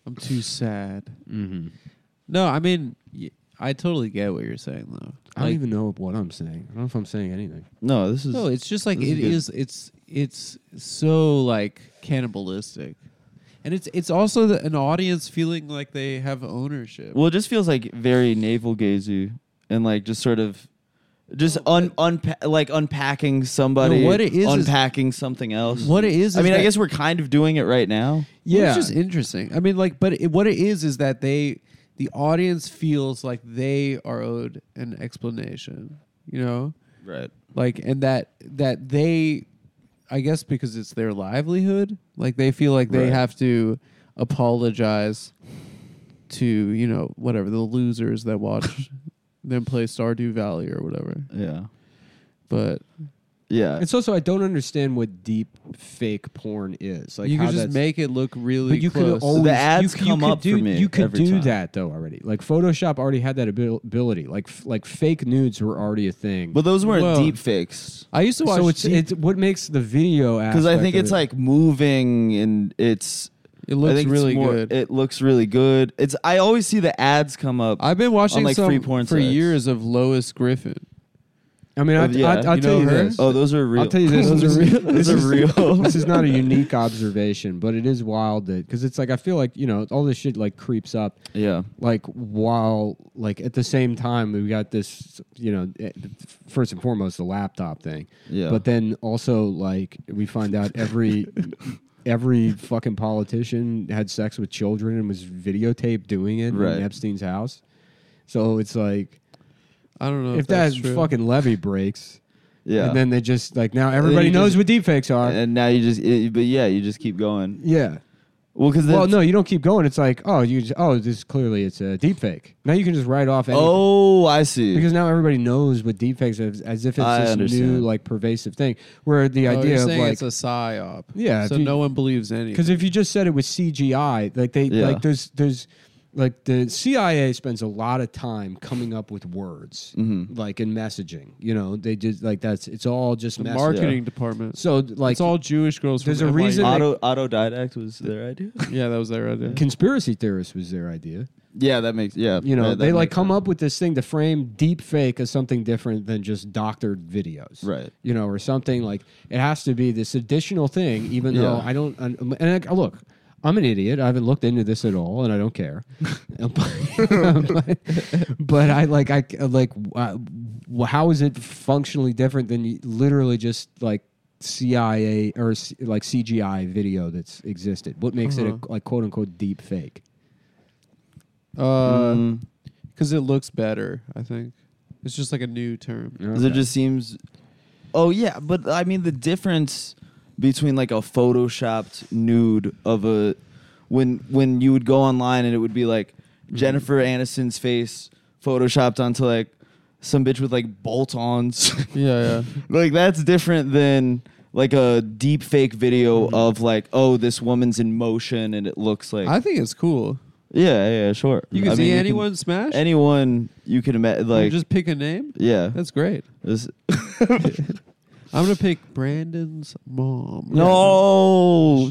[SPEAKER 2] I'm too sad. No, I mean, y- I totally get what you're saying though.
[SPEAKER 1] I don't
[SPEAKER 2] Like,
[SPEAKER 1] even know what I'm saying. I don't know if I'm saying anything.
[SPEAKER 3] No, this is
[SPEAKER 2] No, it's just like
[SPEAKER 3] This
[SPEAKER 2] it
[SPEAKER 3] is good.
[SPEAKER 2] is. It's it's so like cannibalistic, and it's it's also the, an audience feeling like they have ownership.
[SPEAKER 3] well, it just feels like very navel gazing and like just sort of just
[SPEAKER 2] No,
[SPEAKER 3] un, unpa- like unpacking somebody,
[SPEAKER 2] No, what it is is-
[SPEAKER 3] unpacking something else.
[SPEAKER 2] what it is,
[SPEAKER 3] I
[SPEAKER 2] is
[SPEAKER 3] mean, I
[SPEAKER 2] that-
[SPEAKER 3] guess we're kind of doing it right now.
[SPEAKER 2] Well,
[SPEAKER 1] Yeah.
[SPEAKER 2] it's just interesting. I mean, like, but it, what it is is that they, the audience feels like they are owed an explanation. You know,
[SPEAKER 3] Right.
[SPEAKER 2] like, and that that they, I guess, because it's their livelihood, like they feel like they
[SPEAKER 3] Right.
[SPEAKER 2] have to apologize to you know whatever the losers that watch them play Stardew Valley or whatever.
[SPEAKER 3] Yeah.
[SPEAKER 2] But
[SPEAKER 3] Yeah.
[SPEAKER 1] It's also I don't understand what deep fake porn is. Like
[SPEAKER 2] you
[SPEAKER 1] how
[SPEAKER 2] could just
[SPEAKER 1] that's-
[SPEAKER 2] make it look really.
[SPEAKER 1] But you could
[SPEAKER 2] close.
[SPEAKER 1] always
[SPEAKER 3] The ads
[SPEAKER 1] you, c- you
[SPEAKER 3] come
[SPEAKER 1] could
[SPEAKER 3] up for
[SPEAKER 1] do,
[SPEAKER 3] me
[SPEAKER 1] You could
[SPEAKER 3] every
[SPEAKER 1] do
[SPEAKER 3] time.
[SPEAKER 1] that though already. Like Photoshop already had that abil- ability. Like f- like fake nudes were already a thing.
[SPEAKER 3] but those weren't
[SPEAKER 2] Well-
[SPEAKER 3] deep fakes.
[SPEAKER 2] I used to watch.
[SPEAKER 1] so it's,
[SPEAKER 2] deep-
[SPEAKER 1] it's what makes the video
[SPEAKER 3] Because I
[SPEAKER 1] aspect
[SPEAKER 3] think
[SPEAKER 1] of
[SPEAKER 3] it's
[SPEAKER 1] it-
[SPEAKER 3] like moving and it's
[SPEAKER 2] it
[SPEAKER 3] I
[SPEAKER 2] looks
[SPEAKER 3] think it's
[SPEAKER 2] really
[SPEAKER 3] more-
[SPEAKER 2] good.
[SPEAKER 3] It looks really good. It's I always see the ads come up.
[SPEAKER 2] I've been watching
[SPEAKER 3] like,
[SPEAKER 2] some
[SPEAKER 3] free porn
[SPEAKER 2] for
[SPEAKER 3] sites.
[SPEAKER 2] years of Lois Griffin.
[SPEAKER 1] I mean,
[SPEAKER 3] Oh,
[SPEAKER 1] I,
[SPEAKER 3] yeah.
[SPEAKER 1] I, I'll
[SPEAKER 2] You
[SPEAKER 1] tell
[SPEAKER 2] know
[SPEAKER 1] you
[SPEAKER 2] her?
[SPEAKER 1] this.
[SPEAKER 3] oh, those are real.
[SPEAKER 1] I'll tell you this.
[SPEAKER 3] those
[SPEAKER 1] this
[SPEAKER 3] are
[SPEAKER 1] is-
[SPEAKER 3] real. Those
[SPEAKER 1] this
[SPEAKER 3] are
[SPEAKER 1] is-
[SPEAKER 3] real.
[SPEAKER 1] this is not a unique observation, but it is wild that because it's like I feel like you know all this shit like creeps up
[SPEAKER 3] yeah.
[SPEAKER 1] like while like at the same time we got this you know eh, first and foremost the laptop thing
[SPEAKER 3] Yeah.
[SPEAKER 1] but then also like we find out every every fucking politician had sex with children and was videotaped doing it
[SPEAKER 3] Right.
[SPEAKER 1] in epstein's house so it's like
[SPEAKER 2] I don't know if,
[SPEAKER 1] if that
[SPEAKER 2] Oh, that's true.
[SPEAKER 1] fucking levy breaks
[SPEAKER 3] Yeah.
[SPEAKER 1] and then they just like now
[SPEAKER 3] then
[SPEAKER 1] everybody
[SPEAKER 3] you
[SPEAKER 1] knows
[SPEAKER 3] just-
[SPEAKER 1] what deepfakes are
[SPEAKER 3] and now you just, it, but yeah, you just keep going.
[SPEAKER 1] yeah
[SPEAKER 3] Well, because
[SPEAKER 1] well no you don't keep going it's like oh you just, oh this clearly it's a deepfake now you can just write off anything.
[SPEAKER 3] Oh, I see.
[SPEAKER 1] Because now everybody knows what deepfakes is, as if it's
[SPEAKER 3] I
[SPEAKER 1] this new
[SPEAKER 3] understand.
[SPEAKER 1] like pervasive thing. Where the
[SPEAKER 2] Oh, you're
[SPEAKER 1] idea of
[SPEAKER 2] saying
[SPEAKER 1] like
[SPEAKER 2] it's a psyop.
[SPEAKER 1] Yeah,
[SPEAKER 2] so
[SPEAKER 1] if you-
[SPEAKER 2] no one believes anything.
[SPEAKER 1] because if you just said it was CGI, like they
[SPEAKER 3] Yeah.
[SPEAKER 1] like there's there's like the CIA spends a lot of time coming up with words
[SPEAKER 2] Mm-hmm.
[SPEAKER 1] like in messaging. You know, they just like that's it's all just
[SPEAKER 2] the
[SPEAKER 1] mess-
[SPEAKER 2] marketing
[SPEAKER 3] yeah.
[SPEAKER 2] department.
[SPEAKER 1] So like
[SPEAKER 2] it's all Jewish girls.
[SPEAKER 1] There's
[SPEAKER 2] from
[SPEAKER 1] a
[SPEAKER 2] NYU.
[SPEAKER 1] reason they-
[SPEAKER 3] auto autodidact was their idea.
[SPEAKER 2] yeah, that was their idea.
[SPEAKER 1] conspiracy theorists was their idea.
[SPEAKER 3] yeah, that makes yeah.
[SPEAKER 1] You know,
[SPEAKER 3] that- that
[SPEAKER 1] they like
[SPEAKER 3] makes
[SPEAKER 1] come
[SPEAKER 3] sense.
[SPEAKER 1] up with this thing to frame deep fake as something different than just doctored videos.
[SPEAKER 3] Right.
[SPEAKER 1] You know, or something like it has to be this additional thing, even though
[SPEAKER 3] Yeah.
[SPEAKER 1] I don't. And and I, look, I'm an idiot. I haven't looked into this at all, and I don't care. but, but I like I like uh, wh- how is it functionally different than you- literally just like CIA or c- like CGI video that's existed? What makes
[SPEAKER 3] Uh-huh.
[SPEAKER 1] it a, like quote unquote deep fake?
[SPEAKER 2] Because
[SPEAKER 3] Mm.
[SPEAKER 2] uh, it looks better, I think. It's just like a new term.
[SPEAKER 3] 'Cause It just seems. Oh yeah, but I mean the difference between like a photoshopped nude of a when when you would go online and it would be like
[SPEAKER 1] Mm-hmm.
[SPEAKER 3] Jennifer Aniston's face photoshopped onto like some bitch with like bolt-ons.
[SPEAKER 2] Yeah, yeah.
[SPEAKER 3] like that's different than like a deep fake video
[SPEAKER 2] Mm-hmm.
[SPEAKER 3] of like oh this woman's in motion and it looks like
[SPEAKER 2] I think it's cool.
[SPEAKER 3] yeah yeah sure
[SPEAKER 2] You can
[SPEAKER 3] I
[SPEAKER 2] see
[SPEAKER 3] mean, you
[SPEAKER 2] anyone smash.
[SPEAKER 3] anyone you can imagine
[SPEAKER 2] You
[SPEAKER 3] like
[SPEAKER 2] just pick a name.
[SPEAKER 3] yeah
[SPEAKER 2] That's great.
[SPEAKER 3] This-
[SPEAKER 2] I'm gonna pick Brandon's mom. Oh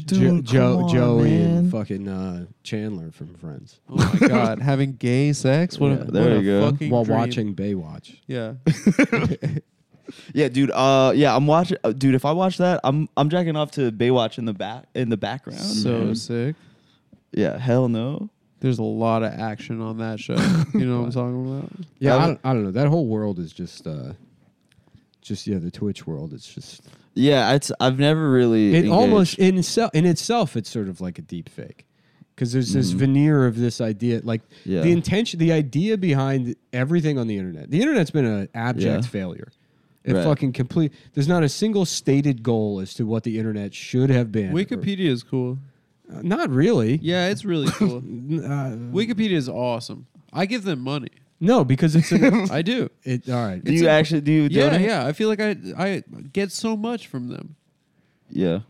[SPEAKER 1] Jo-
[SPEAKER 3] no dude
[SPEAKER 1] Joe,
[SPEAKER 3] come on,
[SPEAKER 1] Joey, and
[SPEAKER 3] man.
[SPEAKER 1] fucking uh, Chandler from Friends
[SPEAKER 2] Oh my god, having gay sex. What
[SPEAKER 3] Yeah,
[SPEAKER 2] a,
[SPEAKER 3] there
[SPEAKER 2] what
[SPEAKER 3] you
[SPEAKER 2] a
[SPEAKER 3] go.
[SPEAKER 2] fucking
[SPEAKER 1] while
[SPEAKER 2] dream.
[SPEAKER 1] watching Baywatch.
[SPEAKER 2] Yeah.
[SPEAKER 3] yeah dude uh yeah I'm watching uh, dude if I watch that I'm I'm jacking off to Baywatch in the back in the background
[SPEAKER 2] so
[SPEAKER 3] man.
[SPEAKER 2] sick.
[SPEAKER 3] yeah hell no
[SPEAKER 2] There's a lot of action on that show. You know what I'm talking about?
[SPEAKER 1] Yeah,
[SPEAKER 3] That
[SPEAKER 1] I
[SPEAKER 3] was-
[SPEAKER 1] don't, I don't know. That whole world is just, uh, just yeah, the Twitch world. It's just
[SPEAKER 3] yeah it's I've never really
[SPEAKER 1] it
[SPEAKER 3] engaged.
[SPEAKER 1] almost in itself in itself. It's sort of like a deep fake because there's this veneer of this idea, like
[SPEAKER 3] Yeah.
[SPEAKER 1] the intention, the idea behind everything on the internet. The internet's been an abject
[SPEAKER 3] Yeah.
[SPEAKER 1] failure. It
[SPEAKER 3] Right.
[SPEAKER 1] fucking complete. There's not a single stated goal as to what the internet should have been.
[SPEAKER 2] Wikipedia is cool.
[SPEAKER 1] Uh, not really.
[SPEAKER 2] Yeah, it's really cool.
[SPEAKER 1] N- uh,
[SPEAKER 2] Wikipedia is awesome. I give them money.
[SPEAKER 1] no, because it's an,
[SPEAKER 2] I do.
[SPEAKER 1] it. All right.
[SPEAKER 3] do you
[SPEAKER 2] a-
[SPEAKER 3] actually do you
[SPEAKER 2] Yeah,
[SPEAKER 3] donate?
[SPEAKER 2] yeah. I feel like I I get so much from them.
[SPEAKER 3] yeah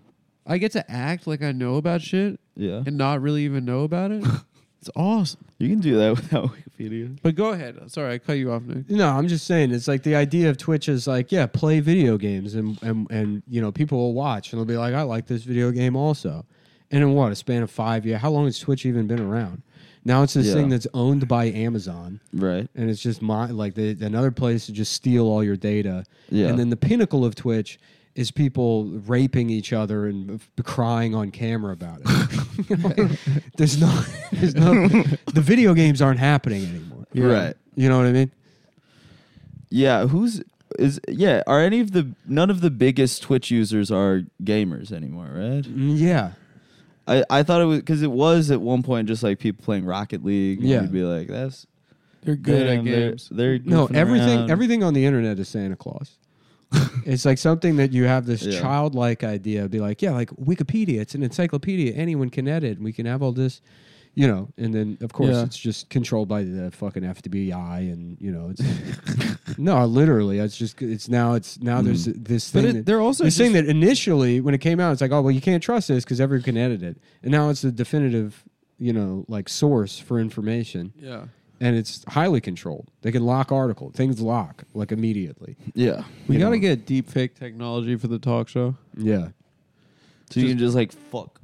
[SPEAKER 2] I get to act like I know about shit
[SPEAKER 3] yeah
[SPEAKER 2] and not really even know about it. It's awesome.
[SPEAKER 3] you can do that without Wikipedia
[SPEAKER 2] But go ahead. Sorry, I cut you off, Nick.
[SPEAKER 1] No, I'm just saying it's like the idea of Twitch is like, yeah, play video games and and and you know, people will watch and they'll be like, I like this video game also. And in what, a span of five years, how long has Twitch even been around? Now it's this
[SPEAKER 3] Yeah.
[SPEAKER 1] thing that's owned by Amazon.
[SPEAKER 3] Right.
[SPEAKER 1] and it's just my like the, another place to just steal all your data.
[SPEAKER 3] Yeah.
[SPEAKER 1] And then the pinnacle of Twitch is people raping each other and f- crying on camera about it. You know, there's no, there's no, the video games aren't happening anymore.
[SPEAKER 3] Right.
[SPEAKER 1] You know what I mean?
[SPEAKER 3] Yeah. Who's is yeah? Are any of the none of the biggest Twitch users are gamers anymore? Right.
[SPEAKER 1] Mm, Yeah.
[SPEAKER 3] I, I thought it was because it was at one point just like people playing Rocket League. And
[SPEAKER 1] Yeah.
[SPEAKER 3] You'd be like, that's
[SPEAKER 2] They're good
[SPEAKER 3] damn,
[SPEAKER 2] at
[SPEAKER 3] they're-
[SPEAKER 2] games.
[SPEAKER 3] They're,
[SPEAKER 1] No,
[SPEAKER 3] goofing
[SPEAKER 1] everything,
[SPEAKER 3] around.
[SPEAKER 1] everything on the internet is Santa Claus. it's like something that you have this
[SPEAKER 3] Yeah.
[SPEAKER 1] childlike idea. Be like, yeah, like Wikipedia. It's an encyclopedia. Anyone can edit. And we can have all this, you know. And then of course
[SPEAKER 2] Yeah.
[SPEAKER 1] it's just controlled by the fucking FBI, and you know, it's no, literally, it's just it's now it's now there's this
[SPEAKER 2] But
[SPEAKER 1] thing.
[SPEAKER 2] it-
[SPEAKER 1] that,
[SPEAKER 2] they're also
[SPEAKER 1] this thing
[SPEAKER 2] just-
[SPEAKER 1] that initially when it came out, it's like, oh well, you can't trust this because everyone can edit it, and now it's the definitive, you know, like source for information
[SPEAKER 2] Yeah.
[SPEAKER 1] and it's highly controlled. They can lock article. Things lock like immediately.
[SPEAKER 3] Yeah.
[SPEAKER 2] We
[SPEAKER 1] You
[SPEAKER 2] got to
[SPEAKER 1] know.
[SPEAKER 2] get deep fake technology for the talk show.
[SPEAKER 1] Yeah.
[SPEAKER 3] So you can just like fuck.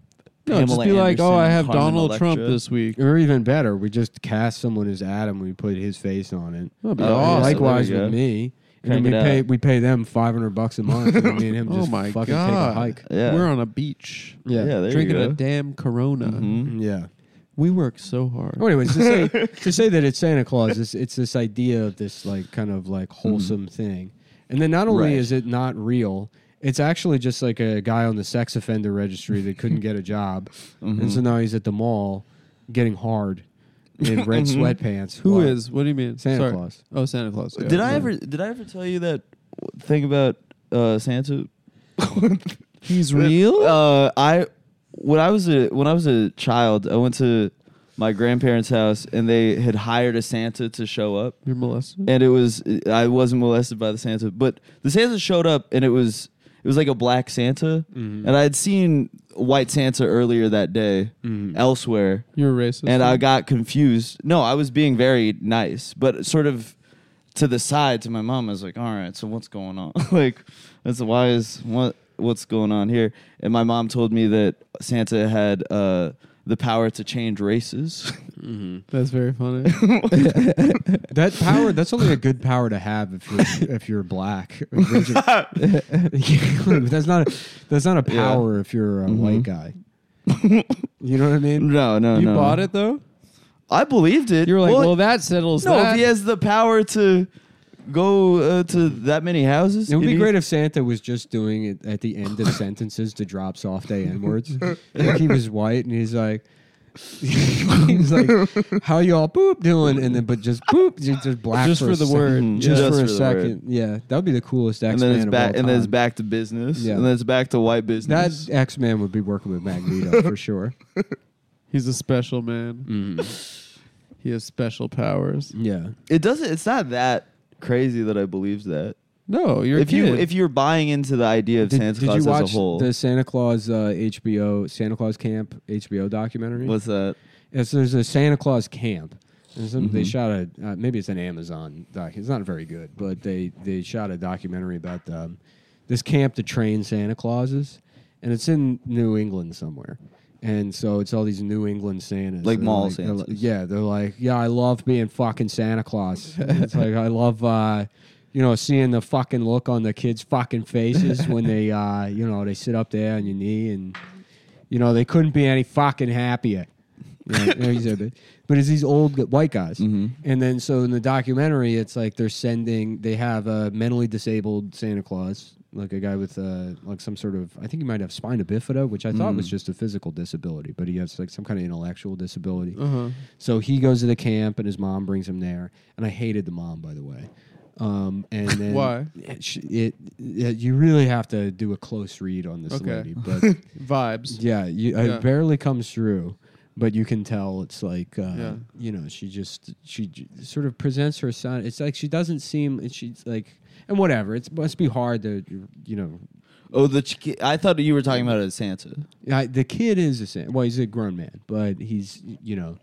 [SPEAKER 2] No, just
[SPEAKER 3] Pamela
[SPEAKER 2] be like, oh,
[SPEAKER 3] Anderson,
[SPEAKER 2] I have
[SPEAKER 3] Carmen
[SPEAKER 2] Donald Trump
[SPEAKER 3] Electra."
[SPEAKER 2] this week.
[SPEAKER 1] Or even better, we just cast someone as Adam. We put his face on it.
[SPEAKER 2] That'd be
[SPEAKER 3] Oh, yeah,
[SPEAKER 2] awesome.
[SPEAKER 3] like-
[SPEAKER 1] Likewise
[SPEAKER 3] there we
[SPEAKER 1] with
[SPEAKER 3] go.
[SPEAKER 1] me. And then
[SPEAKER 3] Crank
[SPEAKER 1] we
[SPEAKER 3] it
[SPEAKER 1] pay
[SPEAKER 3] out.
[SPEAKER 1] we pay them five hundred bucks a month. and then me and him
[SPEAKER 2] oh
[SPEAKER 1] just
[SPEAKER 2] my
[SPEAKER 1] fucking
[SPEAKER 2] god!
[SPEAKER 1] take a hike.
[SPEAKER 3] Yeah.
[SPEAKER 2] We're on a beach.
[SPEAKER 1] Yeah.
[SPEAKER 3] Yeah, there
[SPEAKER 2] drinking
[SPEAKER 3] you go.
[SPEAKER 2] a damn Corona.
[SPEAKER 3] Mhm.
[SPEAKER 1] Yeah.
[SPEAKER 2] We work so hard.
[SPEAKER 1] Well, anyways, to say, to say that it's Santa Claus, it's, it's this idea of this like kind of like wholesome thing, and then not only
[SPEAKER 3] Right.
[SPEAKER 1] is it not real, it's actually just like a guy on the sex offender registry that couldn't get a job, and so now he's at the mall getting hard in red sweatpants.
[SPEAKER 2] Who is?
[SPEAKER 1] Wow.
[SPEAKER 2] What do you mean?
[SPEAKER 1] Santa
[SPEAKER 2] Sorry.
[SPEAKER 1] Claus?
[SPEAKER 2] Oh, Santa Claus. yeah.
[SPEAKER 3] Did I
[SPEAKER 2] Yeah.
[SPEAKER 3] ever did I ever tell you that thing about uh, Santa?
[SPEAKER 2] He's real.
[SPEAKER 3] Uh, I when I was a when I was a child, I went to my grandparents' house and they had hired a Santa to show up.
[SPEAKER 2] You're molested.
[SPEAKER 3] and it was I wasn't molested by the Santa, but the Santa showed up and it was it was like a black Santa, and I had seen white Santa earlier that day elsewhere,
[SPEAKER 2] You're racist.
[SPEAKER 3] and I got confused. No, I was being very nice, but sort of to the side to my mom. I was like, "All right, so what's going on? like, that's why is what what's going on here?" And my mom told me that Santa had uh, the power to change races.
[SPEAKER 2] That's very funny.
[SPEAKER 1] That power, that's only a good power to have if you're if you're black. that's not a, that's not a
[SPEAKER 3] Yeah.
[SPEAKER 1] power if you're a white guy. you know what I mean?
[SPEAKER 3] no, no,
[SPEAKER 2] you
[SPEAKER 3] no.
[SPEAKER 2] bought it though.
[SPEAKER 3] I believed it.
[SPEAKER 2] You were like,
[SPEAKER 3] Well,
[SPEAKER 2] well, that settles
[SPEAKER 3] No,
[SPEAKER 2] that.
[SPEAKER 3] if he has the power to go uh, to that many houses,
[SPEAKER 1] It would be
[SPEAKER 3] he-
[SPEAKER 1] great if Santa was just doing it at the end of sentences to drop soft A N words. like he was white and he's like, he's like, how y'all boop doing? And then, but just boop, just, just black
[SPEAKER 2] Just
[SPEAKER 1] a
[SPEAKER 2] for the
[SPEAKER 1] sec-
[SPEAKER 2] word.
[SPEAKER 1] just,
[SPEAKER 3] Yeah. Just
[SPEAKER 1] for a
[SPEAKER 3] for the word.
[SPEAKER 1] second. Yeah, that would be the coolest X
[SPEAKER 3] And
[SPEAKER 1] Man.
[SPEAKER 3] then it's back,
[SPEAKER 1] of all
[SPEAKER 3] and then it's
[SPEAKER 1] time.
[SPEAKER 3] back to business,
[SPEAKER 1] Yeah.
[SPEAKER 3] and then it's back to white
[SPEAKER 1] That
[SPEAKER 3] business.
[SPEAKER 1] X Man would be working with Magneto for sure.
[SPEAKER 2] He's a special man.
[SPEAKER 3] Mm-hmm.
[SPEAKER 2] He has special powers.
[SPEAKER 1] Yeah,
[SPEAKER 3] it doesn't. It's not that crazy that I believed that.
[SPEAKER 2] No, you're
[SPEAKER 3] If
[SPEAKER 2] a
[SPEAKER 3] you
[SPEAKER 2] kid.
[SPEAKER 3] if you're buying into the idea of
[SPEAKER 1] did,
[SPEAKER 3] Santa
[SPEAKER 1] did
[SPEAKER 3] Claus
[SPEAKER 1] you watch
[SPEAKER 3] as a whole,
[SPEAKER 1] the Santa Claus uh, HBO Santa Claus Camp HBO documentary?
[SPEAKER 3] what's that?
[SPEAKER 1] It's, there's a Santa Claus camp. And some,
[SPEAKER 3] Mm-hmm.
[SPEAKER 1] They shot a uh, maybe it's an Amazon doc. It's not very good, but they they shot a documentary about um, this camp to train Santa Clauses, and it's in New England somewhere. And so it's all these New England Santas,
[SPEAKER 3] Like
[SPEAKER 1] They're
[SPEAKER 3] mall
[SPEAKER 1] they're
[SPEAKER 3] Santas.
[SPEAKER 1] li- yeah, they're like, yeah, I love being fucking Santa Claus. And it's like I love, uh, you know, seeing the fucking look on the kids' fucking faces when they, uh, you know, they sit up there on your knee, and you know they couldn't be any fucking happier. You know, there you said it. But it's these old g- white guys.
[SPEAKER 2] Mm-hmm.
[SPEAKER 1] And then, so in the documentary, it's like they're sending, they have a mentally disabled Santa Claus, like a guy with uh, like some sort of, I think he might have spina bifida, which I thought
[SPEAKER 2] Mm.
[SPEAKER 1] was just a physical disability, but he has like some kind of intellectual disability.
[SPEAKER 2] Uh-huh.
[SPEAKER 1] So he goes to the camp and his mom brings him there. And I hated the mom, by the way. Um, and then
[SPEAKER 2] Why?
[SPEAKER 1] It, sh- it, it- you really have to do a close read on this
[SPEAKER 2] Okay.
[SPEAKER 1] lady, but
[SPEAKER 2] vibes.
[SPEAKER 1] yeah, you,
[SPEAKER 2] Yeah.
[SPEAKER 1] it barely comes through, but you can tell it's like, uh,
[SPEAKER 2] Yeah.
[SPEAKER 1] you know, she just she j- sort of presents her son. It's like she doesn't seem, and she's like, and whatever. It must be hard to, you know.
[SPEAKER 3] Oh, the chick- I thought you were talking about a Santa.
[SPEAKER 1] I, the kid is a Santa. Well, he's a grown man, but he's, you know,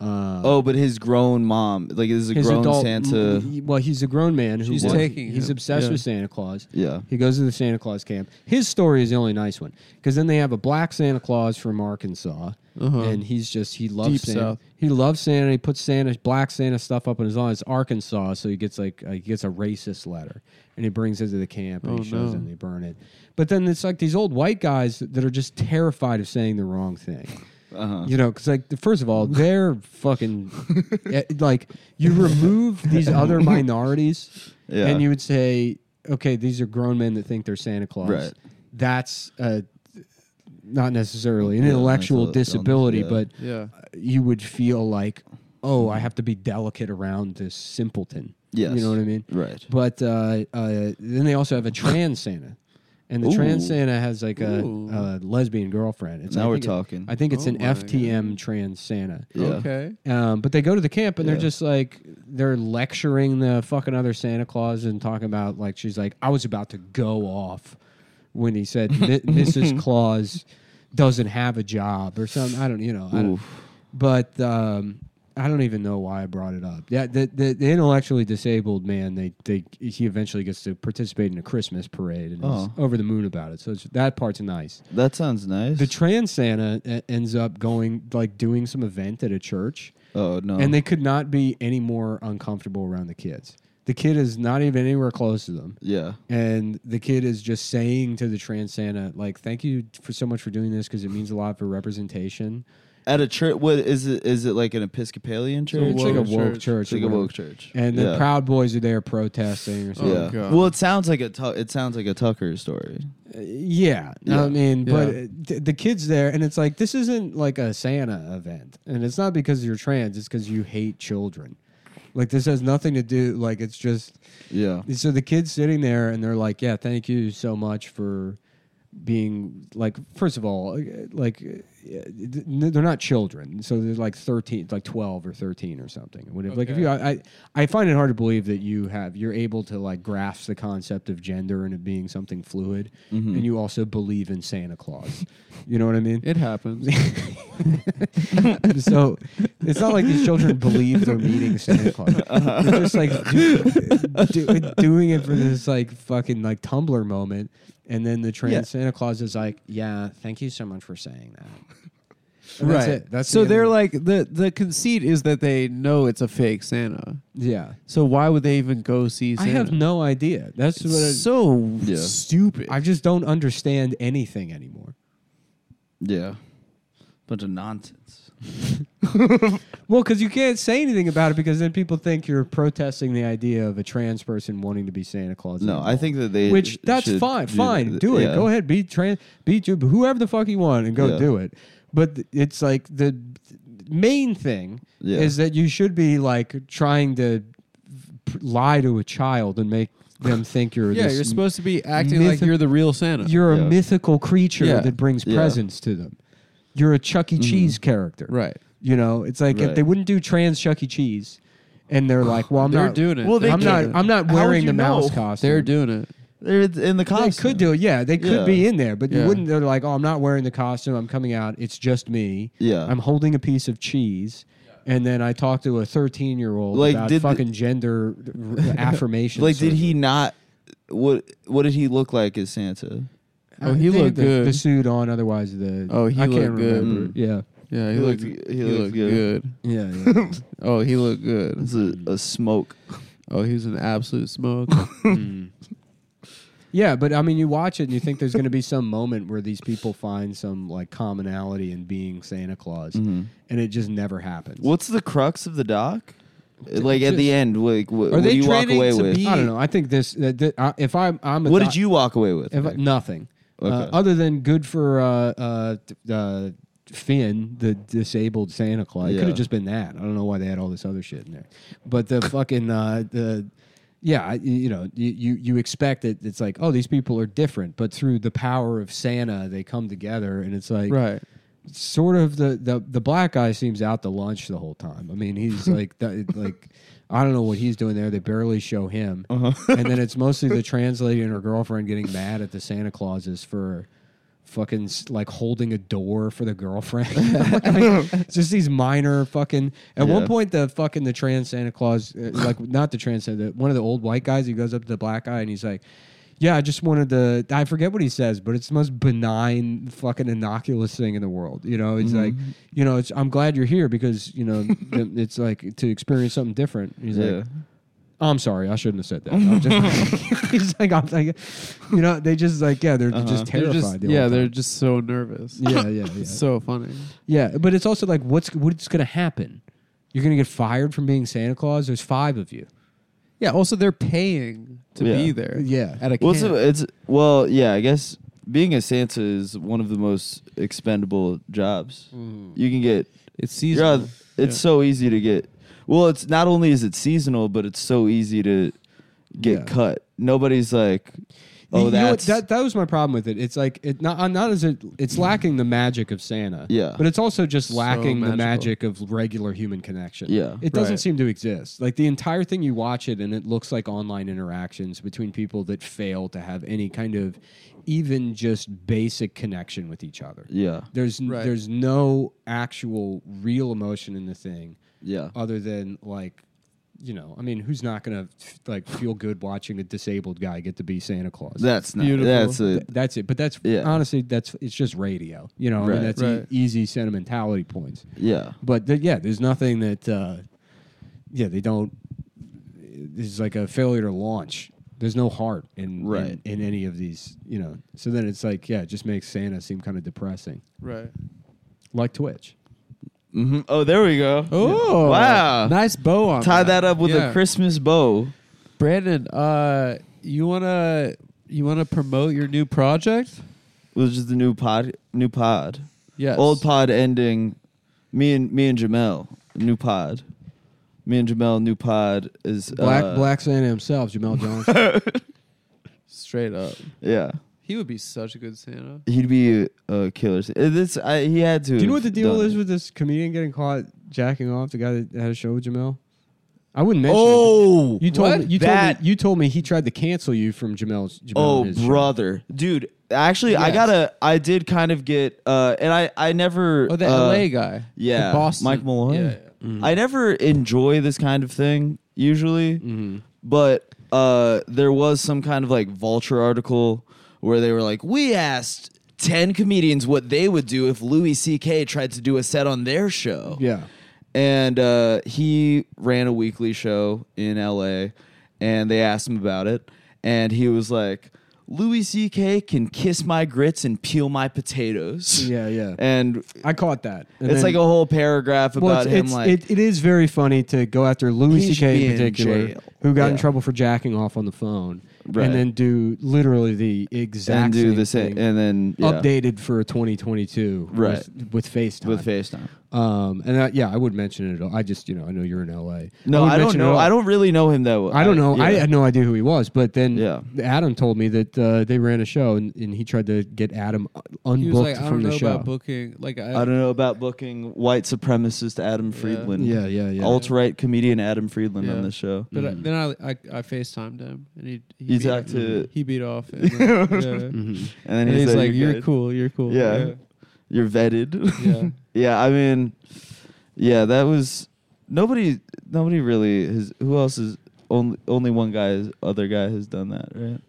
[SPEAKER 1] uh,
[SPEAKER 3] Oh, but his grown mom, like this is a
[SPEAKER 1] his
[SPEAKER 3] grown
[SPEAKER 1] adult-
[SPEAKER 3] Santa.
[SPEAKER 1] Well, he's a grown man who
[SPEAKER 2] She's
[SPEAKER 1] wants-
[SPEAKER 2] taking
[SPEAKER 1] He's
[SPEAKER 2] him.
[SPEAKER 1] obsessed
[SPEAKER 2] Yeah.
[SPEAKER 1] with Santa Claus.
[SPEAKER 3] Yeah.
[SPEAKER 1] He goes to the Santa Claus camp. His story is the only nice one because then they have a black Santa Claus from Arkansas
[SPEAKER 2] Uh-huh.
[SPEAKER 1] and he's just he loves
[SPEAKER 2] Deep
[SPEAKER 1] Santa.
[SPEAKER 2] South.
[SPEAKER 1] He loves Santa. He puts Santa black Santa stuff up on his lawn. It's Arkansas, so he gets like uh, he gets a racist letter, and he brings it to the camp and
[SPEAKER 2] Oh,
[SPEAKER 1] he shows
[SPEAKER 2] no.
[SPEAKER 1] them. They burn it, but then it's like these old white guys that are just terrified of saying the wrong thing.
[SPEAKER 3] Uh-huh.
[SPEAKER 1] You know, because like the- first of all, they're fucking eh, like you remove these other minorities,
[SPEAKER 3] Yeah.
[SPEAKER 1] and you would say, okay, these are grown men that think they're Santa Claus.
[SPEAKER 3] Right.
[SPEAKER 1] That's uh, not necessarily an
[SPEAKER 3] Yeah,
[SPEAKER 1] intellectual
[SPEAKER 3] mental illness,
[SPEAKER 1] disability,
[SPEAKER 3] yeah.
[SPEAKER 1] but uh,
[SPEAKER 2] Yeah.
[SPEAKER 1] you would feel like, oh, I have to be delicate around this simpleton.
[SPEAKER 3] Yes.
[SPEAKER 1] You know what I mean?
[SPEAKER 3] Right.
[SPEAKER 1] But uh, uh, then they also have a trans Santa. And the trans
[SPEAKER 3] Ooh.
[SPEAKER 1] Santa has like a,
[SPEAKER 2] Ooh.
[SPEAKER 1] a lesbian girlfriend. It's,
[SPEAKER 3] Now we're
[SPEAKER 1] think it-
[SPEAKER 3] talking.
[SPEAKER 1] I think it's
[SPEAKER 2] Oh
[SPEAKER 1] an
[SPEAKER 2] my God.
[SPEAKER 1] FTM trans Santa.
[SPEAKER 3] Yeah.
[SPEAKER 2] Okay.
[SPEAKER 1] Um, but they go to the camp and
[SPEAKER 3] Yeah.
[SPEAKER 1] they're just like they're lecturing the fucking other Santa Claus and talking about like she's like I was about to go off when he said "Mi- Mrs. Claus doesn't have a job or something. I don't you know. I don't, but um, I don't even know why I brought it up. Yeah, the, the, the intellectually disabled man they they he eventually gets to participate in a Christmas parade and is
[SPEAKER 3] Oh.
[SPEAKER 1] over the moon about it. So it's, that part's nice.
[SPEAKER 3] That sounds nice.
[SPEAKER 1] The trans Santa e- ends up going like doing some event at a church
[SPEAKER 3] oh no.
[SPEAKER 1] and they could not be any more uncomfortable around the kids. The kid is not even anywhere close to them.
[SPEAKER 3] yeah.
[SPEAKER 1] And the kid is just saying to the trans Santa, like, thank you for so much for doing this because it means a lot for representation.
[SPEAKER 3] At a church, what is it? Is it like an Episcopalian church?
[SPEAKER 1] It's like a
[SPEAKER 2] woke
[SPEAKER 1] woke
[SPEAKER 2] church.
[SPEAKER 1] church.
[SPEAKER 3] It's like
[SPEAKER 1] or
[SPEAKER 3] a
[SPEAKER 1] whatever.
[SPEAKER 3] woke church.
[SPEAKER 1] And the
[SPEAKER 3] yeah.
[SPEAKER 1] Proud Boys are there protesting or something.
[SPEAKER 3] yeah.
[SPEAKER 2] God.
[SPEAKER 3] well, it sounds like a tu- it sounds like a Tucker story.
[SPEAKER 1] Uh, yeah.
[SPEAKER 3] Yeah.
[SPEAKER 1] I mean, but
[SPEAKER 2] Yeah.
[SPEAKER 1] uh, th- the kid's there, and it's like, this isn't like a Santa event. And it's not because you're trans, it's because you hate children. Like, this has nothing to do, like, it's just.
[SPEAKER 3] Yeah.
[SPEAKER 1] So the kid's sitting there and they're like, "Yeah, thank you so much for being like." First of all, uh, like uh, n- they're not children, so they're like thirteen, like twelve or thirteen or something. What if- Like if
[SPEAKER 2] Okay.
[SPEAKER 1] you, I, I, I find it hard to believe that you have you're able to like grasp the concept of gender and it being something fluid, and you also believe in Santa Claus. you know what I mean?
[SPEAKER 2] It happens.
[SPEAKER 1] so it's not like these children believe they're meeting Santa Claus. They're just like do, do- doing it for this like fucking like Tumblr moment, and then the trans
[SPEAKER 3] Yeah.
[SPEAKER 1] Santa Claus is like, "Yeah, thank you so much for saying that." And
[SPEAKER 2] right.
[SPEAKER 1] That's it. That's the
[SPEAKER 2] so
[SPEAKER 1] end
[SPEAKER 2] they're
[SPEAKER 1] of it.
[SPEAKER 2] like the the conceit is that they know it's a fake Santa.
[SPEAKER 1] yeah.
[SPEAKER 2] So why would they even go see
[SPEAKER 1] I
[SPEAKER 2] Santa?
[SPEAKER 1] have no idea. That's what I,
[SPEAKER 2] It's so
[SPEAKER 3] Yeah.
[SPEAKER 2] stupid.
[SPEAKER 1] I just don't understand anything anymore.
[SPEAKER 3] Yeah. Bunch of nonsense.
[SPEAKER 1] Well, because you can't say anything about it because then people think you're protesting the idea of a trans person wanting to be Santa Claus.
[SPEAKER 3] No, I
[SPEAKER 1] anymore.
[SPEAKER 3] think that they.
[SPEAKER 1] Which that's
[SPEAKER 3] should
[SPEAKER 1] fine,
[SPEAKER 3] do
[SPEAKER 1] fine,
[SPEAKER 3] th-
[SPEAKER 1] do it.
[SPEAKER 3] yeah.
[SPEAKER 1] Go ahead, be trans, be ju- whoever the fuck you want, and go
[SPEAKER 3] Yeah.
[SPEAKER 1] do it. But th- it's like the th- main thing
[SPEAKER 3] Yeah.
[SPEAKER 1] is that you should be like trying to p- lie to a child and make them think you're
[SPEAKER 2] yeah,
[SPEAKER 1] this
[SPEAKER 2] you're sup're supposed to be acting
[SPEAKER 1] myth-
[SPEAKER 2] like you're the real Santa.
[SPEAKER 1] you're
[SPEAKER 3] Yeah.
[SPEAKER 1] a mythical creature
[SPEAKER 2] Yeah.
[SPEAKER 1] that brings
[SPEAKER 3] Yeah. Mm-hmm.
[SPEAKER 1] presents to them. You're a Chuck E. Cheese character,
[SPEAKER 2] right.
[SPEAKER 1] You know, it's like if
[SPEAKER 3] Right.
[SPEAKER 1] they wouldn't do trans Chuck E. Cheese, and they're like, "Well, I'm
[SPEAKER 2] they're
[SPEAKER 1] not
[SPEAKER 2] doing it.
[SPEAKER 3] Well, they
[SPEAKER 1] I'm
[SPEAKER 3] can't-
[SPEAKER 1] not. I'm not
[SPEAKER 3] How would
[SPEAKER 1] wearing
[SPEAKER 3] you
[SPEAKER 1] the
[SPEAKER 3] know?
[SPEAKER 1] mouse costume.
[SPEAKER 2] They're doing it.
[SPEAKER 3] They're in
[SPEAKER 1] They
[SPEAKER 3] the costume.
[SPEAKER 1] could do it. Yeah, they could
[SPEAKER 3] Yeah.
[SPEAKER 1] be in there, but
[SPEAKER 2] Yeah.
[SPEAKER 1] you wouldn't. They're like, oh, I'm not wearing the costume. I'm coming out. It's just me.
[SPEAKER 3] Yeah.
[SPEAKER 1] I'm holding a piece of cheese. And then I talked to a 13 year old
[SPEAKER 3] Like,
[SPEAKER 1] about
[SPEAKER 3] did the-
[SPEAKER 1] fucking gender r- affirmation.
[SPEAKER 3] Like, did
[SPEAKER 1] surgery.
[SPEAKER 3] he not? What What did he look like as Santa?
[SPEAKER 1] I
[SPEAKER 2] Oh, he
[SPEAKER 1] think
[SPEAKER 2] looked
[SPEAKER 1] Uh, the,
[SPEAKER 2] good.
[SPEAKER 1] The suit on, otherwise the.
[SPEAKER 2] Oh, he
[SPEAKER 1] I can't
[SPEAKER 2] looked good.
[SPEAKER 1] remember. Yeah,
[SPEAKER 3] Mm.
[SPEAKER 2] Yeah, he,
[SPEAKER 3] He
[SPEAKER 2] looked,
[SPEAKER 3] looked-
[SPEAKER 2] he,
[SPEAKER 3] he
[SPEAKER 2] looked,
[SPEAKER 3] looked
[SPEAKER 2] good.
[SPEAKER 3] good.
[SPEAKER 1] yeah. yeah.
[SPEAKER 2] Oh, he looked good.
[SPEAKER 3] It's a, a smoke.
[SPEAKER 2] Oh, he was an absolute smoke.
[SPEAKER 1] Mm. Yeah, but I mean, you watch it and you think there's going to be some moment where these people find some like commonality in being Santa Claus,
[SPEAKER 3] Mm-hmm.
[SPEAKER 1] and it just never happens.
[SPEAKER 3] What's the crux of the doc? Like at the
[SPEAKER 1] just-
[SPEAKER 3] end, like what,
[SPEAKER 2] Are
[SPEAKER 3] what
[SPEAKER 2] they
[SPEAKER 3] do you walk
[SPEAKER 2] training
[SPEAKER 3] away
[SPEAKER 2] to
[SPEAKER 3] with?
[SPEAKER 2] be-
[SPEAKER 1] I don't know. I think this. That, that- I if I'm, I'm a
[SPEAKER 3] What
[SPEAKER 1] doc-
[SPEAKER 3] did you walk away with?
[SPEAKER 1] If I- nothing. Uh,
[SPEAKER 3] Okay.
[SPEAKER 1] other than good for uh, uh, t- uh, Finn, the disabled Santa Claus. It could
[SPEAKER 3] Yeah.
[SPEAKER 1] have just been that. I don't know why they had all this other shit in there. But the fucking uh, the yeah, I- you know, you you, you expect it. It's like, oh, these people are different, but through the power of Santa, they come together, and it's like
[SPEAKER 2] right.
[SPEAKER 1] sort of the, the the black guy seems out to lunch the whole time. I mean, he's like that, like I don't know what he's doing there. They barely show him, and then it's mostly the trans lady and her girlfriend getting mad at the Santa Clauses for fucking s- like holding a door for the girlfriend. Like, just these minor fucking. At one
[SPEAKER 3] Yeah.
[SPEAKER 1] point, the fucking the trans Santa Claus, uh, like not the trans Santa, one of the old white guys, he goes up to the black guy and he's like. Yeah, I just wanted to. I forget what he says, but it's the most benign, fucking innocuous thing in the world. You know, it's like,
[SPEAKER 2] Mm-hmm.
[SPEAKER 1] you know, it's. I'm glad you're here because you know, th- it's like to experience something different. He's
[SPEAKER 3] Yeah.
[SPEAKER 1] like, I'm sorry, I shouldn't have said that. I'm just, he's like, I'm like, you know, they just like, yeah, they're just
[SPEAKER 2] Uh-huh. They're
[SPEAKER 1] terrified.
[SPEAKER 2] just,
[SPEAKER 1] the whole
[SPEAKER 2] yeah, they're
[SPEAKER 1] time.
[SPEAKER 2] just so nervous.
[SPEAKER 1] yeah, yeah, yeah.
[SPEAKER 2] It's so funny.
[SPEAKER 1] Yeah, but it's also like, what's what's going to happen? You're going to get fired from being Santa Claus. There's five of you.
[SPEAKER 2] Yeah. Also, they're paying to
[SPEAKER 3] Yeah.
[SPEAKER 2] be there.
[SPEAKER 1] Yeah.
[SPEAKER 2] At a
[SPEAKER 3] Well, it's,
[SPEAKER 2] camp.
[SPEAKER 3] a- it's well, yeah. I guess being a Santa is one of the most expendable jobs.
[SPEAKER 1] Mm.
[SPEAKER 3] You can get.
[SPEAKER 2] It's
[SPEAKER 3] You're
[SPEAKER 2] seasonal.
[SPEAKER 3] out, it's so easy to get. Well, it's not only is it seasonal, but it's so easy to get
[SPEAKER 1] Yeah.
[SPEAKER 3] cut. Nobody's like,
[SPEAKER 1] You-
[SPEAKER 3] oh,
[SPEAKER 1] you know what,
[SPEAKER 3] that's
[SPEAKER 1] that that was my problem with it. It's like it not uh, not as it it's lacking the magic of Santa.
[SPEAKER 3] Yeah.
[SPEAKER 1] But it's also just
[SPEAKER 2] So
[SPEAKER 1] lacking the
[SPEAKER 2] magical.
[SPEAKER 1] magic of regular human connection.
[SPEAKER 3] Yeah.
[SPEAKER 1] It doesn't
[SPEAKER 2] Right.
[SPEAKER 1] seem to exist. Like the entire thing you watch it and it looks like online interactions between people that fail to have any kind of even just basic connection with each other.
[SPEAKER 3] yeah,
[SPEAKER 1] There's n-
[SPEAKER 2] Right.
[SPEAKER 1] there's no actual real emotion in the thing
[SPEAKER 3] yeah,
[SPEAKER 1] other than like you know, I mean, who's not gonna f- like feel good watching a disabled guy get to be Santa Claus?
[SPEAKER 3] that's not.
[SPEAKER 2] beautiful.
[SPEAKER 3] That's
[SPEAKER 1] Th-
[SPEAKER 3] it.
[SPEAKER 1] that's it. But that's
[SPEAKER 3] Yeah.
[SPEAKER 1] honestly, that's it's just radio. You know, I
[SPEAKER 3] Right.
[SPEAKER 1] mean, that's
[SPEAKER 2] Right.
[SPEAKER 1] e- easy sentimentality points.
[SPEAKER 3] Yeah,
[SPEAKER 1] But th- yeah, there's nothing that, uh, yeah, they don't. There's like a failure to launch. There's no heart in,
[SPEAKER 3] Right.
[SPEAKER 1] in in any of these. You know, so then it's like yeah, it just makes Santa seem kind of depressing,
[SPEAKER 2] right.
[SPEAKER 1] like Twitch.
[SPEAKER 3] hmm Oh, there we go.
[SPEAKER 2] Oh.
[SPEAKER 3] Wow.
[SPEAKER 2] Nice bow on.
[SPEAKER 3] Tie that up with a
[SPEAKER 2] Yeah.
[SPEAKER 3] Christmas bow.
[SPEAKER 2] Brandon, uh, you wanna you wanna promote your new project?
[SPEAKER 3] Which is the new pod, new pod,
[SPEAKER 2] Yes.
[SPEAKER 3] old pod ending. Me and me and Jamel, new pod. Me and Jamel, new pod is
[SPEAKER 1] Black
[SPEAKER 3] uh,
[SPEAKER 1] Black Santa himself, Jamel Johnson.
[SPEAKER 2] Straight up.
[SPEAKER 3] Yeah,
[SPEAKER 2] He would be such a good Santa.
[SPEAKER 3] he'd be a killer. Uh, This I, he had to.
[SPEAKER 1] Do you know
[SPEAKER 3] have
[SPEAKER 1] what the deal
[SPEAKER 3] done
[SPEAKER 1] is
[SPEAKER 3] it.
[SPEAKER 1] with this comedian getting caught jacking off? The guy that had a show with Jamel. I wouldn't mention. it, but-
[SPEAKER 3] Oh,
[SPEAKER 1] You told me,
[SPEAKER 2] What?
[SPEAKER 1] you
[SPEAKER 3] That-
[SPEAKER 1] told me you told me he tried to cancel you from Jamel's. Jamel
[SPEAKER 3] Oh,
[SPEAKER 1] and his show.
[SPEAKER 3] brother, dude. Actually, I
[SPEAKER 2] Yes.
[SPEAKER 3] gotta. I did kind of get. Uh, and I I never.
[SPEAKER 2] Oh, the
[SPEAKER 3] uh,
[SPEAKER 2] LA guy.
[SPEAKER 3] Yeah,
[SPEAKER 2] The Boston.
[SPEAKER 3] Mike Malloy.
[SPEAKER 2] Yeah, yeah.
[SPEAKER 3] Mm-hmm. I never enjoy this kind of thing usually, but uh, there was some kind of like Vulture article where they were like, "We asked ten comedians what they would do if Louis C.K. tried to do a set on their show."
[SPEAKER 1] Yeah.
[SPEAKER 3] and uh, he ran a weekly show in L.A. and they asked him about it, and he was like. Louis C.K. can kiss my grits and peel my potatoes.
[SPEAKER 1] Yeah, yeah.
[SPEAKER 3] And
[SPEAKER 1] I caught that. And then-
[SPEAKER 3] it's like a whole paragraph about
[SPEAKER 1] well, it's,
[SPEAKER 3] him.
[SPEAKER 1] it's-
[SPEAKER 3] like
[SPEAKER 1] it, it is very funny to go after Louis
[SPEAKER 3] He should
[SPEAKER 1] C.K.
[SPEAKER 3] be
[SPEAKER 1] in
[SPEAKER 3] in
[SPEAKER 1] particular,
[SPEAKER 3] jail.
[SPEAKER 1] who got in
[SPEAKER 3] Yeah.
[SPEAKER 1] trouble for jacking off on the phone,
[SPEAKER 3] Right.
[SPEAKER 1] and then do literally the exact
[SPEAKER 3] and do
[SPEAKER 1] same
[SPEAKER 3] the same,
[SPEAKER 1] thing,
[SPEAKER 3] and then yeah,
[SPEAKER 1] updated for 2022,
[SPEAKER 3] Right.
[SPEAKER 1] with, with FaceTime.
[SPEAKER 3] with FaceTime.
[SPEAKER 1] um, and I, yeah, I would mention it at all. I just you know I know you're in L.A.
[SPEAKER 3] No,
[SPEAKER 1] wouldn't
[SPEAKER 3] I, don't
[SPEAKER 1] mention it at
[SPEAKER 3] know.
[SPEAKER 1] all.
[SPEAKER 3] I don't really know him that well.
[SPEAKER 1] I don't know. I
[SPEAKER 3] yeah.
[SPEAKER 1] had no idea who he was, but then
[SPEAKER 3] Yeah.
[SPEAKER 1] Adam told me that uh, they ran a show and, and he tried to get Adam unbooked
[SPEAKER 2] He was like, I
[SPEAKER 1] from
[SPEAKER 2] don't
[SPEAKER 1] the
[SPEAKER 2] know
[SPEAKER 1] show.
[SPEAKER 2] about booking. Like, I,
[SPEAKER 3] I don't know about booking white supremacist Adam Friedland.
[SPEAKER 1] Yeah, yeah, yeah.
[SPEAKER 3] Alt right comedian Adam Friedland
[SPEAKER 2] Yeah.
[SPEAKER 3] on the show.
[SPEAKER 2] But I, then I, I I FaceTimed him and he he
[SPEAKER 3] You
[SPEAKER 2] beat- mm-hmm,
[SPEAKER 3] talked to-
[SPEAKER 2] he beat off and, then- yeah.
[SPEAKER 3] And then
[SPEAKER 2] and
[SPEAKER 3] he
[SPEAKER 2] he's
[SPEAKER 3] said,
[SPEAKER 2] like you're,
[SPEAKER 3] good.
[SPEAKER 2] cool you're cool
[SPEAKER 3] Yeah. You're vetted.
[SPEAKER 2] yeah, yeah.
[SPEAKER 3] yeah, I mean, yeah, that was nobody. Nobody really has. Who else is only only one guy? Is, other guy has done that, right?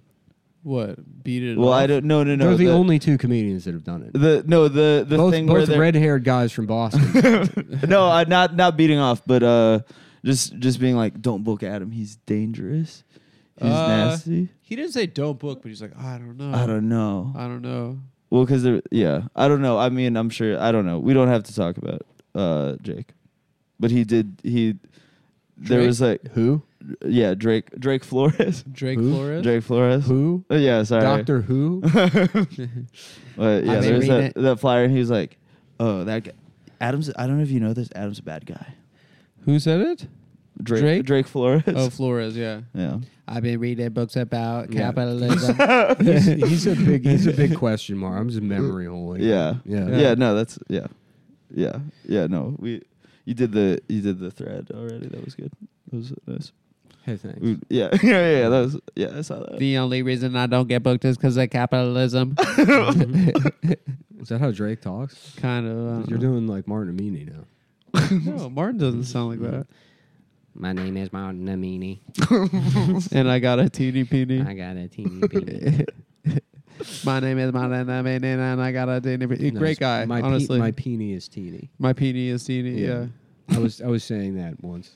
[SPEAKER 2] what beat it
[SPEAKER 3] Well,
[SPEAKER 2] off?
[SPEAKER 3] I don't. No, no, no.
[SPEAKER 1] They're the, only two comedians that have done it.
[SPEAKER 3] The no the the
[SPEAKER 1] both
[SPEAKER 3] thing where
[SPEAKER 1] both
[SPEAKER 3] they're-
[SPEAKER 1] red-haired guys from Boston.
[SPEAKER 3] no, I, not not beating off, but uh, just just being like, don't book Adam. He's dangerous. He's
[SPEAKER 2] Uh,
[SPEAKER 3] nasty.
[SPEAKER 2] he didn't say don't book but he's like I don't know
[SPEAKER 3] I don't know.
[SPEAKER 2] I don't know
[SPEAKER 3] Well, because yeah, I don't know. I mean, I'm sure. I don't know. We don't have to talk about uh Jake, but he did. He there
[SPEAKER 2] Drake?
[SPEAKER 3] was like
[SPEAKER 1] Who?
[SPEAKER 3] yeah Drake Drake Flores
[SPEAKER 2] Drake
[SPEAKER 1] Who?
[SPEAKER 2] Flores
[SPEAKER 3] Drake Flores.
[SPEAKER 1] Who?
[SPEAKER 3] Oh, yeah, sorry.
[SPEAKER 1] Doctor Who?
[SPEAKER 3] But, yeah,
[SPEAKER 2] may
[SPEAKER 3] there
[SPEAKER 2] read
[SPEAKER 3] was that,
[SPEAKER 2] it.
[SPEAKER 3] that flyer, and he was like, "Oh, that guy, Adam's. I don't know if you know this. Adam's a bad guy.
[SPEAKER 2] who said it
[SPEAKER 3] Drake Drake,
[SPEAKER 2] Drake?
[SPEAKER 3] Flores.
[SPEAKER 2] oh Flores yeah
[SPEAKER 3] yeah,
[SPEAKER 2] I've been reading books about
[SPEAKER 1] Yeah.
[SPEAKER 2] capitalism
[SPEAKER 1] he's, he's a big he's a big question mark. I'm just memory holding.
[SPEAKER 3] Yeah.
[SPEAKER 1] Yeah.
[SPEAKER 3] yeah. no, that's yeah. Yeah. Yeah, no. We you did the you did the thread already. That was good. That was nice.
[SPEAKER 1] Hey, thanks.
[SPEAKER 3] We- yeah. yeah, yeah, yeah, that was yeah, I saw that.
[SPEAKER 2] the only reason I don't get booked is because of capitalism
[SPEAKER 1] Is that how Drake talks?
[SPEAKER 2] kind of I don't
[SPEAKER 3] Uh-huh.
[SPEAKER 1] You're
[SPEAKER 2] know.
[SPEAKER 1] doing like Martin Amini now.
[SPEAKER 2] no Martin doesn't sound like that
[SPEAKER 4] My name is Martin Amini.
[SPEAKER 2] and I got a teeny peeny.
[SPEAKER 4] I got a teeny peeny.
[SPEAKER 2] my name is Martin Amini, and I got a teeny peeny.
[SPEAKER 1] No,
[SPEAKER 2] Great
[SPEAKER 1] it's-
[SPEAKER 2] guy,
[SPEAKER 1] My pe-
[SPEAKER 2] honestly.
[SPEAKER 1] my peenie is teeny.
[SPEAKER 2] my peeny is teeny. Yeah.
[SPEAKER 1] I was I was saying that once.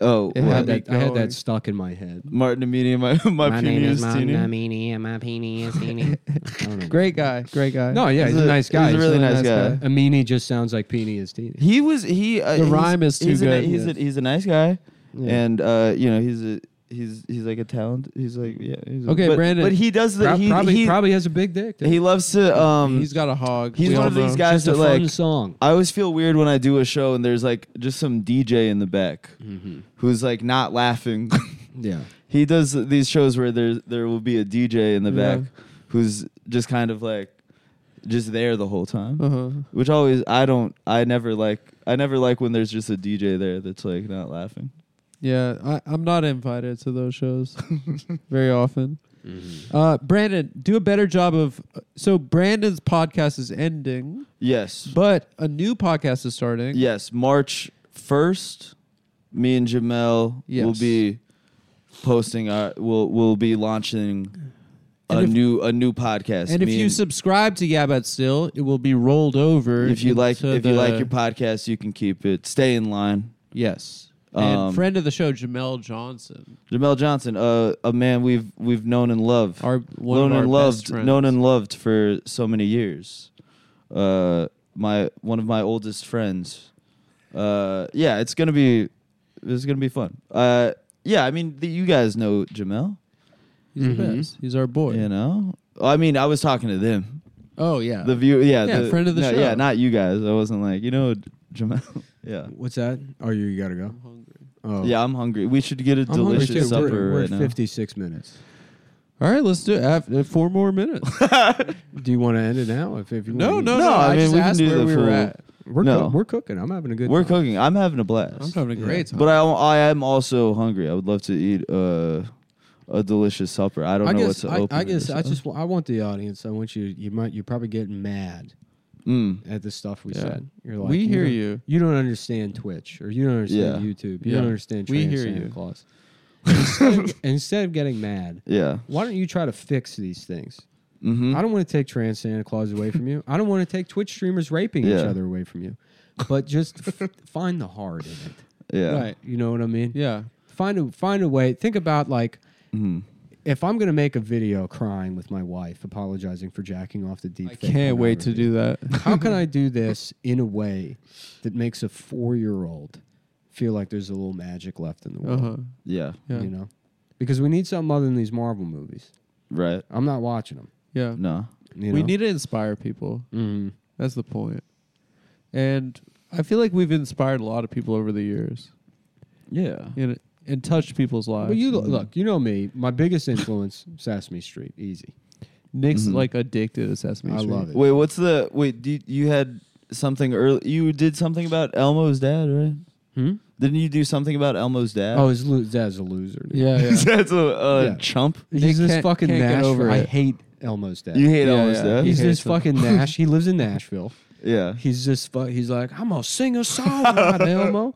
[SPEAKER 3] Oh,
[SPEAKER 2] It
[SPEAKER 1] I
[SPEAKER 2] Yeah,
[SPEAKER 1] had,
[SPEAKER 3] what?
[SPEAKER 2] be
[SPEAKER 1] that, I had
[SPEAKER 2] going.
[SPEAKER 1] that stuck in my head.
[SPEAKER 3] Martin Amini, my my,
[SPEAKER 4] My name
[SPEAKER 3] penis
[SPEAKER 4] is
[SPEAKER 3] teeny.
[SPEAKER 4] Martin Amini, and my peeny is teeny.
[SPEAKER 1] I don't know.
[SPEAKER 2] Great guy. Great guy.
[SPEAKER 1] No, yeah, he's, a, nice guy.
[SPEAKER 3] He's a really nice, guy.
[SPEAKER 1] Amini just sounds like peenie is teeny.
[SPEAKER 3] He was he. Uh,
[SPEAKER 2] The
[SPEAKER 3] he's-
[SPEAKER 2] rhyme is too
[SPEAKER 3] he's
[SPEAKER 2] good,
[SPEAKER 3] A, he's,
[SPEAKER 2] yeah.
[SPEAKER 3] a, he's a nice guy,
[SPEAKER 1] Yeah.
[SPEAKER 3] and uh, you know he's a he's he's like a talent. He's like yeah. He's a-
[SPEAKER 2] Okay,
[SPEAKER 3] but,
[SPEAKER 2] Brandon.
[SPEAKER 3] But he does the
[SPEAKER 1] Pro-
[SPEAKER 3] he,
[SPEAKER 1] probably
[SPEAKER 3] he,
[SPEAKER 1] probably has a big dick.
[SPEAKER 3] he loves to um.
[SPEAKER 2] he's got a hog.
[SPEAKER 3] he's
[SPEAKER 2] We
[SPEAKER 3] one
[SPEAKER 2] all
[SPEAKER 3] of these
[SPEAKER 2] know.
[SPEAKER 3] guys
[SPEAKER 1] Just a
[SPEAKER 3] that like
[SPEAKER 1] fun song.
[SPEAKER 3] I always feel weird when I do a show and there's like just some DJ in the back who's like not laughing.
[SPEAKER 1] Yeah.
[SPEAKER 3] he does these shows where there there will be a DJ in the
[SPEAKER 2] Yeah.
[SPEAKER 3] back who's just kind of like just there the whole time.
[SPEAKER 2] Uh-huh.
[SPEAKER 3] Which always I don't I never like I never like when there's just a DJ there that's like not laughing.
[SPEAKER 2] Yeah, I, I'm not invited to those shows very often.
[SPEAKER 3] Mm-hmm.
[SPEAKER 2] Uh, Brandon, do a better job of. So Brandon's podcast is ending,
[SPEAKER 3] Yes.
[SPEAKER 2] but a new podcast is starting.
[SPEAKER 3] yes, March 1st me and Jamel will
[SPEAKER 2] Yes.
[SPEAKER 3] be posting our we'll we'll be launching a
[SPEAKER 2] And if-
[SPEAKER 3] new a new podcast.
[SPEAKER 2] And if
[SPEAKER 3] Me
[SPEAKER 2] you subscribe to Yabat Still, it will be rolled over.
[SPEAKER 3] if you like
[SPEAKER 2] into
[SPEAKER 3] if you like
[SPEAKER 2] the-
[SPEAKER 3] your podcast, you can keep it. Stay in line.
[SPEAKER 2] yes.
[SPEAKER 3] Um,
[SPEAKER 2] and friend of the show, Jamel Johnson,
[SPEAKER 3] Jamel Johnson, uh, a man we've we've known and loved,
[SPEAKER 2] our one
[SPEAKER 3] known
[SPEAKER 2] of our
[SPEAKER 3] and
[SPEAKER 2] best
[SPEAKER 3] loved,
[SPEAKER 2] friends.
[SPEAKER 3] known and loved for so many years. Uh, my one of my oldest friends. Uh, yeah, it's gonna be it's gonna be fun. Uh, yeah, I mean the, you guys know Jamel,
[SPEAKER 2] He's
[SPEAKER 1] Mm-hmm.
[SPEAKER 2] the best. He's our boy.
[SPEAKER 3] you know. I mean, I was talking to them.
[SPEAKER 2] Oh yeah.
[SPEAKER 3] The view, yeah,
[SPEAKER 2] Yeah,
[SPEAKER 3] the,
[SPEAKER 2] friend of the
[SPEAKER 3] no,
[SPEAKER 2] show.
[SPEAKER 3] Yeah, not you guys. I wasn't like you know Jamel. yeah,
[SPEAKER 1] What's that? Oh, you, you gotta go. Oh.
[SPEAKER 3] yeah. I'm hungry. We should get a
[SPEAKER 1] I'm hungry,
[SPEAKER 3] delicious
[SPEAKER 1] too. We're-
[SPEAKER 3] supper
[SPEAKER 1] We're,
[SPEAKER 3] right
[SPEAKER 1] at
[SPEAKER 3] now.
[SPEAKER 1] 56 minutes.
[SPEAKER 2] All right, let's do it. After four more minutes.
[SPEAKER 1] Do you want to end it now? If, if you
[SPEAKER 2] no, no,
[SPEAKER 1] wanna-
[SPEAKER 2] no.
[SPEAKER 3] No, I
[SPEAKER 2] I,
[SPEAKER 3] mean,
[SPEAKER 2] just
[SPEAKER 3] we can
[SPEAKER 2] asked
[SPEAKER 3] do
[SPEAKER 2] where
[SPEAKER 3] the
[SPEAKER 2] we were
[SPEAKER 3] full-
[SPEAKER 2] at.
[SPEAKER 1] We're,
[SPEAKER 3] No.
[SPEAKER 1] coo- we're cooking. I'm having a good
[SPEAKER 3] We're
[SPEAKER 1] time.
[SPEAKER 3] cooking. I'm having a blast.
[SPEAKER 2] I'm having a great time.
[SPEAKER 3] But I, I am also hungry. I would love to eat uh, a delicious supper. I don't
[SPEAKER 1] I
[SPEAKER 3] know
[SPEAKER 1] guess
[SPEAKER 3] what's
[SPEAKER 1] I,
[SPEAKER 3] open.
[SPEAKER 1] I guess
[SPEAKER 3] or
[SPEAKER 1] I
[SPEAKER 3] something.
[SPEAKER 1] just wa- I want the audience. I want you. You might. You're probably getting mad
[SPEAKER 3] Mm.
[SPEAKER 1] at the stuff we
[SPEAKER 2] Yeah.
[SPEAKER 1] said. You're like,
[SPEAKER 2] we hear
[SPEAKER 1] don't-
[SPEAKER 2] you.
[SPEAKER 1] You don't understand Twitch, or you don't understand
[SPEAKER 3] Yeah.
[SPEAKER 1] YouTube. You
[SPEAKER 2] Yeah.
[SPEAKER 1] don't understand.
[SPEAKER 2] We
[SPEAKER 1] Trans
[SPEAKER 2] hear
[SPEAKER 1] Santa
[SPEAKER 2] you.
[SPEAKER 1] Claus. instead, of, instead of getting mad,
[SPEAKER 3] Yeah.
[SPEAKER 1] why don't you try to fix these things?
[SPEAKER 3] Mm-hmm.
[SPEAKER 2] Hmm?
[SPEAKER 1] I don't want to take trans Santa Claus away from you. I don't want to take Twitch streamers raping each
[SPEAKER 3] Yeah.
[SPEAKER 1] other away from you. But just f- find the heart in it.
[SPEAKER 3] Yeah.
[SPEAKER 2] Right.
[SPEAKER 1] You know what I mean?
[SPEAKER 2] Yeah.
[SPEAKER 1] Find a find a way. Think about like
[SPEAKER 3] Mhm.
[SPEAKER 1] if I'm gonna make a video crying with my wife, apologizing for jacking off the deep.
[SPEAKER 2] I
[SPEAKER 1] fake
[SPEAKER 2] can't wait to
[SPEAKER 1] pornography,
[SPEAKER 2] do that.
[SPEAKER 1] How can I do this in a way that makes a four year old feel like there's a little magic left in the
[SPEAKER 2] Uh
[SPEAKER 1] world?
[SPEAKER 2] huh.
[SPEAKER 3] Yeah.
[SPEAKER 2] Yeah.
[SPEAKER 1] You know, because we need something other than these Marvel movies.
[SPEAKER 3] Right.
[SPEAKER 1] I'm not watching them.
[SPEAKER 2] Yeah.
[SPEAKER 3] No.
[SPEAKER 1] You
[SPEAKER 2] We
[SPEAKER 1] know?
[SPEAKER 2] need to inspire people.
[SPEAKER 1] Mhm.
[SPEAKER 2] That's the point. And I feel like we've inspired a lot of people over the years
[SPEAKER 3] Yeah.
[SPEAKER 2] and, and touched people's lives.
[SPEAKER 1] Well, you lo- look. You know me. My biggest influence, Sesame Street. Easy.
[SPEAKER 2] Nick's
[SPEAKER 3] Mhm.
[SPEAKER 2] like addicted to Sesame
[SPEAKER 1] mm-hmm. I
[SPEAKER 2] Street.
[SPEAKER 1] love it.
[SPEAKER 3] Wait. What's the wait? Do you, you had something early? You did something about Elmo's dad, right?
[SPEAKER 1] Hmm?
[SPEAKER 3] Didn't you do something about Elmo's dad?
[SPEAKER 1] Oh, his lo- dad's a loser. Dude.
[SPEAKER 2] Yeah, yeah.
[SPEAKER 3] that's a, a
[SPEAKER 1] Yeah.
[SPEAKER 3] chump.
[SPEAKER 1] He's
[SPEAKER 2] They
[SPEAKER 1] this
[SPEAKER 2] can't-
[SPEAKER 1] fucking
[SPEAKER 2] can't get
[SPEAKER 1] Nashville.
[SPEAKER 2] over
[SPEAKER 1] I
[SPEAKER 2] it.
[SPEAKER 1] hate Elmo's dad.
[SPEAKER 3] You hate
[SPEAKER 2] Yeah,
[SPEAKER 3] Elmo's
[SPEAKER 2] yeah.
[SPEAKER 3] dad.
[SPEAKER 1] He's
[SPEAKER 2] He
[SPEAKER 1] this
[SPEAKER 2] hates him.
[SPEAKER 1] fucking Nash. He lives in Nashville.
[SPEAKER 3] yeah.
[SPEAKER 1] He's just fu- he's like, I'm gonna sing a song about Elmo.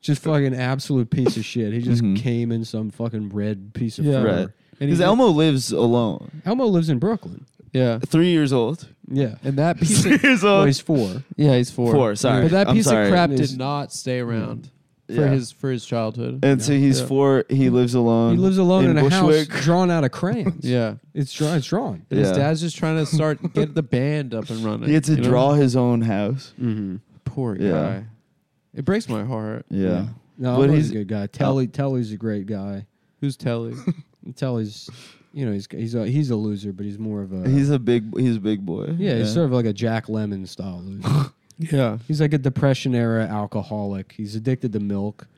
[SPEAKER 1] Just fucking absolute piece of shit. He just
[SPEAKER 3] Mhm.
[SPEAKER 1] came in some fucking Mm-hmm. red piece of
[SPEAKER 2] Yeah.
[SPEAKER 1] fur.
[SPEAKER 3] Right.
[SPEAKER 2] And
[SPEAKER 3] Because
[SPEAKER 2] he-
[SPEAKER 3] Elmo lives alone.
[SPEAKER 1] Elmo lives in Brooklyn.
[SPEAKER 2] Yeah.
[SPEAKER 3] Three years old.
[SPEAKER 1] Yeah. Uh,
[SPEAKER 2] And that piece of.
[SPEAKER 3] Three years
[SPEAKER 1] Well,
[SPEAKER 3] old.
[SPEAKER 1] Oh, he's four.
[SPEAKER 2] Yeah, he's four.
[SPEAKER 3] Four, sorry.
[SPEAKER 2] But that
[SPEAKER 3] I'm
[SPEAKER 2] piece
[SPEAKER 3] sorry.
[SPEAKER 2] of crap
[SPEAKER 1] It's-
[SPEAKER 2] did not stay around for
[SPEAKER 3] Yeah.
[SPEAKER 2] his for his childhood.
[SPEAKER 3] And so he's
[SPEAKER 2] Yeah.
[SPEAKER 3] four. He lives alone.
[SPEAKER 1] He lives alone um, in, a
[SPEAKER 3] Bushwick.
[SPEAKER 1] house drawn out of crayons.
[SPEAKER 2] yeah.
[SPEAKER 1] It's drawn. It's drawn.
[SPEAKER 2] And His
[SPEAKER 3] Yeah.
[SPEAKER 2] dad's just trying to start get the band up and running.
[SPEAKER 3] He had to
[SPEAKER 2] you know?
[SPEAKER 3] draw his own house.
[SPEAKER 1] Mm-hmm.
[SPEAKER 2] Poor
[SPEAKER 3] Yeah.
[SPEAKER 2] guy. It breaks my heart.
[SPEAKER 3] Yeah.
[SPEAKER 1] No,
[SPEAKER 3] But
[SPEAKER 1] Elmo's
[SPEAKER 3] he's-
[SPEAKER 1] a good guy. Telly, Telly's a great guy.
[SPEAKER 2] Who's Telly?
[SPEAKER 1] Telly's, you know, he's he's a, he's a loser, but he's more of a
[SPEAKER 3] He's a big he's a big boy.
[SPEAKER 1] yeah, he's sort of like a Jack Lemon style loser.
[SPEAKER 2] yeah.
[SPEAKER 1] he's like a depression era alcoholic. He's addicted to milk.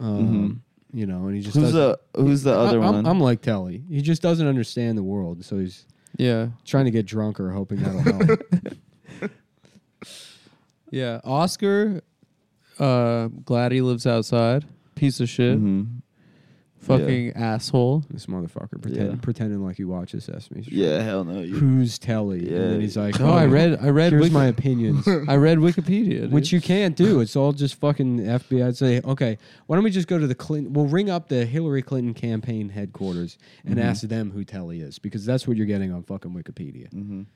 [SPEAKER 1] Um, you know, and he just
[SPEAKER 3] Mm-hmm. Who's
[SPEAKER 1] doesn't-
[SPEAKER 3] the who's the other
[SPEAKER 1] I, I'm-
[SPEAKER 3] one?
[SPEAKER 1] I'm like Telly. He just doesn't understand the world, so he's
[SPEAKER 2] Yeah.
[SPEAKER 1] trying to get drunk or hoping that'll help.
[SPEAKER 2] Yeah.
[SPEAKER 1] Mm-hmm.
[SPEAKER 2] Oscar, uh, glad he lives outside. Piece of shit.
[SPEAKER 3] Mhm.
[SPEAKER 2] Fucking asshole.
[SPEAKER 1] This motherfucker pretend,
[SPEAKER 3] Yeah.
[SPEAKER 1] pretending like he watches Sesame Street.
[SPEAKER 3] Yeah, hell no. You,
[SPEAKER 1] Who's telly?
[SPEAKER 3] Yeah.
[SPEAKER 1] And then he's like,
[SPEAKER 2] No, I read. I read.
[SPEAKER 1] Oh. Here's
[SPEAKER 2] Wiki-
[SPEAKER 1] my opinions.
[SPEAKER 2] I read Wikipedia. dude.
[SPEAKER 1] Which you can't do. It's all just fucking FBI. I'd say, okay, why don't we just go to the Clinton? We'll ring up the Hillary Clinton campaign headquarters and ask them who Telly is because that's what you're getting on fucking Wikipedia.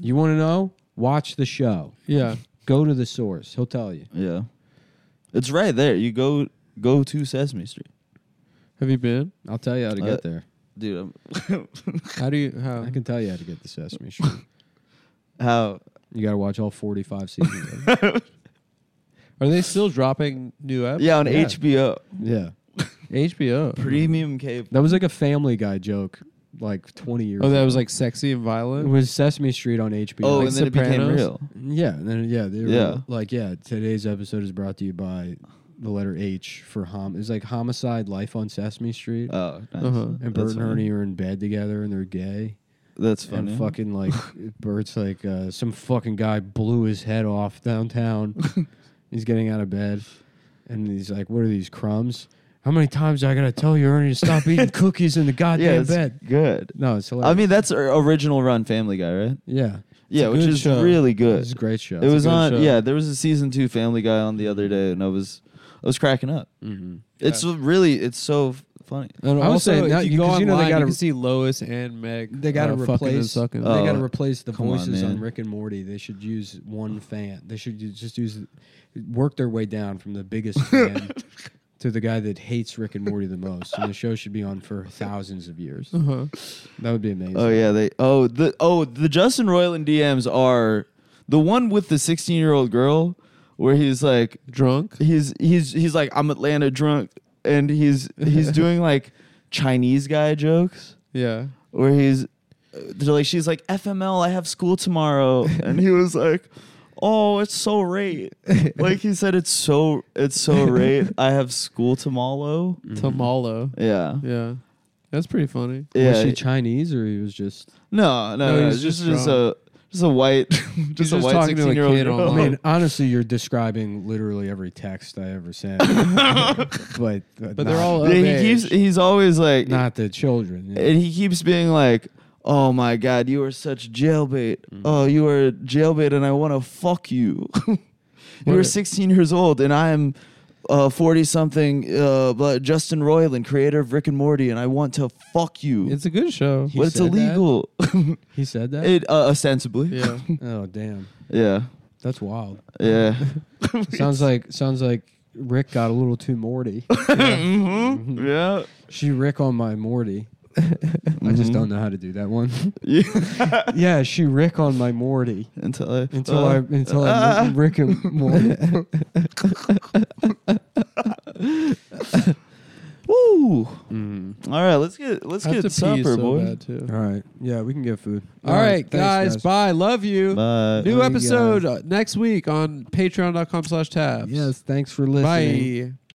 [SPEAKER 1] You want to know? Watch the show.
[SPEAKER 2] Yeah.
[SPEAKER 1] Go to the source. He'll tell you.
[SPEAKER 3] yeah, it's right there. You go go to Sesame Street,
[SPEAKER 2] Have you been?
[SPEAKER 1] I'll tell you how to
[SPEAKER 3] Uh,
[SPEAKER 1] get there.
[SPEAKER 3] dude.
[SPEAKER 2] How do you? How?
[SPEAKER 1] I can tell you how to get to Sesame Street.
[SPEAKER 3] i how
[SPEAKER 1] you got to watch all 45 seasons. of it.
[SPEAKER 2] Are they still dropping new episodes?
[SPEAKER 3] Yeah, on
[SPEAKER 1] Yeah.
[SPEAKER 3] HBO.
[SPEAKER 1] yeah.
[SPEAKER 2] HBO.
[SPEAKER 3] Premium cable.
[SPEAKER 1] That was like a Family Guy joke like 20 years
[SPEAKER 2] Oh, that
[SPEAKER 1] ago.
[SPEAKER 2] was like sexy and
[SPEAKER 1] It
[SPEAKER 2] violent.
[SPEAKER 1] was Sesame Street on HBO.
[SPEAKER 3] Oh,
[SPEAKER 2] Like
[SPEAKER 3] and then it became
[SPEAKER 2] Sopranos?
[SPEAKER 3] real.
[SPEAKER 1] Yeah, and then yeah, they were
[SPEAKER 3] Yeah.
[SPEAKER 1] like yeah, today's episode is brought to you by the letter H for hom. It's like homicide life on Sesame Street.
[SPEAKER 3] Oh, nice.
[SPEAKER 2] Uh-huh.
[SPEAKER 1] and Bert
[SPEAKER 3] That's
[SPEAKER 1] and
[SPEAKER 3] funny.
[SPEAKER 1] Ernie are in bed together and they're gay.
[SPEAKER 3] That's funny.
[SPEAKER 1] And fucking like Bert's like uh, some fucking guy blew his head off downtown. he's getting out of bed and he's like, "What are these crumbs? How many times do I gotta tell you, Ernie, to stop eating cookies in the
[SPEAKER 3] yeah,
[SPEAKER 1] goddamn
[SPEAKER 3] it's
[SPEAKER 1] bed?"
[SPEAKER 3] good.
[SPEAKER 1] No, it's hilarious.
[SPEAKER 3] I mean, that's our original run Family Guy, right?
[SPEAKER 1] yeah,
[SPEAKER 3] Yeah,
[SPEAKER 2] a
[SPEAKER 3] which
[SPEAKER 2] good
[SPEAKER 3] is
[SPEAKER 2] show.
[SPEAKER 3] really good.
[SPEAKER 1] it's a great show.
[SPEAKER 3] it was
[SPEAKER 2] good
[SPEAKER 3] on.
[SPEAKER 2] show.
[SPEAKER 3] Yeah, there was a season two Family Guy on the other day, and I was I was cracking up.
[SPEAKER 1] Mhm.
[SPEAKER 3] It's really it's so f- funny.
[SPEAKER 2] And
[SPEAKER 1] I would
[SPEAKER 2] also,
[SPEAKER 1] say now-
[SPEAKER 2] if you,
[SPEAKER 1] you-
[SPEAKER 2] go
[SPEAKER 1] 'cause you know they
[SPEAKER 2] online, you
[SPEAKER 1] gotta-
[SPEAKER 2] can see Lois and Meg.
[SPEAKER 1] They got to
[SPEAKER 2] uh, fucking and
[SPEAKER 1] replace.
[SPEAKER 2] sucking.
[SPEAKER 1] they got to
[SPEAKER 3] Oh,
[SPEAKER 1] replace the
[SPEAKER 3] come on,
[SPEAKER 1] voices on,
[SPEAKER 3] man.
[SPEAKER 1] Rick and Morty. They should use one fan. They should ju- just use work their way down from the biggest fan to the guy that hates Rick and Morty the most. And the show should be on for thousands of years.
[SPEAKER 2] Uh-huh.
[SPEAKER 1] That would be amazing.
[SPEAKER 3] Oh yeah, they oh the oh the Justin Roiland DMs are the one with the sixteen year old girl where he's like
[SPEAKER 2] Drunk.
[SPEAKER 3] he's he's he's like I'm Atlanta drunk and he's he's doing like Chinese guy jokes
[SPEAKER 2] Yeah.
[SPEAKER 3] where he's they're like she's like FML I have school tomorrow and he was like oh it's so rate like he said it's so it's so rate I have school tomorrow
[SPEAKER 2] Tamalo.
[SPEAKER 3] yeah
[SPEAKER 2] Yeah. That's pretty funny.
[SPEAKER 1] Was
[SPEAKER 3] yeah
[SPEAKER 1] she Chinese or he was just?
[SPEAKER 3] no no
[SPEAKER 2] No,
[SPEAKER 3] no,
[SPEAKER 2] he's
[SPEAKER 3] just
[SPEAKER 2] just
[SPEAKER 3] just
[SPEAKER 2] drunk.
[SPEAKER 3] a just a white just a
[SPEAKER 2] just
[SPEAKER 3] white
[SPEAKER 2] talking to a
[SPEAKER 3] sixteen year old
[SPEAKER 2] kid
[SPEAKER 3] girl.
[SPEAKER 1] I
[SPEAKER 2] online.
[SPEAKER 1] mean, honestly, you're describing literally every text I ever sent. but but
[SPEAKER 2] they're all-
[SPEAKER 3] Yeah,
[SPEAKER 2] Of
[SPEAKER 3] he keeps
[SPEAKER 2] age.
[SPEAKER 3] he's always like
[SPEAKER 1] not the children.
[SPEAKER 3] and he keeps being like, "Oh my god, you are such jailbait!
[SPEAKER 2] Mm-hmm.
[SPEAKER 3] Oh, you are jailbait, and I want to fuck you. you are 16 years old, and I am." Uh, 40 something, uh, but Justin Roiland, creator of Rick and Morty, and I want to fuck you.
[SPEAKER 2] It's a good show.
[SPEAKER 1] He
[SPEAKER 3] but it's
[SPEAKER 1] said that?
[SPEAKER 3] illegal.
[SPEAKER 1] He said that.
[SPEAKER 3] it uh, ostensibly.
[SPEAKER 2] Yeah.
[SPEAKER 1] oh damn,
[SPEAKER 3] Yeah.
[SPEAKER 1] that's wild.
[SPEAKER 3] Yeah.
[SPEAKER 1] sounds like sounds like Rick got a little too Morty.
[SPEAKER 3] Mm-hmm.
[SPEAKER 2] Mm-hmm.
[SPEAKER 3] yeah.
[SPEAKER 1] She Rick on my Morty. I just don't know how to do that one. yeah, she Rick on my Morty
[SPEAKER 3] Until I.
[SPEAKER 1] until
[SPEAKER 3] uh,
[SPEAKER 1] I until I
[SPEAKER 3] ah.
[SPEAKER 1] Rick and Morty.
[SPEAKER 3] Woo! All right, let's get let's
[SPEAKER 2] I have
[SPEAKER 3] get
[SPEAKER 2] to pee
[SPEAKER 3] supper,
[SPEAKER 2] so
[SPEAKER 3] boy.
[SPEAKER 2] bad too.
[SPEAKER 1] Mm-hmm. All right, yeah, we can get food.
[SPEAKER 2] All right, guys,
[SPEAKER 1] thanks,
[SPEAKER 2] Bye. Love you.
[SPEAKER 3] Bye.
[SPEAKER 1] Love
[SPEAKER 2] New
[SPEAKER 1] you
[SPEAKER 2] episode uh, next week on patreon.com slash tabs.
[SPEAKER 1] Yes, thanks for
[SPEAKER 2] Bye.
[SPEAKER 1] listening.